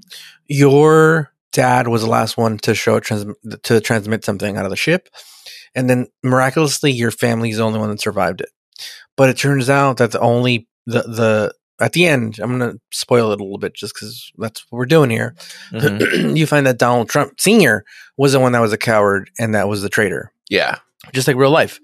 Speaker 2: your dad was the last one to show trans- to transmit something out of the ship and then miraculously your family is the only one that survived it but it turns out that the only the the at the end i'm gonna spoil it a little bit just because that's what we're doing here Mm-hmm.
Speaker 1: Mhm.
Speaker 2: you find that Donald Trump Sr. was the one that was a coward and that was the traitor,
Speaker 1: Yeah.
Speaker 2: just like real life.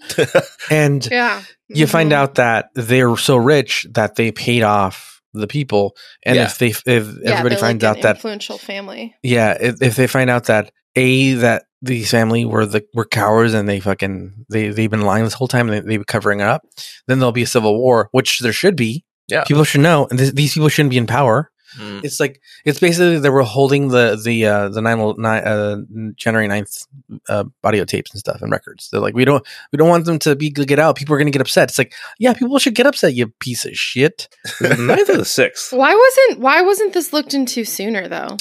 Speaker 2: and
Speaker 4: yeah.
Speaker 2: you find
Speaker 4: Mhm.
Speaker 2: out that they're so rich that they paid off the people. And
Speaker 1: Yeah.
Speaker 2: if they, if
Speaker 4: Yeah,
Speaker 2: everybody
Speaker 4: they're
Speaker 2: finds
Speaker 4: like
Speaker 2: out
Speaker 4: an
Speaker 2: that,
Speaker 4: influential family.
Speaker 2: yeah, if, if they find out that A, that these family were the were cowards and they fucking they they've been lying this whole time and they, they've been covering it up then there'll be a civil war which there should be
Speaker 1: Yeah.
Speaker 2: people should know and th- these people shouldn't be in power
Speaker 1: Mm.
Speaker 2: it's like it's basically they were holding the the uh, the nine, nine uh, January 9th uh, audio tapes and stuff and records. They're like we don't we don't want them to be get out. People are gonna get upset. It's like yeah, people should get upset. You piece of shit.
Speaker 3: Ninth of the sixth.
Speaker 4: Why wasn't why wasn't this looked into sooner though?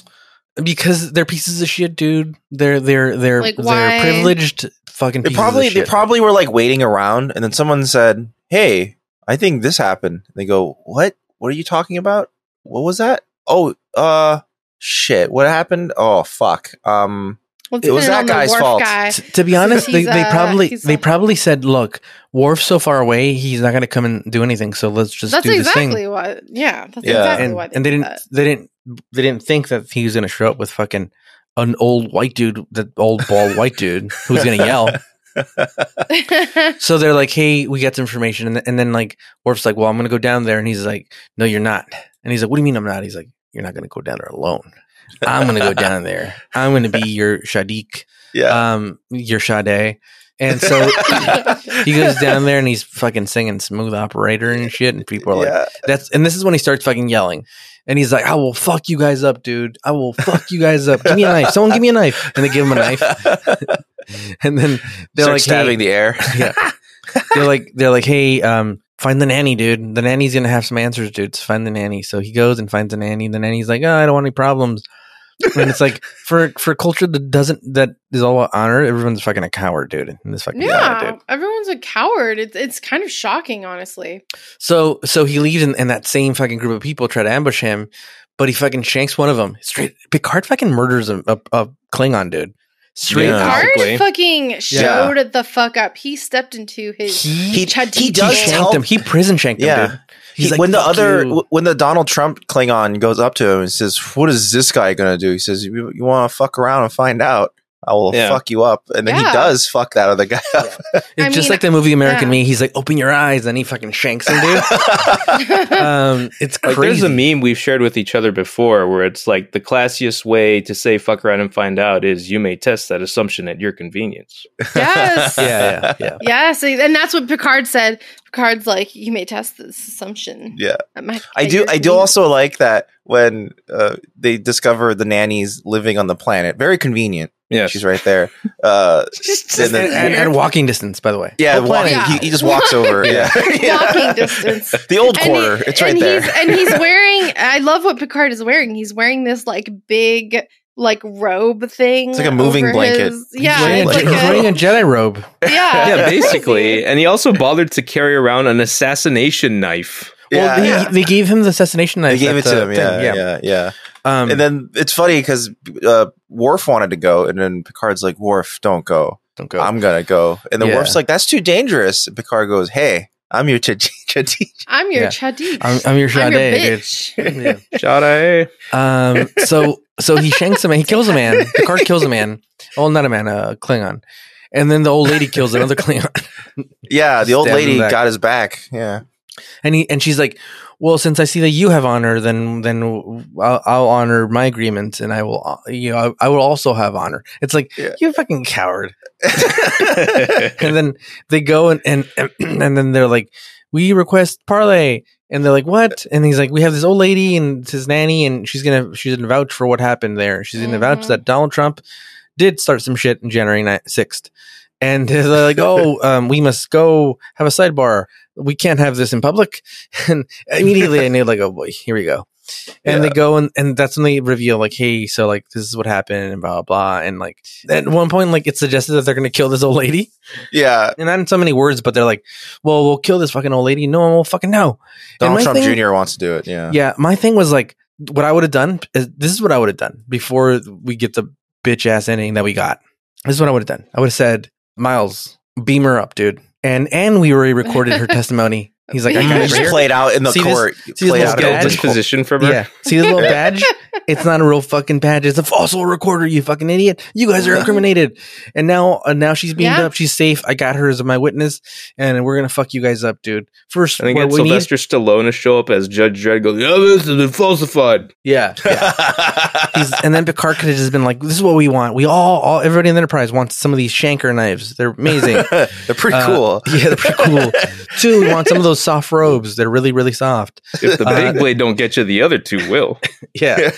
Speaker 2: Because they're pieces of shit, dude. They're they're they're
Speaker 4: Like, why?
Speaker 2: they're privileged fucking.
Speaker 1: They
Speaker 2: Pieces
Speaker 1: probably
Speaker 2: of shit.
Speaker 1: they probably were like waiting around, and then someone said, "Hey, I think this happened." And they go, "What? What are you talking about? What was that? Oh, uh, shit. What happened? Oh, fuck. Um,
Speaker 4: Let's
Speaker 1: It was
Speaker 4: pin
Speaker 1: that
Speaker 4: on the
Speaker 1: guy's
Speaker 4: Worf
Speaker 1: fault.
Speaker 4: guy.
Speaker 2: T- to be honest, they,
Speaker 4: He's,
Speaker 2: they
Speaker 4: uh,
Speaker 2: probably
Speaker 4: he's,
Speaker 2: they
Speaker 4: uh,
Speaker 2: probably said, "Look, Worf's so far away, he's not going to come and do anything. So let's just
Speaker 4: That's
Speaker 2: do this thing."
Speaker 4: exactly what. Yeah, that's
Speaker 1: Yeah.
Speaker 4: exactly
Speaker 2: and,
Speaker 4: why. They
Speaker 2: and they
Speaker 4: did
Speaker 2: didn't
Speaker 4: that.
Speaker 2: they didn't they didn't think that he was going to show up with fucking an old white dude, the old bald white dude who's going to yell. So they're like, "Hey, we got some information," and, th- and then like Worf's like, "Well, I'm going to go down there," and he's like, "No, you're not," and he's like, "What do you mean I'm not?" He's like, "You're not going to go down there alone. I'm going to go down there. I'm going to be your Shadik,
Speaker 1: yeah.
Speaker 2: um, your Sade." And so
Speaker 1: uh,
Speaker 2: he goes down there and he's fucking singing smooth operator and shit, and people are like,
Speaker 1: yeah.
Speaker 2: that's and this is when he starts fucking yelling. And he's like, I will fuck you guys up, dude. I will fuck you guys up. Give me a knife. Someone give me a knife. And they give him a knife. And then they're
Speaker 1: Start
Speaker 2: like,
Speaker 1: stabbing the air.
Speaker 2: hey, yeah. They're like, they're like, hey, um, find the nanny, dude. The nanny's gonna have some answers, dude. So find the nanny. So he goes and finds the nanny. The nanny's like, oh, I don't want any problems. And it's like for for a culture that doesn't that is all about honor, everyone's fucking a coward, dude. In this fucking
Speaker 4: yeah,
Speaker 2: dude.
Speaker 4: everyone's a coward. It's it's kind of shocking, honestly.
Speaker 2: So so he leaves, and, and that same fucking group of people try to ambush him, but he fucking shanks one of them. Straight Picard fucking murders a, a, a Klingon dude. Straight
Speaker 3: Yeah.
Speaker 2: up.
Speaker 4: Picard
Speaker 3: Basically.
Speaker 4: fucking showed the fuck up. He stepped into his.
Speaker 2: He,
Speaker 4: Chad
Speaker 1: he
Speaker 4: Tiki
Speaker 1: does
Speaker 4: shanked
Speaker 1: tell
Speaker 2: him. He prison shanked
Speaker 1: Yeah.
Speaker 2: him, dude.
Speaker 1: He,
Speaker 2: He's like,
Speaker 1: when the
Speaker 2: "Fuck
Speaker 1: other
Speaker 2: you."
Speaker 1: w- when the Donald Trump Klingon goes up to him and says, "What is this guy gonna do?" He says, "You, you want to fuck around and find out? I will
Speaker 3: Yeah.
Speaker 1: fuck you up." And then he
Speaker 4: Yeah.
Speaker 1: does fuck that other guy up.
Speaker 2: it's
Speaker 4: I
Speaker 2: just
Speaker 4: mean,
Speaker 2: like the movie American
Speaker 4: yeah.
Speaker 2: Me. He's like, open your eyes, and he fucking shanks him, dude. um, it's
Speaker 3: Like
Speaker 2: crazy.
Speaker 3: there's a meme we've shared with each other before where it's like the classiest way to say fuck around and find out is you may test that assumption at your convenience.
Speaker 4: yes.
Speaker 2: yeah, yeah, yeah.
Speaker 4: Yes, and that's what Picard said. Picard's like, you may test this assumption.
Speaker 1: Yeah.
Speaker 4: at my-
Speaker 1: I
Speaker 4: at
Speaker 1: do.
Speaker 4: your
Speaker 1: I do
Speaker 4: convenience."
Speaker 1: also like that when uh, they discover the nannies living on the planet. Very convenient.
Speaker 3: Yeah.
Speaker 1: She's right there. Uh,
Speaker 2: And, and, and walking distance, by the way.
Speaker 1: yeah,
Speaker 2: Whole planet.
Speaker 1: walking,
Speaker 4: Yeah.
Speaker 1: He, he just walks over. Yeah,
Speaker 4: Walking distance.
Speaker 1: The old
Speaker 4: And he-
Speaker 1: quarter. it's right
Speaker 4: and
Speaker 1: there.
Speaker 4: He's, and he's wearing. I love what Picard is wearing. He's wearing this like big like robe thing.
Speaker 1: It's like a moving
Speaker 4: over
Speaker 1: blanket.
Speaker 4: his- yeah,
Speaker 2: wearing,
Speaker 4: it's
Speaker 2: a,
Speaker 4: like
Speaker 2: he's
Speaker 4: a,
Speaker 2: wearing a Jedi robe.
Speaker 4: yeah,
Speaker 3: yeah, basically. And he also bothered to carry around an assassination knife.
Speaker 2: well, they, they gave him the assassination knife.
Speaker 1: They gave it
Speaker 2: at
Speaker 1: to
Speaker 2: the
Speaker 1: him,
Speaker 2: thing,
Speaker 1: yeah, yeah, yeah,
Speaker 2: Um,
Speaker 1: and then it's funny because uh, Worf wanted to go, and then Picard's like, "Worf, don't go.
Speaker 2: don't go.
Speaker 1: I'm gonna go." And then
Speaker 2: Yeah.
Speaker 1: Worf's like, "That's too dangerous." And Picard goes, "Hey, I'm your t-
Speaker 4: I'm your
Speaker 2: Yeah.
Speaker 4: yeah. Chadi.
Speaker 2: I'm, I'm your Sade,
Speaker 4: I'm your
Speaker 2: dude.
Speaker 4: bitch.
Speaker 2: Yeah.
Speaker 3: Shot I.
Speaker 2: Um, so so he shanks a man. He kills a man. The card kills a man. Oh, not a man, a Klingon. And then the old lady kills another Klingon.
Speaker 1: Yeah, the old
Speaker 2: Stabs him
Speaker 1: lady
Speaker 2: back.
Speaker 1: got his back. Yeah,
Speaker 2: And he and she's like, "Well, since I see that you have honor, then then I'll, I'll honor my agreement, and I will uh, you know I, I will also have honor." It's like
Speaker 1: Yeah.
Speaker 2: you fucking coward. and then they go and and and then they're like, "We request parlay." And they're like, "What?" And he's like, "We have this old lady and it's his nanny, and she's gonna she's gonna vouch for what happened there. She's gonna vouch
Speaker 4: Mhm.
Speaker 2: that Donald Trump did start some shit in January sixth. And they're like, "Oh, um, we must go have a sidebar. We can't have this in public." And immediately, I knew, like, "Oh boy, here we go." And they go and and that's when they reveal, like, "Hey, so like this is what happened," and blah blah. And like at one point, like it's suggested that they're gonna kill this old lady
Speaker 1: yeah.
Speaker 2: and not in so many words, but they're like, "Well, we'll kill this fucking old lady. No one will fucking know." And
Speaker 1: Donald
Speaker 2: my
Speaker 1: Trump
Speaker 2: thing-
Speaker 1: Jr. wants to do it. Yeah,
Speaker 2: Yeah, my thing was like, what I would have done is this is what I would have done before we get the bitch ass ending that we got. This is what I would have done. I would have said, "Miles, beam her up, dude." And and we already recorded her testimony. He's like, "I
Speaker 1: It
Speaker 2: got it right
Speaker 1: just
Speaker 2: here."
Speaker 1: played out in the
Speaker 2: See this-
Speaker 1: court.
Speaker 2: see this
Speaker 1: played
Speaker 2: little
Speaker 1: out in
Speaker 2: guy?
Speaker 3: Skill
Speaker 1: open
Speaker 2: Just
Speaker 1: court.
Speaker 3: disposition from her.
Speaker 2: Yeah, see this little badge? It's not a real fucking badge. It's a fossil recorder. You fucking idiot. You guys are incriminated. And now, uh, now she's beamed
Speaker 4: Yeah.
Speaker 2: up. She's safe. I got her as my witness, and we're gonna fuck you guys up, dude. First,
Speaker 3: And again,
Speaker 2: what we need
Speaker 3: Sylvester Stallone to show up as Judge Dredd goes, Yeah, this has been falsified.
Speaker 2: Yeah. He's, and then Picard could have just been like, "This is what we want. We all, all, everybody in the Enterprise wants some of these Shanker knives. They're amazing.
Speaker 1: They're pretty
Speaker 2: Uh,
Speaker 1: cool.
Speaker 2: yeah, they're pretty cool. Two, we want some of those soft robes. They're really, really soft.
Speaker 3: If the
Speaker 2: Uh,
Speaker 3: big blade don't get you, the other two will.
Speaker 2: Yeah."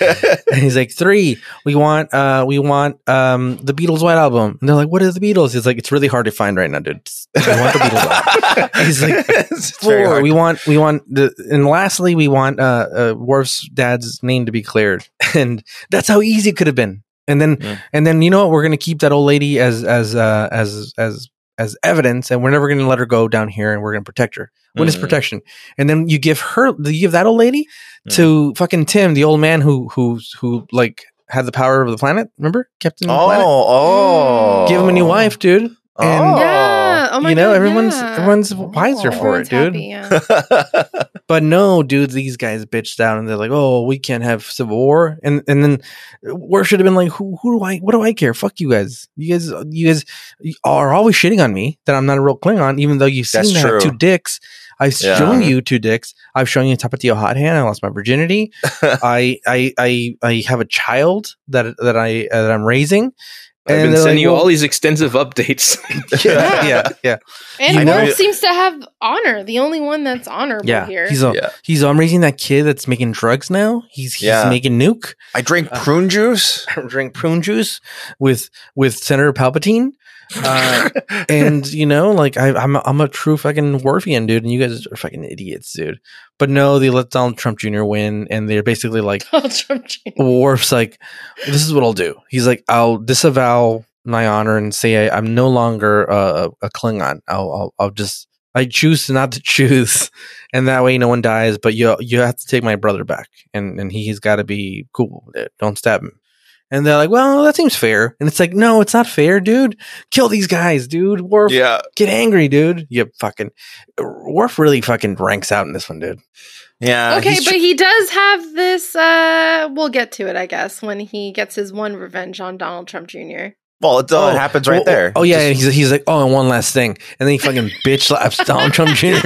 Speaker 2: And he's like, three, we want, uh, we want, um, the Beatles White Album. And they're like, what is the Beatles? He's like, it's really hard to find right now, dude. We want the Beatles. Album. He's like,
Speaker 1: It's very
Speaker 2: Four,
Speaker 1: hard
Speaker 2: we
Speaker 1: to-
Speaker 2: want, we want the, and lastly, we want, uh, uh, Worf's dad's name to be cleared. And that's how easy it could have been. And then,
Speaker 1: Yeah.
Speaker 2: and then, you know what? We're going to keep that old lady as, as, uh, as, as, as evidence, and we're never going to let her go down here, and we're going to protect her. Witness
Speaker 1: Mhm.
Speaker 2: protection, and then you give her, you give that old lady
Speaker 1: Mm.
Speaker 2: to fucking Tim, the old man who who who like had the power of the planet. Remember, Captain
Speaker 1: Oh,
Speaker 2: Planet?
Speaker 1: oh.
Speaker 2: Give him a new wife, dude. and-
Speaker 4: Yeah. Oh my
Speaker 2: you know,
Speaker 4: God,
Speaker 2: everyone's
Speaker 4: yeah.
Speaker 2: everyone's wiser for
Speaker 4: Everyone's
Speaker 2: it, dude.
Speaker 4: happy, yeah.
Speaker 2: But no, dude, these guys bitched out and they're like, "Oh, we can't have civil war." And and then War should have been like, "Who who do I what do I care? Fuck you guys. You guys you guys are always shitting on me that I'm not a real Klingon, even though you've seen
Speaker 1: That's
Speaker 2: that
Speaker 1: true.
Speaker 2: two dicks. I've
Speaker 1: Yeah.
Speaker 2: shown you two dicks. I've shown you Tapatio hot hand. I lost my virginity. I I I I have a child that that I uh, that I'm raising.
Speaker 3: I've
Speaker 2: And
Speaker 3: been
Speaker 2: they're
Speaker 3: sending
Speaker 2: like,
Speaker 3: you
Speaker 2: well-
Speaker 3: all these extensive updates.
Speaker 1: Yeah.
Speaker 2: yeah, yeah.
Speaker 4: And
Speaker 2: You
Speaker 4: Worf
Speaker 2: know-
Speaker 4: seems to have honor. The only one that's honorable
Speaker 2: Yeah,
Speaker 4: here.
Speaker 2: he's a,
Speaker 1: Yeah.
Speaker 2: he's. I'm raising that kid that's making drugs now. He's he's
Speaker 1: Yeah.
Speaker 2: making nuke.
Speaker 1: I drink
Speaker 2: Uh.
Speaker 1: prune juice.
Speaker 2: drink prune juice with with Senator Palpatine. Uh, and you know, like I, I'm a, I'm a true fucking Worfian dude, and you guys are fucking idiots, dude. But no, they let Donald Trump Jr. win, and they're basically like
Speaker 4: Donald Trump Jr.
Speaker 2: Worf's like, this is what I'll do. He's like, I'll disavow my honor and say I, I'm no longer uh, a Klingon. I'll, I'll I'll just I choose not to choose, and that way no one dies. But you you have to take my brother back, and and he's got to be cool. with it. Don't stab him. And they're like, well, that seems fair. And it's like, no, it's not fair, dude. Kill these guys, dude. Worf,
Speaker 1: yeah.
Speaker 2: get angry, dude. You fucking Worf really fucking ranks out in this one, dude.
Speaker 1: Yeah.
Speaker 4: okay,
Speaker 1: he's
Speaker 4: but he does have this. Uh, we'll get to it, I guess, when he gets his one revenge on Donald Trump Jr.
Speaker 1: Well, it, uh,
Speaker 2: Oh,
Speaker 1: happens right
Speaker 2: oh,
Speaker 1: there.
Speaker 2: Oh, yeah, and he's, he's like, oh, and one last thing, and then he fucking bitch slaps Donald Trump Jr.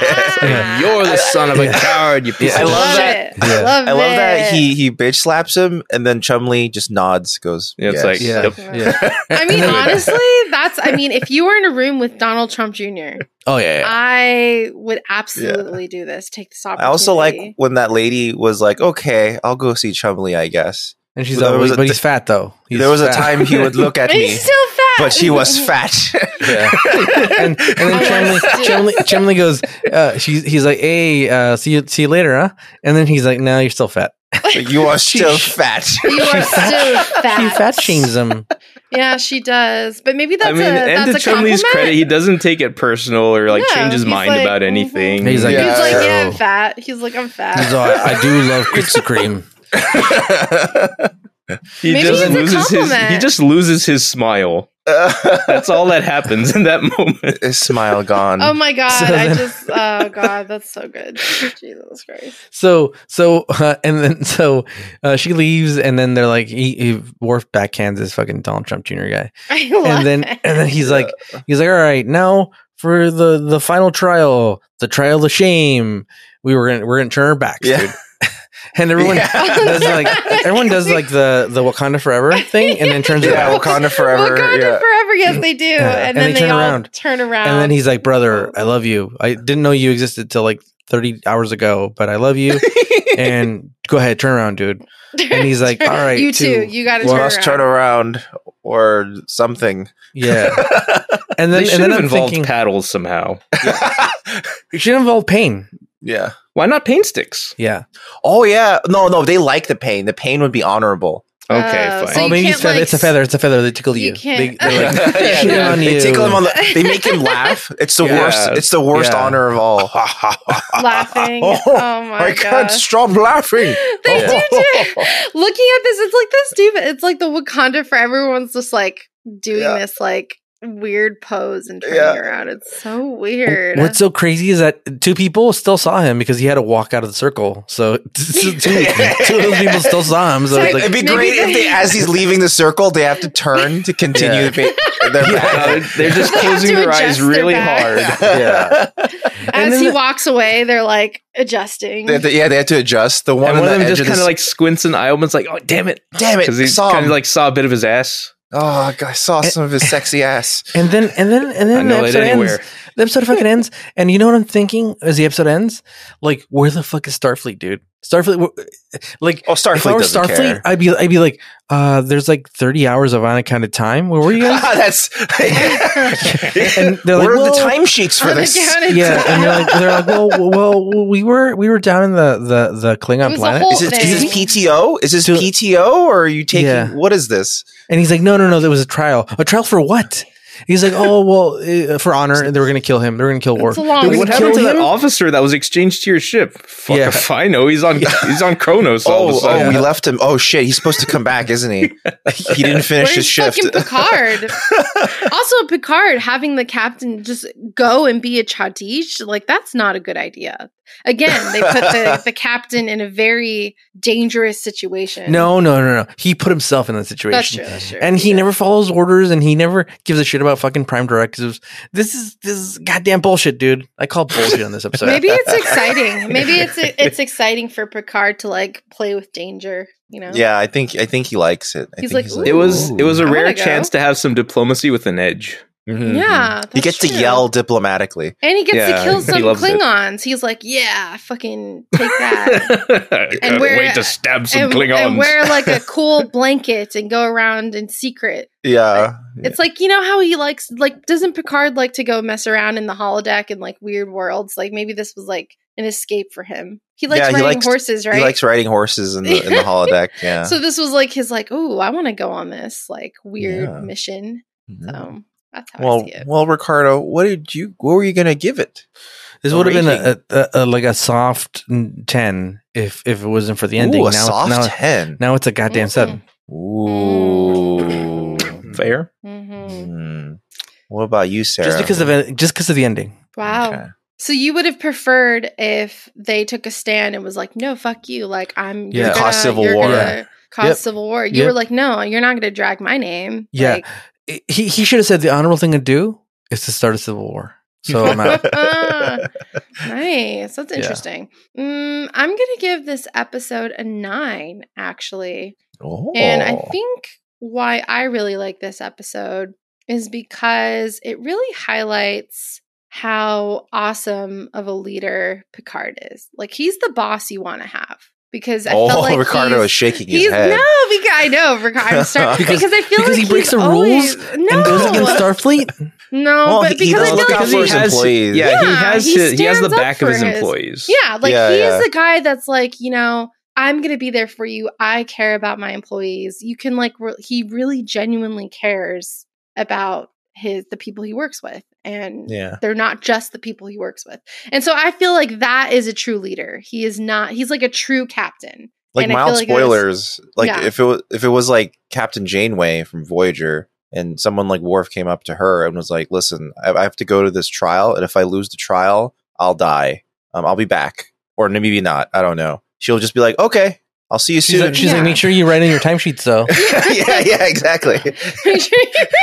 Speaker 4: Yeah.
Speaker 3: You're the son of a
Speaker 2: Yeah.
Speaker 3: coward, you piece
Speaker 1: I
Speaker 3: of
Speaker 1: love
Speaker 3: shit.
Speaker 1: that.
Speaker 4: it. Ah, I
Speaker 2: Yeah.
Speaker 4: love,
Speaker 1: I love that
Speaker 4: it.
Speaker 1: he he bitch slaps him, and then Chumley just nods, goes,
Speaker 3: Yeah, it's
Speaker 1: "Yes."
Speaker 3: like,
Speaker 2: Yeah,
Speaker 3: yep.
Speaker 2: yeah.
Speaker 4: I mean,
Speaker 2: Good.
Speaker 4: honestly, that's. I mean, if you were in a room with Donald Trump Jr.,
Speaker 2: Oh yeah, yeah.
Speaker 4: I would absolutely do this. Take this
Speaker 1: I
Speaker 4: opportunity.
Speaker 1: also like when that lady was like, "Okay, I'll go see Chumley, I guess."
Speaker 2: And she's
Speaker 1: There was
Speaker 2: always,
Speaker 1: a
Speaker 2: but he's
Speaker 1: t-
Speaker 2: fat though. He's
Speaker 1: there was a
Speaker 2: fat.
Speaker 1: time he would look at me,
Speaker 4: He's so fat,
Speaker 1: but she was fat.
Speaker 2: Yeah. and, and then
Speaker 4: I
Speaker 2: Chumley,
Speaker 4: understand.
Speaker 2: Chumley, Chumley goes, uh, she's, he's like, hey, uh, see you, see you later, huh? And then he's like, no, you're still fat.
Speaker 1: Like, you are still
Speaker 2: Sheesh.
Speaker 1: fat.
Speaker 4: You are so fat.
Speaker 2: She fat shames him.
Speaker 4: Yeah, she does. But maybe that's
Speaker 3: I mean,
Speaker 4: a
Speaker 3: and to
Speaker 4: that's a
Speaker 3: Chun-Li's
Speaker 4: compliment.
Speaker 3: credit, he doesn't take it personal or like
Speaker 4: No,
Speaker 3: change his
Speaker 4: he's
Speaker 3: mind
Speaker 4: like,
Speaker 3: about
Speaker 4: mhm.
Speaker 3: anything.
Speaker 2: He's like,
Speaker 4: He's
Speaker 1: Yeah,
Speaker 4: like,
Speaker 1: yeah.
Speaker 4: yeah, I'm fat. He's like, I'm fat.
Speaker 2: So I, I do love Krispy Kreme.
Speaker 3: he
Speaker 4: Maybe
Speaker 3: just
Speaker 4: it's a
Speaker 3: loses his he
Speaker 4: compliment.
Speaker 3: just loses his smile. That's all that happens in that moment.
Speaker 1: Is smile gone?
Speaker 4: Oh my god!
Speaker 2: Mm. So
Speaker 4: I
Speaker 2: then-
Speaker 4: just oh god, that's so good. Jesus Christ!
Speaker 2: So so uh, and then so uh, she leaves, and then they're like, he, he Worf backhands this fucking Donald Trump Jr. guy,
Speaker 4: I love
Speaker 2: and then
Speaker 4: it.
Speaker 2: and then he's like, he's like, all right, now for the the final trial, the trial of shame, we were gonna we're gonna turn our backs,
Speaker 1: Yeah.
Speaker 2: dude. And everyone
Speaker 1: Yeah.
Speaker 2: does like everyone does like the the Wakanda Forever thing, and then turns it
Speaker 1: yeah,
Speaker 2: out.
Speaker 1: Wakanda forever.
Speaker 4: Wakanda
Speaker 1: yeah.
Speaker 4: forever. Yes, they do.
Speaker 2: Yeah,
Speaker 4: And,
Speaker 2: and
Speaker 4: then
Speaker 2: they
Speaker 4: they,
Speaker 2: turn
Speaker 4: all
Speaker 2: around.
Speaker 4: turn around.
Speaker 2: And then he's like, brother, I love you. I didn't know you existed till like 30 hours ago, but I love you. and go ahead, turn around, dude. and he's like, "All right,
Speaker 4: you
Speaker 2: too.
Speaker 4: too. You got to
Speaker 1: Well,
Speaker 4: turn
Speaker 1: let's
Speaker 4: around."
Speaker 1: turn around or something.
Speaker 2: Yeah. And
Speaker 3: They
Speaker 2: then,
Speaker 3: should
Speaker 2: and then
Speaker 3: have
Speaker 2: I'm
Speaker 3: involved
Speaker 2: thinking,
Speaker 3: paddles somehow.
Speaker 2: it should involve pain.
Speaker 1: yeah.
Speaker 3: Why not paint sticks?
Speaker 2: Yeah.
Speaker 1: Oh yeah. No, no. They like the pain. The pain would be honorable.
Speaker 3: Okay,
Speaker 4: Uh,
Speaker 3: fine.
Speaker 4: So
Speaker 2: oh,
Speaker 4: you
Speaker 2: maybe
Speaker 4: can't,
Speaker 2: it's, feather,
Speaker 4: like,
Speaker 2: it's a feather. It's a feather. They tickle
Speaker 4: you
Speaker 2: you.
Speaker 4: can't-
Speaker 2: They, they're like,
Speaker 1: Yeah,
Speaker 2: shit
Speaker 1: yeah.
Speaker 2: on
Speaker 1: They
Speaker 2: you.
Speaker 1: tickle him on the. They make him laugh. It's the
Speaker 3: Yeah.
Speaker 1: worst. It's the worst
Speaker 2: Yeah.
Speaker 1: honor of all.
Speaker 4: laughing.
Speaker 1: Oh,
Speaker 4: Oh, my
Speaker 1: I
Speaker 4: god!
Speaker 1: can't stop laughing.
Speaker 4: They do
Speaker 2: Oh.
Speaker 4: too. Looking at this, it's like this stupid. It's like the Wakanda for everyone's just like doing
Speaker 1: Yeah.
Speaker 4: this like weird pose and turning
Speaker 1: Yeah.
Speaker 4: around. It's so weird.
Speaker 2: What's so crazy is that two people still saw him because he had to walk out of the circle. So two, two of those people still saw him. So it's
Speaker 1: It'd
Speaker 2: like,
Speaker 1: be
Speaker 4: Maybe
Speaker 1: great if they,
Speaker 4: they-
Speaker 1: as he's leaving the circle, they have to turn to continue
Speaker 2: Yeah.
Speaker 1: the pain. Their
Speaker 3: Uh,
Speaker 1: back.
Speaker 3: they're just
Speaker 4: They have
Speaker 3: closing
Speaker 4: to
Speaker 3: their eyes
Speaker 4: adjust their
Speaker 3: really
Speaker 4: back.
Speaker 3: hard.
Speaker 2: yeah. and
Speaker 4: As
Speaker 2: then
Speaker 4: he
Speaker 2: the-
Speaker 4: walks away, they're like adjusting.
Speaker 1: They have to, yeah, they have to adjust. The one
Speaker 3: And
Speaker 1: on
Speaker 3: one of
Speaker 1: the
Speaker 3: them
Speaker 1: edge
Speaker 3: just
Speaker 1: of the
Speaker 3: kind of
Speaker 1: s-
Speaker 3: like squints and Eilman's like, "Oh damn it!"
Speaker 1: damn it,
Speaker 3: Because
Speaker 1: I
Speaker 3: he
Speaker 1: saw
Speaker 3: kind
Speaker 1: him.
Speaker 3: of like saw a bit of his ass.
Speaker 1: oh, God, I saw some of his sexy ass.
Speaker 2: And then, and then, and
Speaker 3: I
Speaker 2: then the
Speaker 3: know it
Speaker 2: episode ends.
Speaker 3: anywhere.
Speaker 2: The episode fucking ends. And you know what I'm thinking as the episode ends? Like, where the fuck is Starfleet, dude? Starfleet, wh- like,
Speaker 1: Oh,
Speaker 2: if I
Speaker 1: Starfleet
Speaker 2: were
Speaker 1: doesn't
Speaker 2: Starfleet,
Speaker 1: care.
Speaker 2: I'd be I'd be like, uh, there's like 30 hours of unaccounted time. Where were you guys?
Speaker 1: Ah, That's.
Speaker 2: And they're like,
Speaker 1: Where are the
Speaker 2: "Well-
Speaker 1: timesheets for this?
Speaker 4: Unaccounted
Speaker 2: yeah,
Speaker 4: time.
Speaker 2: and they're like, they're like, well, well, well, we were we were down in the the the
Speaker 4: It
Speaker 2: Klingon
Speaker 4: was a
Speaker 2: planet,
Speaker 4: whole-
Speaker 1: Is, it, is
Speaker 4: thing.
Speaker 1: this PTO? Is this
Speaker 2: To-
Speaker 1: PTO or are you taking?
Speaker 2: Yeah.
Speaker 1: What is this?
Speaker 2: and he's like, no, no, no, there was a trial. A trial for what? He's like, oh, well, uh, for honor, they were gonna kill him. They were gonna kill Worf.
Speaker 4: a long
Speaker 2: They were
Speaker 4: We
Speaker 3: what
Speaker 2: gonna
Speaker 4: story.
Speaker 3: happened
Speaker 2: kill
Speaker 3: to that
Speaker 2: him?
Speaker 3: officer that was exchanged to your ship? Fuck
Speaker 2: Yeah.
Speaker 3: if I know. He's on he's on Kronos
Speaker 1: oh,
Speaker 3: all of a
Speaker 1: oh,
Speaker 3: sudden.
Speaker 1: we left him. Oh shit, he's supposed to come back, isn't he? he didn't finish his
Speaker 4: Where's
Speaker 1: shift.
Speaker 4: fucking Picard? also, Picard having the captain just go and be a Chadish, like that's not a good idea. Again, they put the, the captain in a very dangerous situation.
Speaker 2: No, no, no, no. He put himself in that situation.
Speaker 4: that's true. That's true.
Speaker 2: and he
Speaker 4: Yeah.
Speaker 2: never follows orders and he never gives a shit about fucking prime directives. This is this is goddamn bullshit, dude. I call bullshit on this episode.
Speaker 4: Maybe it's exciting. Maybe it's it's exciting for Picard to like play with danger. You know.
Speaker 1: yeah, I think I think he likes it. I
Speaker 4: He's
Speaker 1: think
Speaker 4: like,
Speaker 3: It was it was a
Speaker 4: I
Speaker 3: rare
Speaker 4: wanna go.
Speaker 3: chance to have some diplomacy with an edge.
Speaker 2: Mm-hmm.
Speaker 3: Mm-hmm.
Speaker 4: Yeah.
Speaker 1: He
Speaker 4: that's
Speaker 1: gets to
Speaker 4: true.
Speaker 1: yell diplomatically.
Speaker 4: And he gets
Speaker 3: Yeah,
Speaker 4: to kill
Speaker 3: he
Speaker 4: some
Speaker 3: loves it.
Speaker 4: Klingons. He's like, yeah, fucking take that.
Speaker 3: I can't
Speaker 4: we're-
Speaker 3: wait to stab some
Speaker 4: and,
Speaker 3: Klingons.
Speaker 4: and wear like a cool blanket and go around in secret.
Speaker 1: Yeah,
Speaker 4: It's like, you know how he likes, like, doesn't Picard like to go mess around in the holodeck and like weird worlds? Like, maybe this was like an escape for him. He likes
Speaker 1: Yeah, he
Speaker 4: riding
Speaker 1: likes-
Speaker 4: horses, right?
Speaker 1: he likes riding horses in the in the holodeck. Yeah.
Speaker 4: so this was like his, like, oh, I want to go on this like weird
Speaker 1: Yeah.
Speaker 4: mission. So that's how oh, I
Speaker 1: Mm-hmm. well,
Speaker 4: see it.
Speaker 1: well, Ricardo, what did you? What were you gonna give it?
Speaker 2: this
Speaker 1: a
Speaker 2: would have been
Speaker 1: rating.
Speaker 2: a, a, a, like a soft ten if if it wasn't for the ending.
Speaker 1: Ooh, a
Speaker 2: now,
Speaker 1: soft
Speaker 2: now,
Speaker 1: ten.
Speaker 2: now it's a goddamn
Speaker 4: Mhm.
Speaker 2: seven.
Speaker 1: Ooh.
Speaker 3: Fair.
Speaker 4: Mhm.
Speaker 1: Hmm. What about you, Sarah?
Speaker 2: Just because of it, just because of the ending.
Speaker 4: Wow.
Speaker 1: Okay.
Speaker 4: So you would have preferred if they took a stand and was like, "No, fuck you! Like I'm
Speaker 2: Yeah.
Speaker 4: you're gonna,
Speaker 1: Cause civil
Speaker 4: you're
Speaker 1: war.
Speaker 4: gonna cause
Speaker 2: Yep.
Speaker 4: civil war." You
Speaker 2: Yep.
Speaker 4: were like, "No, you're not going to drag my name."
Speaker 2: Yeah.
Speaker 4: Like,
Speaker 2: He he should have said the honorable thing to do is to start a civil war. So I'm out.
Speaker 4: Ah, nice. That's
Speaker 2: Yeah.
Speaker 4: interesting. Mm, I'm going to give this episode a nine, actually.
Speaker 1: Oh.
Speaker 4: And I think why I really like this episode is because it really highlights how awesome of a leader Picard is. Like he's the boss you want to have because I
Speaker 1: oh,
Speaker 4: felt like
Speaker 1: Ricardo
Speaker 4: he's,
Speaker 1: is shaking his
Speaker 4: he's
Speaker 1: head.
Speaker 4: no because I know Ricardo. I'm sorry,
Speaker 1: Because-
Speaker 4: because, I feel
Speaker 2: because
Speaker 4: like
Speaker 2: he
Speaker 4: he's
Speaker 2: breaks the rules
Speaker 4: always- No,
Speaker 2: And goes against Starfleet.
Speaker 4: no,
Speaker 1: Well,
Speaker 4: but
Speaker 1: he- he
Speaker 4: because
Speaker 1: does
Speaker 4: I feel
Speaker 1: look
Speaker 4: like
Speaker 1: out for
Speaker 4: he-
Speaker 1: his employees.
Speaker 3: Yeah, he
Speaker 4: Yeah,
Speaker 3: has
Speaker 4: he
Speaker 3: his, he has the
Speaker 4: stands up
Speaker 3: back of
Speaker 4: for
Speaker 3: his
Speaker 4: his-
Speaker 3: employees.
Speaker 4: Yeah, like
Speaker 1: Yeah,
Speaker 4: he's
Speaker 1: yeah.
Speaker 4: the guy that's like, you know, I'm going to be there for you. I care about my employees. You can like re- he really genuinely cares about his the people he works with and
Speaker 1: Yeah.
Speaker 4: they're not just the people he works with. And so I feel like that is a true leader. He is not he's like a true captain.
Speaker 1: Like
Speaker 4: And I feel
Speaker 1: mild
Speaker 4: like it was-
Speaker 1: spoilers. like
Speaker 4: Yeah.
Speaker 1: if it was if it was like Captain Janeway from Voyager and someone like Worf came up to her and was like, Listen, I, I have to go to this trial, and if I lose the trial, I'll die. Um, I'll be back. Or maybe not. I don't know. She'll just be like, Okay, I'll see you
Speaker 2: She's,
Speaker 1: soon.
Speaker 2: like, she's like,
Speaker 4: Yeah.
Speaker 2: make sure you write in your timesheets though.
Speaker 1: yeah, yeah, exactly.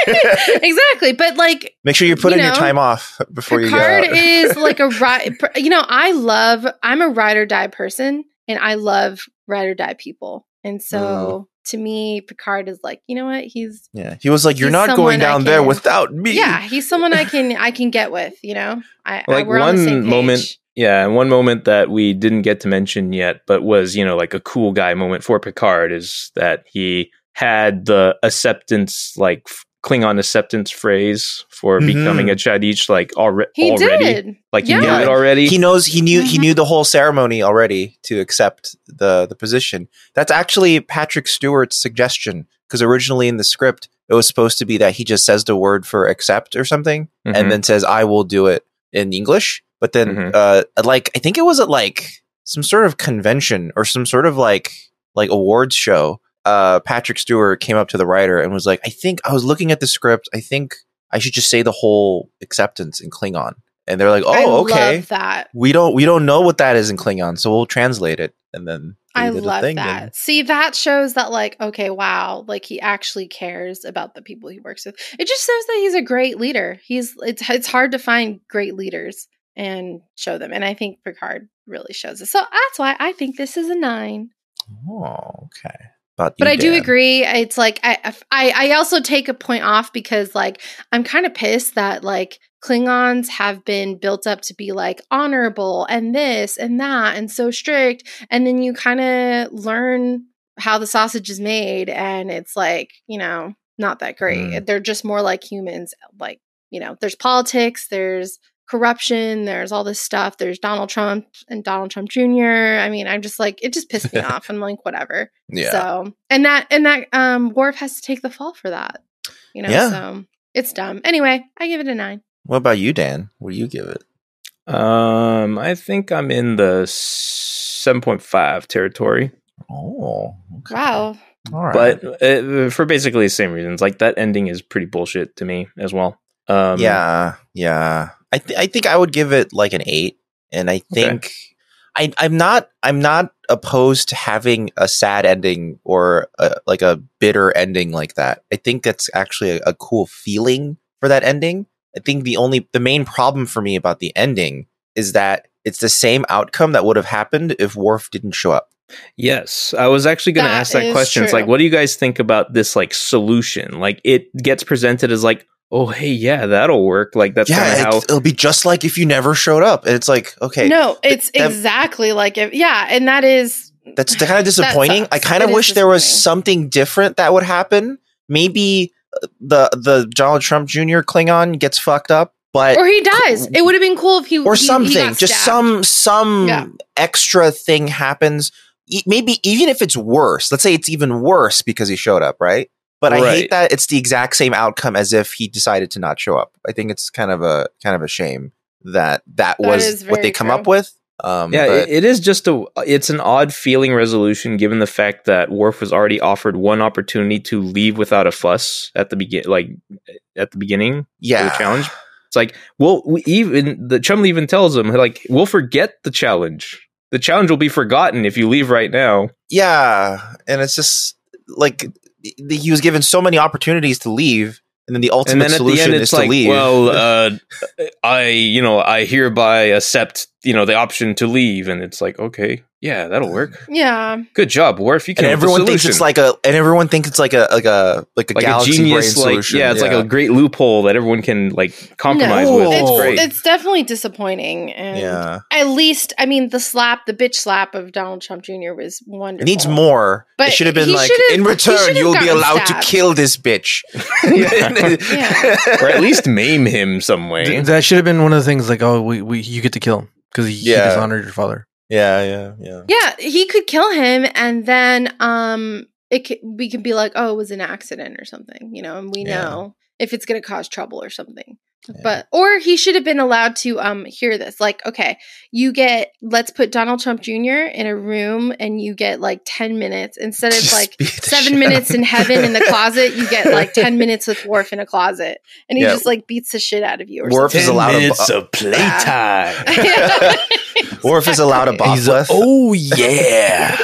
Speaker 4: exactly. But like
Speaker 1: Make sure you put
Speaker 4: You
Speaker 1: in your
Speaker 4: know,
Speaker 1: time off before
Speaker 4: Picard
Speaker 1: you go. Out.
Speaker 4: is like a ri- pr- you know, I love I'm a ride or die person and I love ride or die people. And so to me Picard is like, you know what? He's
Speaker 1: yeah, he was like, "You're
Speaker 4: He's
Speaker 1: not
Speaker 4: someone
Speaker 1: going
Speaker 4: I
Speaker 1: down there
Speaker 4: can-
Speaker 1: without me."
Speaker 4: yeah, he's someone I can I can get with, you know. I, I
Speaker 3: Like
Speaker 4: we're on the same
Speaker 3: one moment,
Speaker 4: page.
Speaker 3: yeah, and one moment that we didn't get to mention yet, but was you know like a cool guy moment for Picard is that he had the acceptance like f- Klingon acceptance phrase for
Speaker 1: Mhm.
Speaker 3: becoming a Chadich like alre-
Speaker 4: He
Speaker 3: already,
Speaker 4: did.
Speaker 3: like he
Speaker 4: Yeah.
Speaker 3: knew it already.
Speaker 1: he knows he knew he
Speaker 4: Mhm.
Speaker 1: knew the whole ceremony already to accept the the position that's actually patrick stewart's suggestion because originally in the script it was supposed to be that he just says the word for accept or something
Speaker 3: Mhm.
Speaker 1: and then says i will do it in english but then
Speaker 3: Mhm.
Speaker 1: uh like i think it was at like some sort of convention or some sort of like like awards show uh patrick stewart came up to the writer and was like i think i was looking at the script i think i should just say the whole acceptance in klingon and they're like oh
Speaker 4: I
Speaker 1: okay
Speaker 4: love that.
Speaker 1: we don't we don't know what that is in Klingon, so we'll translate it and then they
Speaker 4: I
Speaker 1: did a
Speaker 4: love
Speaker 1: thing
Speaker 4: that.
Speaker 1: and-
Speaker 4: See, that shows that, like, okay, wow, like he actually cares about the people he works with. It just shows that he's a great leader. He's it's it's hard to find great leaders and show them, and I think Picard really shows it. So that's why I think this is a nine.
Speaker 1: Oh, okay. But,
Speaker 4: But
Speaker 1: you,
Speaker 4: I do
Speaker 1: Dan.
Speaker 4: agree. It's like I, if- I I also take a point off because like I'm kind of pissed that like Klingons have been built up to be like honorable and this and that and so strict, and then you kind of learn how the sausage is made, and it's like you know not that great. They're just more like humans. Like you know, there's politics. There's corruption there's all this stuff there's donald trump and donald trump jr i mean i'm just like it just pissed me off i'm like whatever
Speaker 1: Yeah.
Speaker 4: so and that and that um Worf has to take the fall for that. You know,
Speaker 1: Yeah.
Speaker 4: so it's dumb. Anyway, I give it a nine.
Speaker 1: What about you, Dan? What do you give it?
Speaker 3: um, I think I'm in the seven point five territory,
Speaker 1: Oh, okay.
Speaker 4: Wow.
Speaker 1: All right.
Speaker 3: but uh for basically the same reasons. Like that ending is pretty bullshit to me as well. Um,
Speaker 1: yeah, yeah. I th- I think I would give it like an eight, and I think I I'm not I'm not opposed to having a sad ending or a, like a bitter ending like that. I think that's actually a, a cool feeling for that ending. I think the only the main problem for me about the ending is that it's the same outcome that would have happened if Worf didn't show up.
Speaker 3: Yes, I was actually going to
Speaker 4: That
Speaker 3: ask that
Speaker 4: is
Speaker 3: question. It's
Speaker 4: true.
Speaker 3: like, what do you guys think about this like solution? Like, it gets presented as like, oh, hey, yeah, that'll work. Like, that's kind
Speaker 1: yeah,
Speaker 3: of how.
Speaker 1: it, will be just like if you never showed up. And it's like, okay,
Speaker 4: no, it's
Speaker 1: that-
Speaker 4: exactly like if yeah, and that is
Speaker 1: That's kind of disappointing.
Speaker 4: sucks.
Speaker 1: I kind
Speaker 4: It
Speaker 1: of
Speaker 4: is
Speaker 1: wish there was
Speaker 4: disappointing.
Speaker 1: something different that would happen. Maybe uh, the the Donald Trump Jr. Klingon gets fucked up, but
Speaker 4: or he dies. It would have been cool if he
Speaker 1: or
Speaker 4: he- he
Speaker 1: something.
Speaker 4: got
Speaker 1: just
Speaker 4: stabbed.
Speaker 1: some some
Speaker 4: Yeah.
Speaker 1: extra thing happens. E- Maybe even if it's worse. Let's say it's even worse because he showed up, right? But I
Speaker 3: Right.
Speaker 1: hate that it's the exact same outcome as if he decided to not show up. I think it's kind of a kind of a shame that that,
Speaker 4: That
Speaker 1: was
Speaker 4: is
Speaker 1: what they
Speaker 4: very
Speaker 1: come
Speaker 4: true.
Speaker 1: up with. Um,
Speaker 3: yeah,
Speaker 1: but-
Speaker 3: it, it is just a. It's an odd feeling resolution given the fact that Worf was already offered one opportunity to leave without a fuss at the begin, like at the beginning.
Speaker 1: yeah,
Speaker 3: the challenge. It's like, well, we even the Chumley even tells him like, we'll forget the challenge. The challenge will be forgotten if you leave right now.
Speaker 1: yeah and it's just like th- he was given so many opportunities to leave and then the ultimate
Speaker 3: and then at the
Speaker 1: solution
Speaker 3: end
Speaker 1: is
Speaker 3: it's like
Speaker 1: to leave
Speaker 3: well uh, i you know i hereby accept you know the option to leave and it's like okay yeah that'll work
Speaker 4: Yeah.
Speaker 3: good job Worf. you
Speaker 1: and
Speaker 3: can
Speaker 1: everyone thinks it's like a and everyone thinks it's like a like a like a
Speaker 3: like a
Speaker 1: galaxy
Speaker 3: genius
Speaker 1: brain
Speaker 3: like
Speaker 1: solution
Speaker 3: yeah it's like a great loophole that everyone can like compromise
Speaker 1: No.
Speaker 3: with
Speaker 1: It's-
Speaker 3: it's great
Speaker 4: It's definitely disappointing. And
Speaker 1: yeah
Speaker 4: at least I mean the slap, the bitch slap of Donald Trump Jr. was wonderful.
Speaker 1: it needs more
Speaker 4: But
Speaker 1: it should have been
Speaker 4: he
Speaker 1: like
Speaker 4: should've-
Speaker 1: in
Speaker 4: he
Speaker 1: return
Speaker 4: should've
Speaker 1: you will be
Speaker 4: gotten
Speaker 1: allowed
Speaker 4: stabbed.
Speaker 1: to kill this bitch
Speaker 4: Yeah.
Speaker 3: or at least maim him some way
Speaker 2: Th- that should have been one of the things like, oh, we, we you get to kill him because he, he
Speaker 1: Yeah.
Speaker 2: dishonored your father.
Speaker 1: Yeah, yeah, yeah.
Speaker 4: Yeah, he could kill him, and then um, it could, we could be like, oh, it was an accident or something, you know, and we
Speaker 1: Yeah.
Speaker 4: know if it's going to cause trouble or something.
Speaker 1: Yeah.
Speaker 4: But or he should have been allowed to um hear this. Like, okay, you get let's put Donald Trump Jr. in a room and you get like ten minutes instead of
Speaker 1: Just
Speaker 4: like
Speaker 1: beat the shit
Speaker 4: seven
Speaker 1: out
Speaker 4: minutes
Speaker 1: of
Speaker 4: in
Speaker 1: him.
Speaker 4: heaven in the closet, you get like ten minutes with Worf in a closet, and he
Speaker 1: Yeah.
Speaker 4: just like beats the shit out of you. Or
Speaker 1: Worf is a
Speaker 4: something.
Speaker 1: allowed to-
Speaker 3: It's a playtime.
Speaker 1: Worf is allowed a
Speaker 4: Exactly.
Speaker 1: bop
Speaker 2: He's a-
Speaker 1: with,
Speaker 2: oh yeah.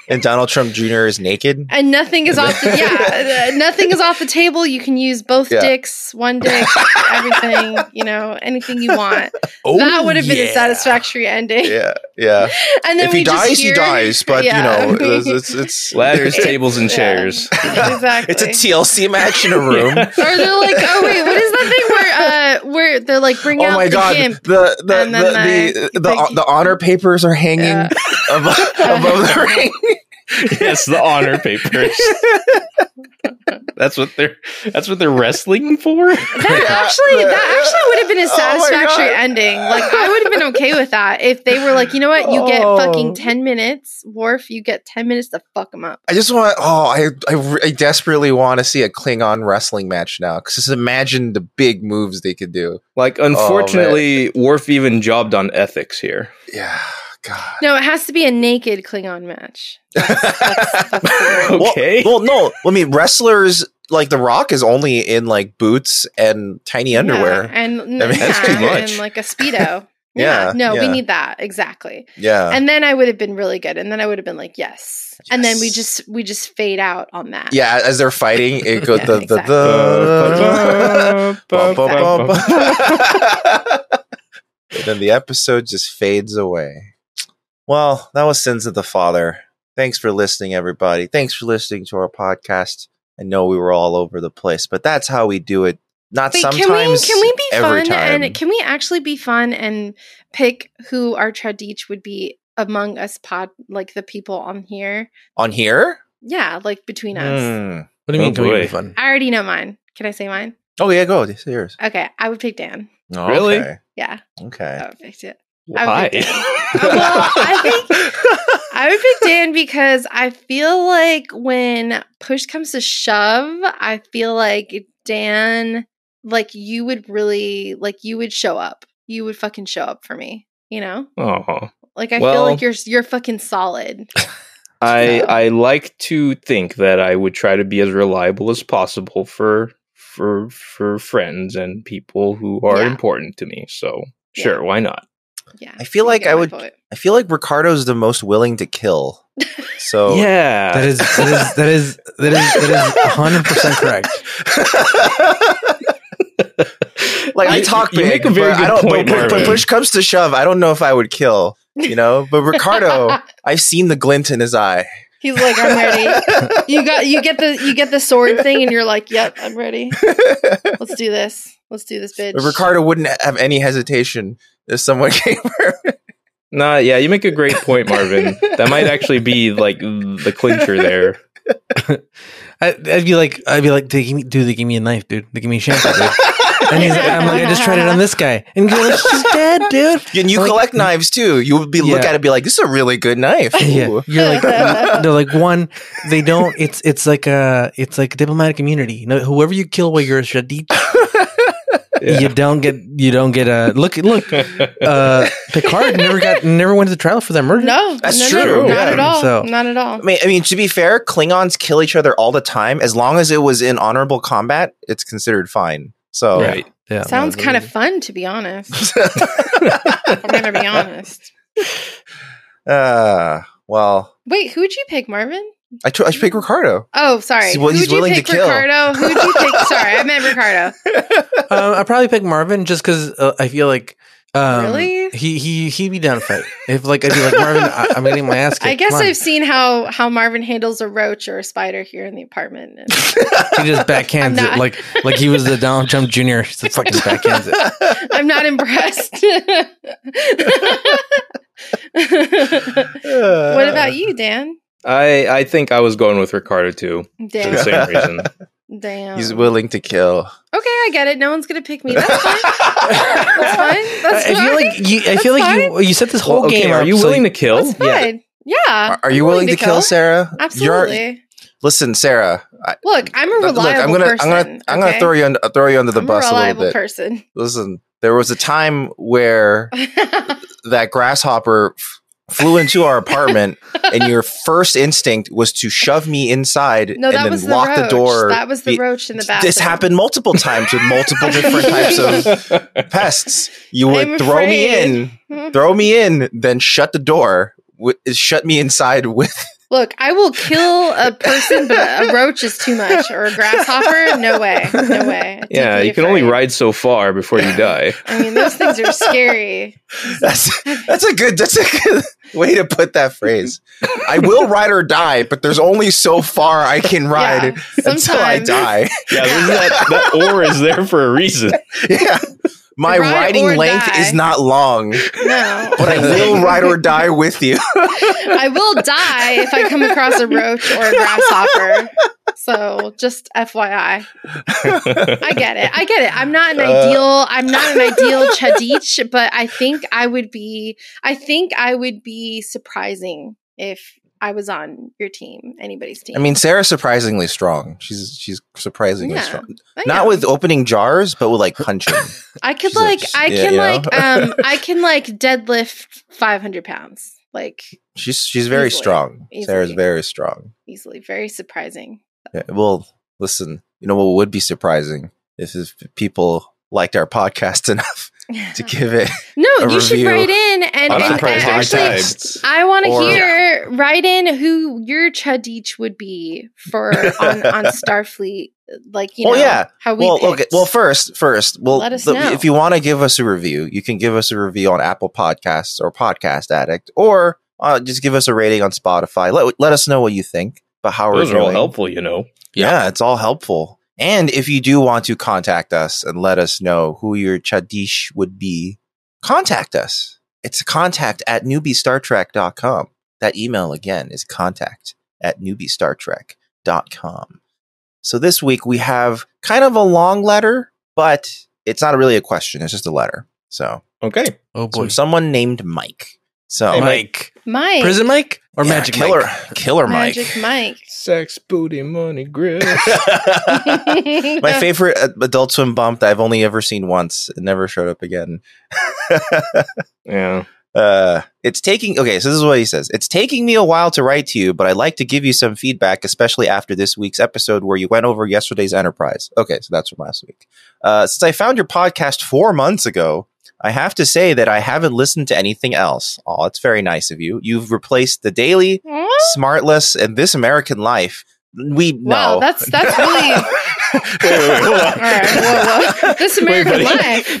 Speaker 1: and Donald Trump Jr. is naked.
Speaker 4: and nothing is off the yeah uh, nothing is off the table you can use both
Speaker 1: Yeah.
Speaker 4: dicks one dick everything you know anything you want
Speaker 2: Oh,
Speaker 4: that would have been
Speaker 2: yeah.
Speaker 4: a satisfactory ending
Speaker 1: Yeah, yeah.
Speaker 4: and then
Speaker 1: If
Speaker 4: we
Speaker 1: he
Speaker 4: just
Speaker 1: dies, he
Speaker 4: hear-
Speaker 1: dies. But
Speaker 4: Yeah.
Speaker 1: you know, it's it's, it's
Speaker 3: Ladders, tables, and
Speaker 4: Yeah.
Speaker 3: chairs.
Speaker 4: exactly
Speaker 1: It's a TLC match in a room.
Speaker 4: or they're like oh wait what is that thing where uh where they're like bring
Speaker 1: Oh
Speaker 4: out
Speaker 1: my
Speaker 4: the
Speaker 1: god!
Speaker 4: gimp
Speaker 1: The the
Speaker 4: And then
Speaker 1: the, the, the, the,
Speaker 4: they-
Speaker 1: honor papers are hanging
Speaker 4: Yeah.
Speaker 1: above, above the ring.
Speaker 3: yes, the honor papers. that's what they're. That's what they're wrestling for.
Speaker 4: that actually that actually would have been a
Speaker 1: Oh my
Speaker 4: satisfactory
Speaker 1: God.
Speaker 4: ending like i would have been okay with that if they were like you know what you get
Speaker 1: Oh.
Speaker 4: fucking 10 minutes wharf you get 10 minutes to fuck them up
Speaker 1: I just want. Oh, I I, re- I desperately want to see a Klingon wrestling match now. Because just imagine the big moves they could do.
Speaker 3: Like, unfortunately, Worf even jobbed on ethics here.
Speaker 1: Yeah, God.
Speaker 4: No, it has to be a naked Klingon match.
Speaker 3: Okay.
Speaker 1: Well, well, no. I mean, wrestlers like The Rock is only in like boots and tiny
Speaker 4: Yeah,
Speaker 1: underwear.
Speaker 4: and
Speaker 1: I mean,
Speaker 3: that's
Speaker 4: yeah,
Speaker 3: too much.
Speaker 4: And like a speedo.
Speaker 1: Yeah,
Speaker 4: No, we
Speaker 1: yeah. Uh.
Speaker 4: need that exactly.
Speaker 1: Yeah.
Speaker 4: And then I would have been really good, and then I would have been like, yes. And then we
Speaker 1: Yes.
Speaker 4: just we just fade out on that.
Speaker 1: yeah, as they're fighting, it goes
Speaker 4: Yeah,
Speaker 1: the the
Speaker 4: exactly.
Speaker 1: the. Bum, bum, bum, bum. And then the episode just fades away. Well, that was Sins of the Father. Thanks for listening, everybody. Thanks for listening to our podcast. I know we were all over the place, but that's how we do it. Not
Speaker 4: Wait,
Speaker 1: sometimes.
Speaker 4: can we can we be
Speaker 1: every
Speaker 4: fun
Speaker 1: time.
Speaker 4: and can we actually be fun and pick who our tradiche would be among us pod like the people on here?
Speaker 1: on here?
Speaker 4: Yeah, like between us.
Speaker 1: Hmm.
Speaker 2: What do you mean?
Speaker 3: Oh,
Speaker 2: can we
Speaker 3: boy.
Speaker 2: be fun?
Speaker 4: I already know mine. Can I say mine?
Speaker 1: Oh yeah, go. It's yours.
Speaker 4: Okay, I would pick Dan.
Speaker 1: Oh,
Speaker 3: Really?
Speaker 1: Okay.
Speaker 4: Yeah, I
Speaker 1: okay.
Speaker 4: would pick Dan.
Speaker 3: Why?
Speaker 4: Uh, Well, I think- I would pick Dan because I feel like when push comes to shove, I feel like Dan, like you would really, like you would show up. You would fucking show up for me. You know,
Speaker 3: Oh,
Speaker 4: like I
Speaker 3: Well-
Speaker 4: feel like you're you're fucking solid.
Speaker 3: I I like to think that I would try to be as reliable as possible for for for friends and people who are
Speaker 4: Yeah.
Speaker 3: important to me. So
Speaker 4: Yeah.
Speaker 3: sure, why not?
Speaker 4: Yeah,
Speaker 1: I feel
Speaker 4: you
Speaker 1: like
Speaker 4: get
Speaker 1: I
Speaker 4: my
Speaker 1: would-
Speaker 4: point.
Speaker 1: I feel like Ricardo's the most willing to kill. So
Speaker 3: yeah,
Speaker 2: That is that is that is that is that is hundred percent correct.
Speaker 1: like I,
Speaker 3: You-
Speaker 1: talk
Speaker 3: you
Speaker 1: big,
Speaker 3: make a very
Speaker 1: but I
Speaker 3: good
Speaker 1: don't.
Speaker 3: point,
Speaker 1: but, but
Speaker 3: Marvin.
Speaker 1: push comes to shove, I don't know if I would kill. You know, but Ricardo, I've seen the glint in his eye.
Speaker 4: He's like, I'm ready. You got you get the you get the sword thing, and you're like, yep, I'm ready.
Speaker 1: but
Speaker 4: Let's do this. Let's do this, bitch.
Speaker 1: Ricardo wouldn't have any hesitation if someone came. for him.
Speaker 3: Nah, yeah, you make a great point, Marvin. that might actually be like the clincher there.
Speaker 2: I, I'd be like, I'd be like, they give me, dude, they give me a knife, dude. They give me a shampoo, dude. And he's like, I'm like, I just tried it on this guy, and he's like, he's dead, dude.
Speaker 1: and you
Speaker 2: Like-
Speaker 1: collect knives too. You would be look
Speaker 2: Yeah.
Speaker 1: at it, and be like, "This is a really good knife."
Speaker 2: Yeah,
Speaker 1: Ooh.
Speaker 2: you're like, they're like one. They don't. It's it's like a it's like diplomatic immunity. No, whoever you kill while you're a shadid, you
Speaker 3: Yeah.
Speaker 2: don't get you don't get a look. Look, uh, Picard never got never went to trial for that murder.
Speaker 4: No,
Speaker 1: That's
Speaker 4: no,
Speaker 1: true,
Speaker 4: No, not
Speaker 1: yeah.
Speaker 4: at all.
Speaker 2: So-
Speaker 4: Not at all.
Speaker 1: I mean, I mean, to be fair, Klingons kill each other all the time. As long as it was in honorable combat, it's considered fine. So,
Speaker 3: right.
Speaker 2: Yeah,
Speaker 4: Sounds
Speaker 2: no,
Speaker 4: kind of fun, to be honest. I'm gonna be honest.
Speaker 1: uh, well,
Speaker 4: Wait, who'd you pick, Marvin?
Speaker 1: I, t- I should pick Ricardo.
Speaker 4: Oh, sorry.
Speaker 1: See, well, he's
Speaker 4: who'd you
Speaker 1: willing to
Speaker 4: pick,
Speaker 1: kill.
Speaker 4: Ricardo? Who'd you pick? Sorry, I meant Ricardo.
Speaker 2: Um, I probably pick Marvin just because uh, I feel like um,
Speaker 4: Really?
Speaker 2: he he he'd be down to fight. If like I'd be like Marvin, I, I'm getting my ass kicked.
Speaker 4: I guess
Speaker 2: Come on."
Speaker 4: I've seen how how Marvin handles a roach or a spider here in the apartment. And
Speaker 2: he just backhands
Speaker 4: I'm not-
Speaker 2: it like like he was the Donald Trump Jr. He just fucking backhands it.
Speaker 4: I'm not impressed. what about you, Dan?
Speaker 1: Uh,
Speaker 3: I I think I was going with Ricardo too
Speaker 4: Dan.
Speaker 3: for the same reason.
Speaker 4: Damn.
Speaker 1: He's willing to kill.
Speaker 4: Okay, I get it. No one's gonna pick me. That's fine. That's fine. That's
Speaker 2: I feel
Speaker 4: fine.
Speaker 2: like you. I
Speaker 4: That's
Speaker 2: feel like you. You set this whole
Speaker 3: Well, okay,
Speaker 2: game.
Speaker 3: are
Speaker 2: up
Speaker 3: you
Speaker 2: so
Speaker 3: willing to kill?
Speaker 4: That's fine. Yeah.
Speaker 1: Are, are you willing, to kill, Sarah?
Speaker 4: Absolutely.
Speaker 1: You're, listen, Sarah. I,
Speaker 4: Look, I'm a
Speaker 1: look,
Speaker 4: reliable
Speaker 1: I'm gonna,
Speaker 4: person.
Speaker 1: I'm gonna, I'm gonna
Speaker 4: okay?
Speaker 1: throw you, under, throw you under the
Speaker 4: I'm
Speaker 1: bus
Speaker 4: a
Speaker 1: a,
Speaker 4: reliable
Speaker 1: little bit.
Speaker 4: person.
Speaker 1: Listen, there was a time where that grasshopper f- flew into our apartment, and your first instinct was to shove me inside
Speaker 4: no,
Speaker 1: and
Speaker 4: that
Speaker 1: then
Speaker 4: was the
Speaker 1: lock
Speaker 4: roach.
Speaker 1: the door.
Speaker 4: That was the
Speaker 1: Be-
Speaker 4: roach in the bathroom.
Speaker 1: This happened multiple times with multiple different types of pests. You would
Speaker 4: I'm
Speaker 1: throw me
Speaker 4: afraid.
Speaker 1: in, throw me in, then shut the door. Wi- shut me inside with
Speaker 4: Look, I will kill a person, but a roach is too much, or a grasshopper. No way, no way. I'd
Speaker 3: yeah,
Speaker 4: be
Speaker 3: you can only
Speaker 4: afraid.
Speaker 3: ride so far before you die.
Speaker 4: I mean, those things are scary.
Speaker 1: that's that's a good that's a good way to put that phrase. I will ride or die, but there's only so far I can
Speaker 4: Yeah,
Speaker 1: ride until I
Speaker 4: sometimes.
Speaker 1: die.
Speaker 3: Yeah, there's that, that or is there for a reason.
Speaker 1: yeah. My
Speaker 4: Ride
Speaker 1: riding
Speaker 4: or
Speaker 1: length
Speaker 4: die.
Speaker 1: is not long,
Speaker 4: No,
Speaker 1: but I will ride or die with you.
Speaker 4: I will die if I come across a roach or a grasshopper. So, just FYI, I get it. I get it. I'm not an
Speaker 1: Uh.
Speaker 4: ideal. I'm not an ideal chadich, but I think I would be. I think I would be surprising if I was on your team, anybody's team.
Speaker 1: I mean, Sarah's surprisingly strong. She's she's surprisingly
Speaker 4: Yeah,
Speaker 1: strong.
Speaker 4: I
Speaker 1: Not
Speaker 4: am.
Speaker 1: with opening jars, but with like punching.
Speaker 4: I could
Speaker 1: She's a-
Speaker 4: like
Speaker 1: she-
Speaker 4: I
Speaker 1: yeah,
Speaker 4: can
Speaker 1: you know?
Speaker 4: like um I can like deadlift five hundred pounds like
Speaker 1: she's she's very
Speaker 4: Easily.
Speaker 1: strong. Sarah's
Speaker 4: Easily.
Speaker 1: very strong.
Speaker 4: easily. Very surprising.
Speaker 1: Yeah, well, listen, you know what would be surprising if, if people liked our podcast enough to give it
Speaker 4: no,
Speaker 1: a
Speaker 4: you should
Speaker 1: review
Speaker 4: write in and,
Speaker 1: on
Speaker 3: I'm
Speaker 4: and, and
Speaker 3: surprised every
Speaker 4: actually
Speaker 3: time.
Speaker 4: I want to
Speaker 1: Or-
Speaker 4: hear write in who your chadich would be for on on Starfleet like you
Speaker 1: Well,
Speaker 4: know
Speaker 1: yeah.
Speaker 4: how we
Speaker 1: well,
Speaker 4: picked.
Speaker 1: okay. Well, first, first, well,
Speaker 4: Let us
Speaker 1: the-
Speaker 4: know.
Speaker 1: if you want to give us a review, you can give us a review on Apple Podcasts or Podcast Addict, or uh, just give us a rating on Spotify. Let, let us know what you think about how
Speaker 3: Those
Speaker 1: we're
Speaker 3: are all
Speaker 1: doing.
Speaker 3: helpful, you know.
Speaker 1: Yeah, it's all helpful. And if you do want to contact us and let us know who your chadish would be, contact us. It's contact at newbiestartrek.com. That email again is contact at newbiestartrek.com. So this week we have kind of a long letter, but it's not really a question. It's just a letter. So
Speaker 3: Okay.
Speaker 2: Oh
Speaker 1: it's from
Speaker 2: boy,
Speaker 1: someone named Mike. So
Speaker 3: Hey, Mike.
Speaker 2: Mike.
Speaker 4: Mike
Speaker 2: Prison Mike or
Speaker 1: Yeah,
Speaker 2: Magic
Speaker 1: killer,
Speaker 2: Mike?
Speaker 1: killer Mike.
Speaker 4: Magic Mike.
Speaker 3: Sex, booty, money, grill.
Speaker 1: My favorite uh, Adult Swim bump that I've only ever seen once. It never showed up again.
Speaker 3: yeah.
Speaker 1: uh, it's taking okay. So this is what he says. It's taking me a while to write to you, but I'd like to give you some feedback, especially after this week's episode where you went over yesterday's Enterprise. Okay, so that's from last week. Uh, since I found your podcast four months ago, I have to say that I haven't listened to anything else. Oh, it's very nice of you. You've replaced the Daily, Smartless, and This American Life. We
Speaker 4: Wow,
Speaker 1: no.
Speaker 4: that's that's really
Speaker 3: Wait, wait, wait, hold on.
Speaker 4: All right, whoa, whoa. This American
Speaker 3: buddy.
Speaker 4: Life.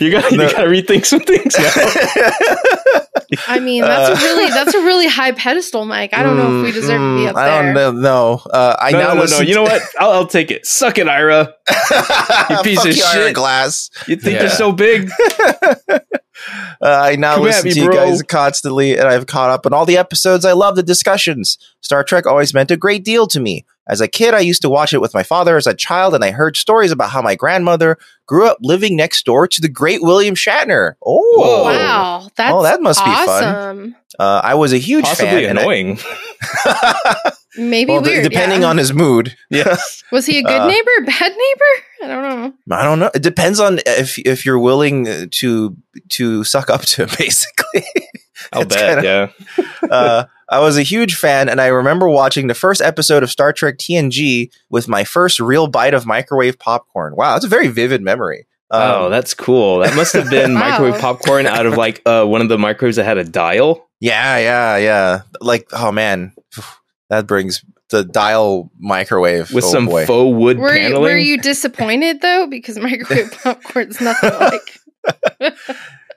Speaker 3: You gotta,
Speaker 1: No.
Speaker 3: you gotta rethink some things now.
Speaker 4: I mean, that's
Speaker 1: Uh,
Speaker 4: a really that's a really high pedestal, Mike. I don't know if we
Speaker 1: Mm,
Speaker 4: deserve to be
Speaker 1: mm,
Speaker 4: up
Speaker 1: I don't
Speaker 4: there.
Speaker 1: know. No, uh, I
Speaker 3: no,
Speaker 1: now
Speaker 3: no, no, no.
Speaker 1: listen
Speaker 3: You know what? I'll, I'll take it. Suck it, Ira.
Speaker 1: you
Speaker 3: piece
Speaker 1: Fuck
Speaker 3: of
Speaker 1: you, Ira
Speaker 3: shit.
Speaker 1: Glass.
Speaker 3: You think
Speaker 2: Yeah.
Speaker 3: you're so big?
Speaker 1: uh, I now
Speaker 3: Come at
Speaker 1: listen
Speaker 3: me,
Speaker 1: to you
Speaker 3: bro.
Speaker 1: guys constantly, and I've caught up on all the episodes. I love the discussions. Star Trek always meant a great deal to me. As a kid, I used to watch it with my father as a child, and I heard stories about how my grandmother grew up living next door to the great William Shatner. Oh,
Speaker 3: Whoa.
Speaker 4: Wow, that's
Speaker 1: Oh, that must be fun.
Speaker 4: awesome.
Speaker 1: Uh, I was a huge fan.
Speaker 3: Possibly
Speaker 1: and I-
Speaker 3: annoying.
Speaker 4: Maybe
Speaker 1: well, d-
Speaker 4: weird.
Speaker 1: depending
Speaker 4: yeah.
Speaker 1: on his mood.
Speaker 3: yes.
Speaker 4: was he a good
Speaker 1: uh,
Speaker 4: neighbor, bad neighbor? I don't know.
Speaker 1: I don't know. It depends on if if you're willing to to suck up to him, basically.
Speaker 3: I'll
Speaker 1: It's
Speaker 3: bet.
Speaker 1: kinda-
Speaker 3: yeah.
Speaker 1: uh, I was a huge fan, and I remember watching the first episode of Star Trek TNG with my first real bite of microwave popcorn. Wow, that's a very vivid memory. Um,
Speaker 3: oh, that's cool. That must have been
Speaker 4: Wow.
Speaker 3: microwave popcorn out of like uh, one of the microwaves that had a dial.
Speaker 1: yeah, yeah, yeah. Like, oh man, that brings the dial microwave
Speaker 3: with
Speaker 1: oh,
Speaker 3: some
Speaker 1: boy.
Speaker 3: faux wood
Speaker 4: Were you,
Speaker 3: paneling.
Speaker 4: were you disappointed though? Because microwave popcorn's nothing like.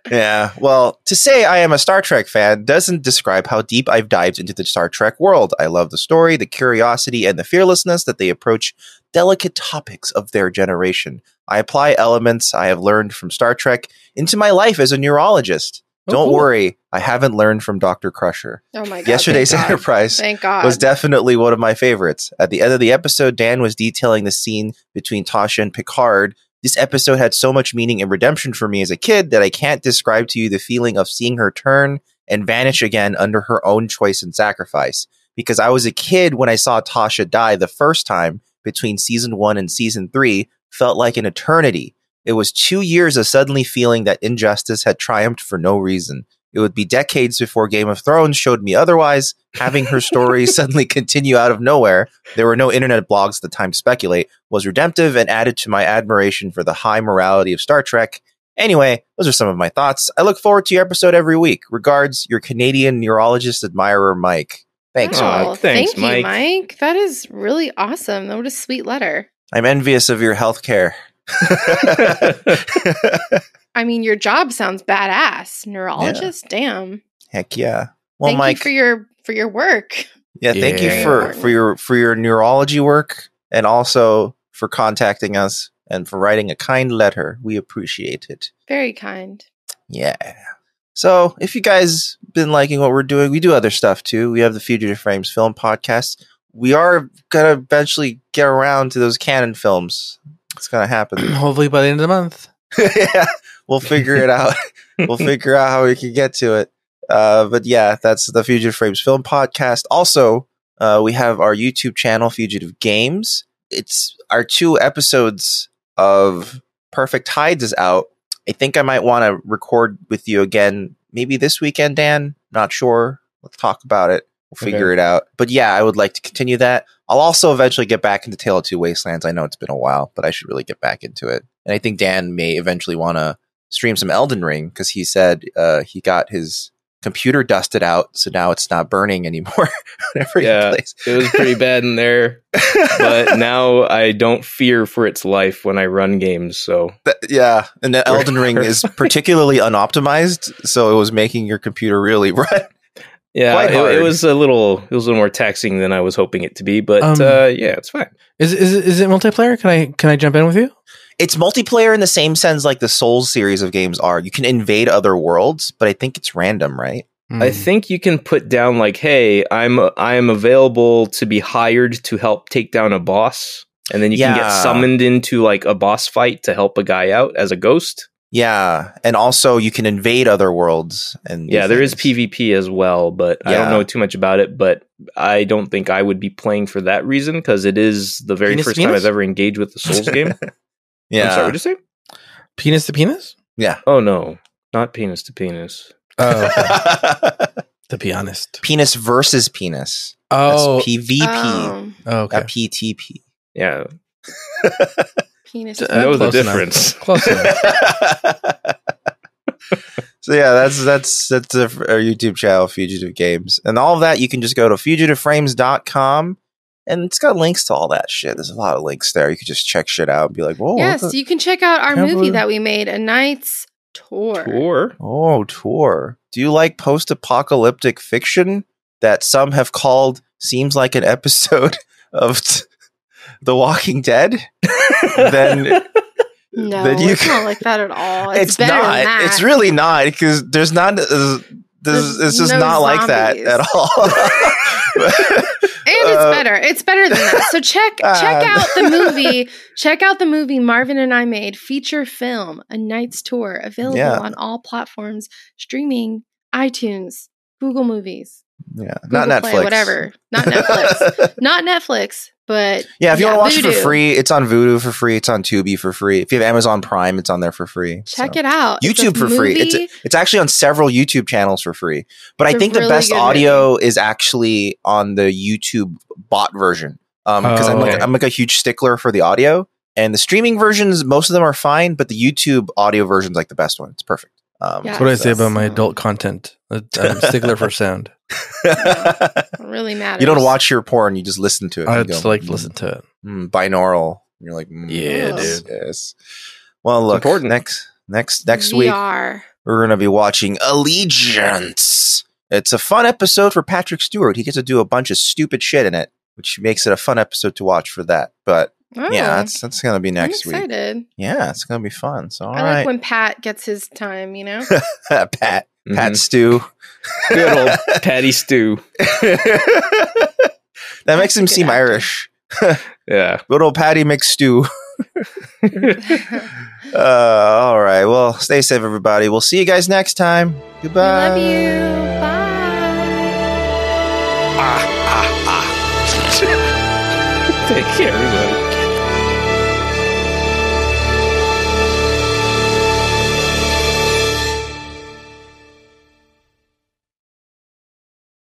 Speaker 1: Yeah. Well, to say I am a Star Trek fan doesn't describe how deep I've dived into the Star Trek world. I love the story, the curiosity, and the fearlessness that they approach delicate topics of their generation. I apply elements I have learned from Star Trek into my life as a neurologist.
Speaker 2: Oh,
Speaker 1: Don't
Speaker 2: cool.
Speaker 1: worry, I haven't learned from Dr. Crusher.
Speaker 4: Oh my god.
Speaker 1: Yesterday's
Speaker 4: thank God.
Speaker 1: Enterprise
Speaker 4: Thank God.
Speaker 1: was definitely one of my favorites. At the end of the episode, Dan was detailing the scene between Tasha and Picard. This episode had so much meaning and redemption for me as a kid that I can't describe to you the feeling of seeing her turn and vanish again under her own choice and sacrifice. Because I was a kid when I saw Tasha die the first time between season one and season three, felt like an eternity. It was two years of suddenly feeling that injustice had triumphed for no reason. It would be decades before Game of Thrones showed me otherwise. Having her story suddenly continue out of nowhere, there were no internet blogs at the time to speculate, was redemptive and added to my admiration for the high morality of Star Trek. Anyway, those are some of my thoughts. I look forward to your episode every week. Regards, your Canadian neurologist admirer, Mike. Thanks,
Speaker 3: Wow.
Speaker 1: Mike.
Speaker 4: Wow,
Speaker 3: thanks,
Speaker 4: Oh, Thank
Speaker 3: Mike.
Speaker 4: you, Mike. That is really awesome. That was a sweet letter.
Speaker 1: I'm envious of your healthcare.
Speaker 4: I mean, your job sounds badass. Neurologist, damn.
Speaker 1: Heck yeah. Well,
Speaker 4: thank
Speaker 1: Mike,
Speaker 4: you for your for your work.
Speaker 1: yeah, thank
Speaker 2: Yeah.
Speaker 1: you for, for your for your neurology work and also for contacting us and for writing a kind letter. We appreciate it.
Speaker 4: Very kind.
Speaker 1: Yeah. So if you guys been liking what we're doing, we do other stuff too. We have the Fugitive Frames film podcast. We are gonna eventually get around to those canon films. It's gonna happen.
Speaker 2: Hopefully by the end of the month.
Speaker 1: yeah, we'll figure it out. we'll figure out how we can get to it. Uh, but yeah, that's the Fugitive Frames film podcast. Also, uh, we have our YouTube channel, Fugitive Games. It's our two episodes of Perfect Hides is out. I think I might want to record with you again, maybe this weekend, Dan. Not sure. Let's talk about it. We'll figure it out. But yeah, I would like to continue that. I'll also eventually get back into Tale of Two Wastelands. I know it's been a while, but I should really get back into it. And I think Dan may eventually want to stream some Elden Ring because he said uh, he got his computer dusted out, so now it's not burning anymore. whenever
Speaker 3: Yeah.
Speaker 1: he plays.
Speaker 3: it was pretty bad in there, but now I don't fear for its life when I run games. So
Speaker 1: Th- yeah, and the Elden Ring is particularly unoptimized, so it was making your computer really run.
Speaker 3: yeah,
Speaker 1: Quite
Speaker 3: it, it
Speaker 1: hard.
Speaker 3: was a little, it was a little more taxing than I was hoping it to be. But
Speaker 2: Um,
Speaker 3: uh, yeah, it's fine.
Speaker 2: Is is is it multiplayer? Can I can I jump in with you?
Speaker 1: it's multiplayer in the same sense like the Souls series of games are. You can invade other worlds, but I think it's random, right?
Speaker 3: I think you can put down like, "Hey, I'm I'm available to be hired to help take down a boss," and then you can get
Speaker 1: Yeah.
Speaker 3: summoned into like a boss fight to help a guy out as a ghost.
Speaker 1: Yeah, and also you can invade other worlds. And do
Speaker 3: yeah, there is
Speaker 1: things.
Speaker 3: PvP as well, but I don't
Speaker 1: Yeah.
Speaker 3: know too much about it. But I don't think I would be playing for that reason because it is the very
Speaker 2: Penis
Speaker 3: first time
Speaker 2: penis?
Speaker 3: I've ever engaged with the Souls game. I'm
Speaker 1: Yeah,
Speaker 3: sorry, what did you say?
Speaker 2: penis to penis.
Speaker 1: yeah.
Speaker 3: Oh no, not penis to penis.
Speaker 2: Oh, okay. to be honest.
Speaker 1: penis versus penis. That's
Speaker 2: Oh,
Speaker 1: PvP,
Speaker 4: Oh,
Speaker 2: okay.
Speaker 1: not PTP.
Speaker 3: Yeah,
Speaker 4: penis.
Speaker 2: Uh,
Speaker 3: I know the
Speaker 2: close enough.
Speaker 3: difference.
Speaker 2: Close enough.
Speaker 1: so yeah, that's that's that's the- our YouTube channel, Fugitive Games, and all of that. You can just go to fugitiveframes.com, and it's got links to all that shit. There's a lot of links there. You could just check shit out and be like, "Whoa, what
Speaker 4: yes,
Speaker 1: the-
Speaker 4: you can check out our
Speaker 2: Can't
Speaker 4: movie
Speaker 2: believe-
Speaker 4: that we made, A Night's Tour.
Speaker 3: Or
Speaker 1: Oh, Tor. Do you like post apocalyptic fiction that some have called seems like an episode of t- The Walking Dead? Then-
Speaker 4: No,
Speaker 1: Then you
Speaker 4: it's
Speaker 1: can-
Speaker 4: not like that at all. It's,
Speaker 1: It's,
Speaker 4: better
Speaker 1: not.
Speaker 4: Than that.
Speaker 1: It's really not because there's not. Uh, there's,
Speaker 4: There's
Speaker 1: it's just
Speaker 4: no
Speaker 1: not like that
Speaker 4: zombies.
Speaker 1: at all.
Speaker 4: and it's
Speaker 1: uh,
Speaker 4: better. It's better than that. So check check
Speaker 1: Ah.
Speaker 4: out the movie. Check out the movie Marvin and I made feature film, A Night's Tour, available
Speaker 1: Yeah.
Speaker 4: on all platforms, streaming, iTunes, Google Movies,
Speaker 1: yeah,
Speaker 4: Google
Speaker 1: not Netflix.
Speaker 4: Play, whatever. Not Netflix. not Netflix, but
Speaker 1: yeah, if you
Speaker 4: Yeah,
Speaker 1: want to watch it for
Speaker 4: Vudu.
Speaker 1: free, it's on Vudu for free. It's on Tubi for free. If you have Amazon Prime, it's on there for free.
Speaker 4: check
Speaker 1: So-
Speaker 4: it out. It's a
Speaker 1: YouTube for free. It's
Speaker 4: movie.
Speaker 1: It's actually on several YouTube channels for free. But I
Speaker 4: It's a
Speaker 1: think
Speaker 4: really
Speaker 1: the best
Speaker 4: good
Speaker 1: audio is actually on the YouTube bot version. Um, because I'm,
Speaker 2: Oh,
Speaker 1: like,
Speaker 2: okay.
Speaker 1: I'm like a huge stickler for the audio and the streaming versions. Most of them are fine, but the YouTube audio version's like the best one. It's perfect. Um,
Speaker 4: Yeah.
Speaker 2: That's what I say about my
Speaker 4: Awesome.
Speaker 2: adult content. I'm stickler for sound.
Speaker 4: It really matters.
Speaker 1: you don't watch your porn; you just listen to it.
Speaker 2: I
Speaker 1: You go,
Speaker 2: just like to
Speaker 1: "Mm,
Speaker 2: listen to it.
Speaker 1: mm, binaural. You're like, mm,
Speaker 2: Yeah,
Speaker 1: yes, Yes. Well, look.
Speaker 3: important.
Speaker 1: Next, next, next week.
Speaker 4: VR.
Speaker 1: we're going to be watching Allegiance. It's a fun episode for Patrick Stewart. He gets to do a bunch of stupid shit in it, which makes it a fun episode to watch for that. But
Speaker 4: Oh,
Speaker 1: yeah, that's that's going to be next
Speaker 4: I'm
Speaker 1: week.
Speaker 4: excited.
Speaker 1: Yeah, it's going to be fun. So all
Speaker 4: I like
Speaker 1: right,
Speaker 4: when Pat gets his time, you know?
Speaker 1: Pat.
Speaker 3: Mm-hmm.
Speaker 1: Pat Stew.
Speaker 3: Good old Patty Stew.
Speaker 1: that makes him
Speaker 4: Good
Speaker 1: seem
Speaker 4: actor.
Speaker 1: Irish.
Speaker 3: Yeah.
Speaker 1: Good old Patty McStew. Uh, all right. Well, stay safe, everybody. We'll see you guys next time.
Speaker 4: We
Speaker 1: Goodbye.
Speaker 4: love you. Bye.
Speaker 3: Take care, everybody.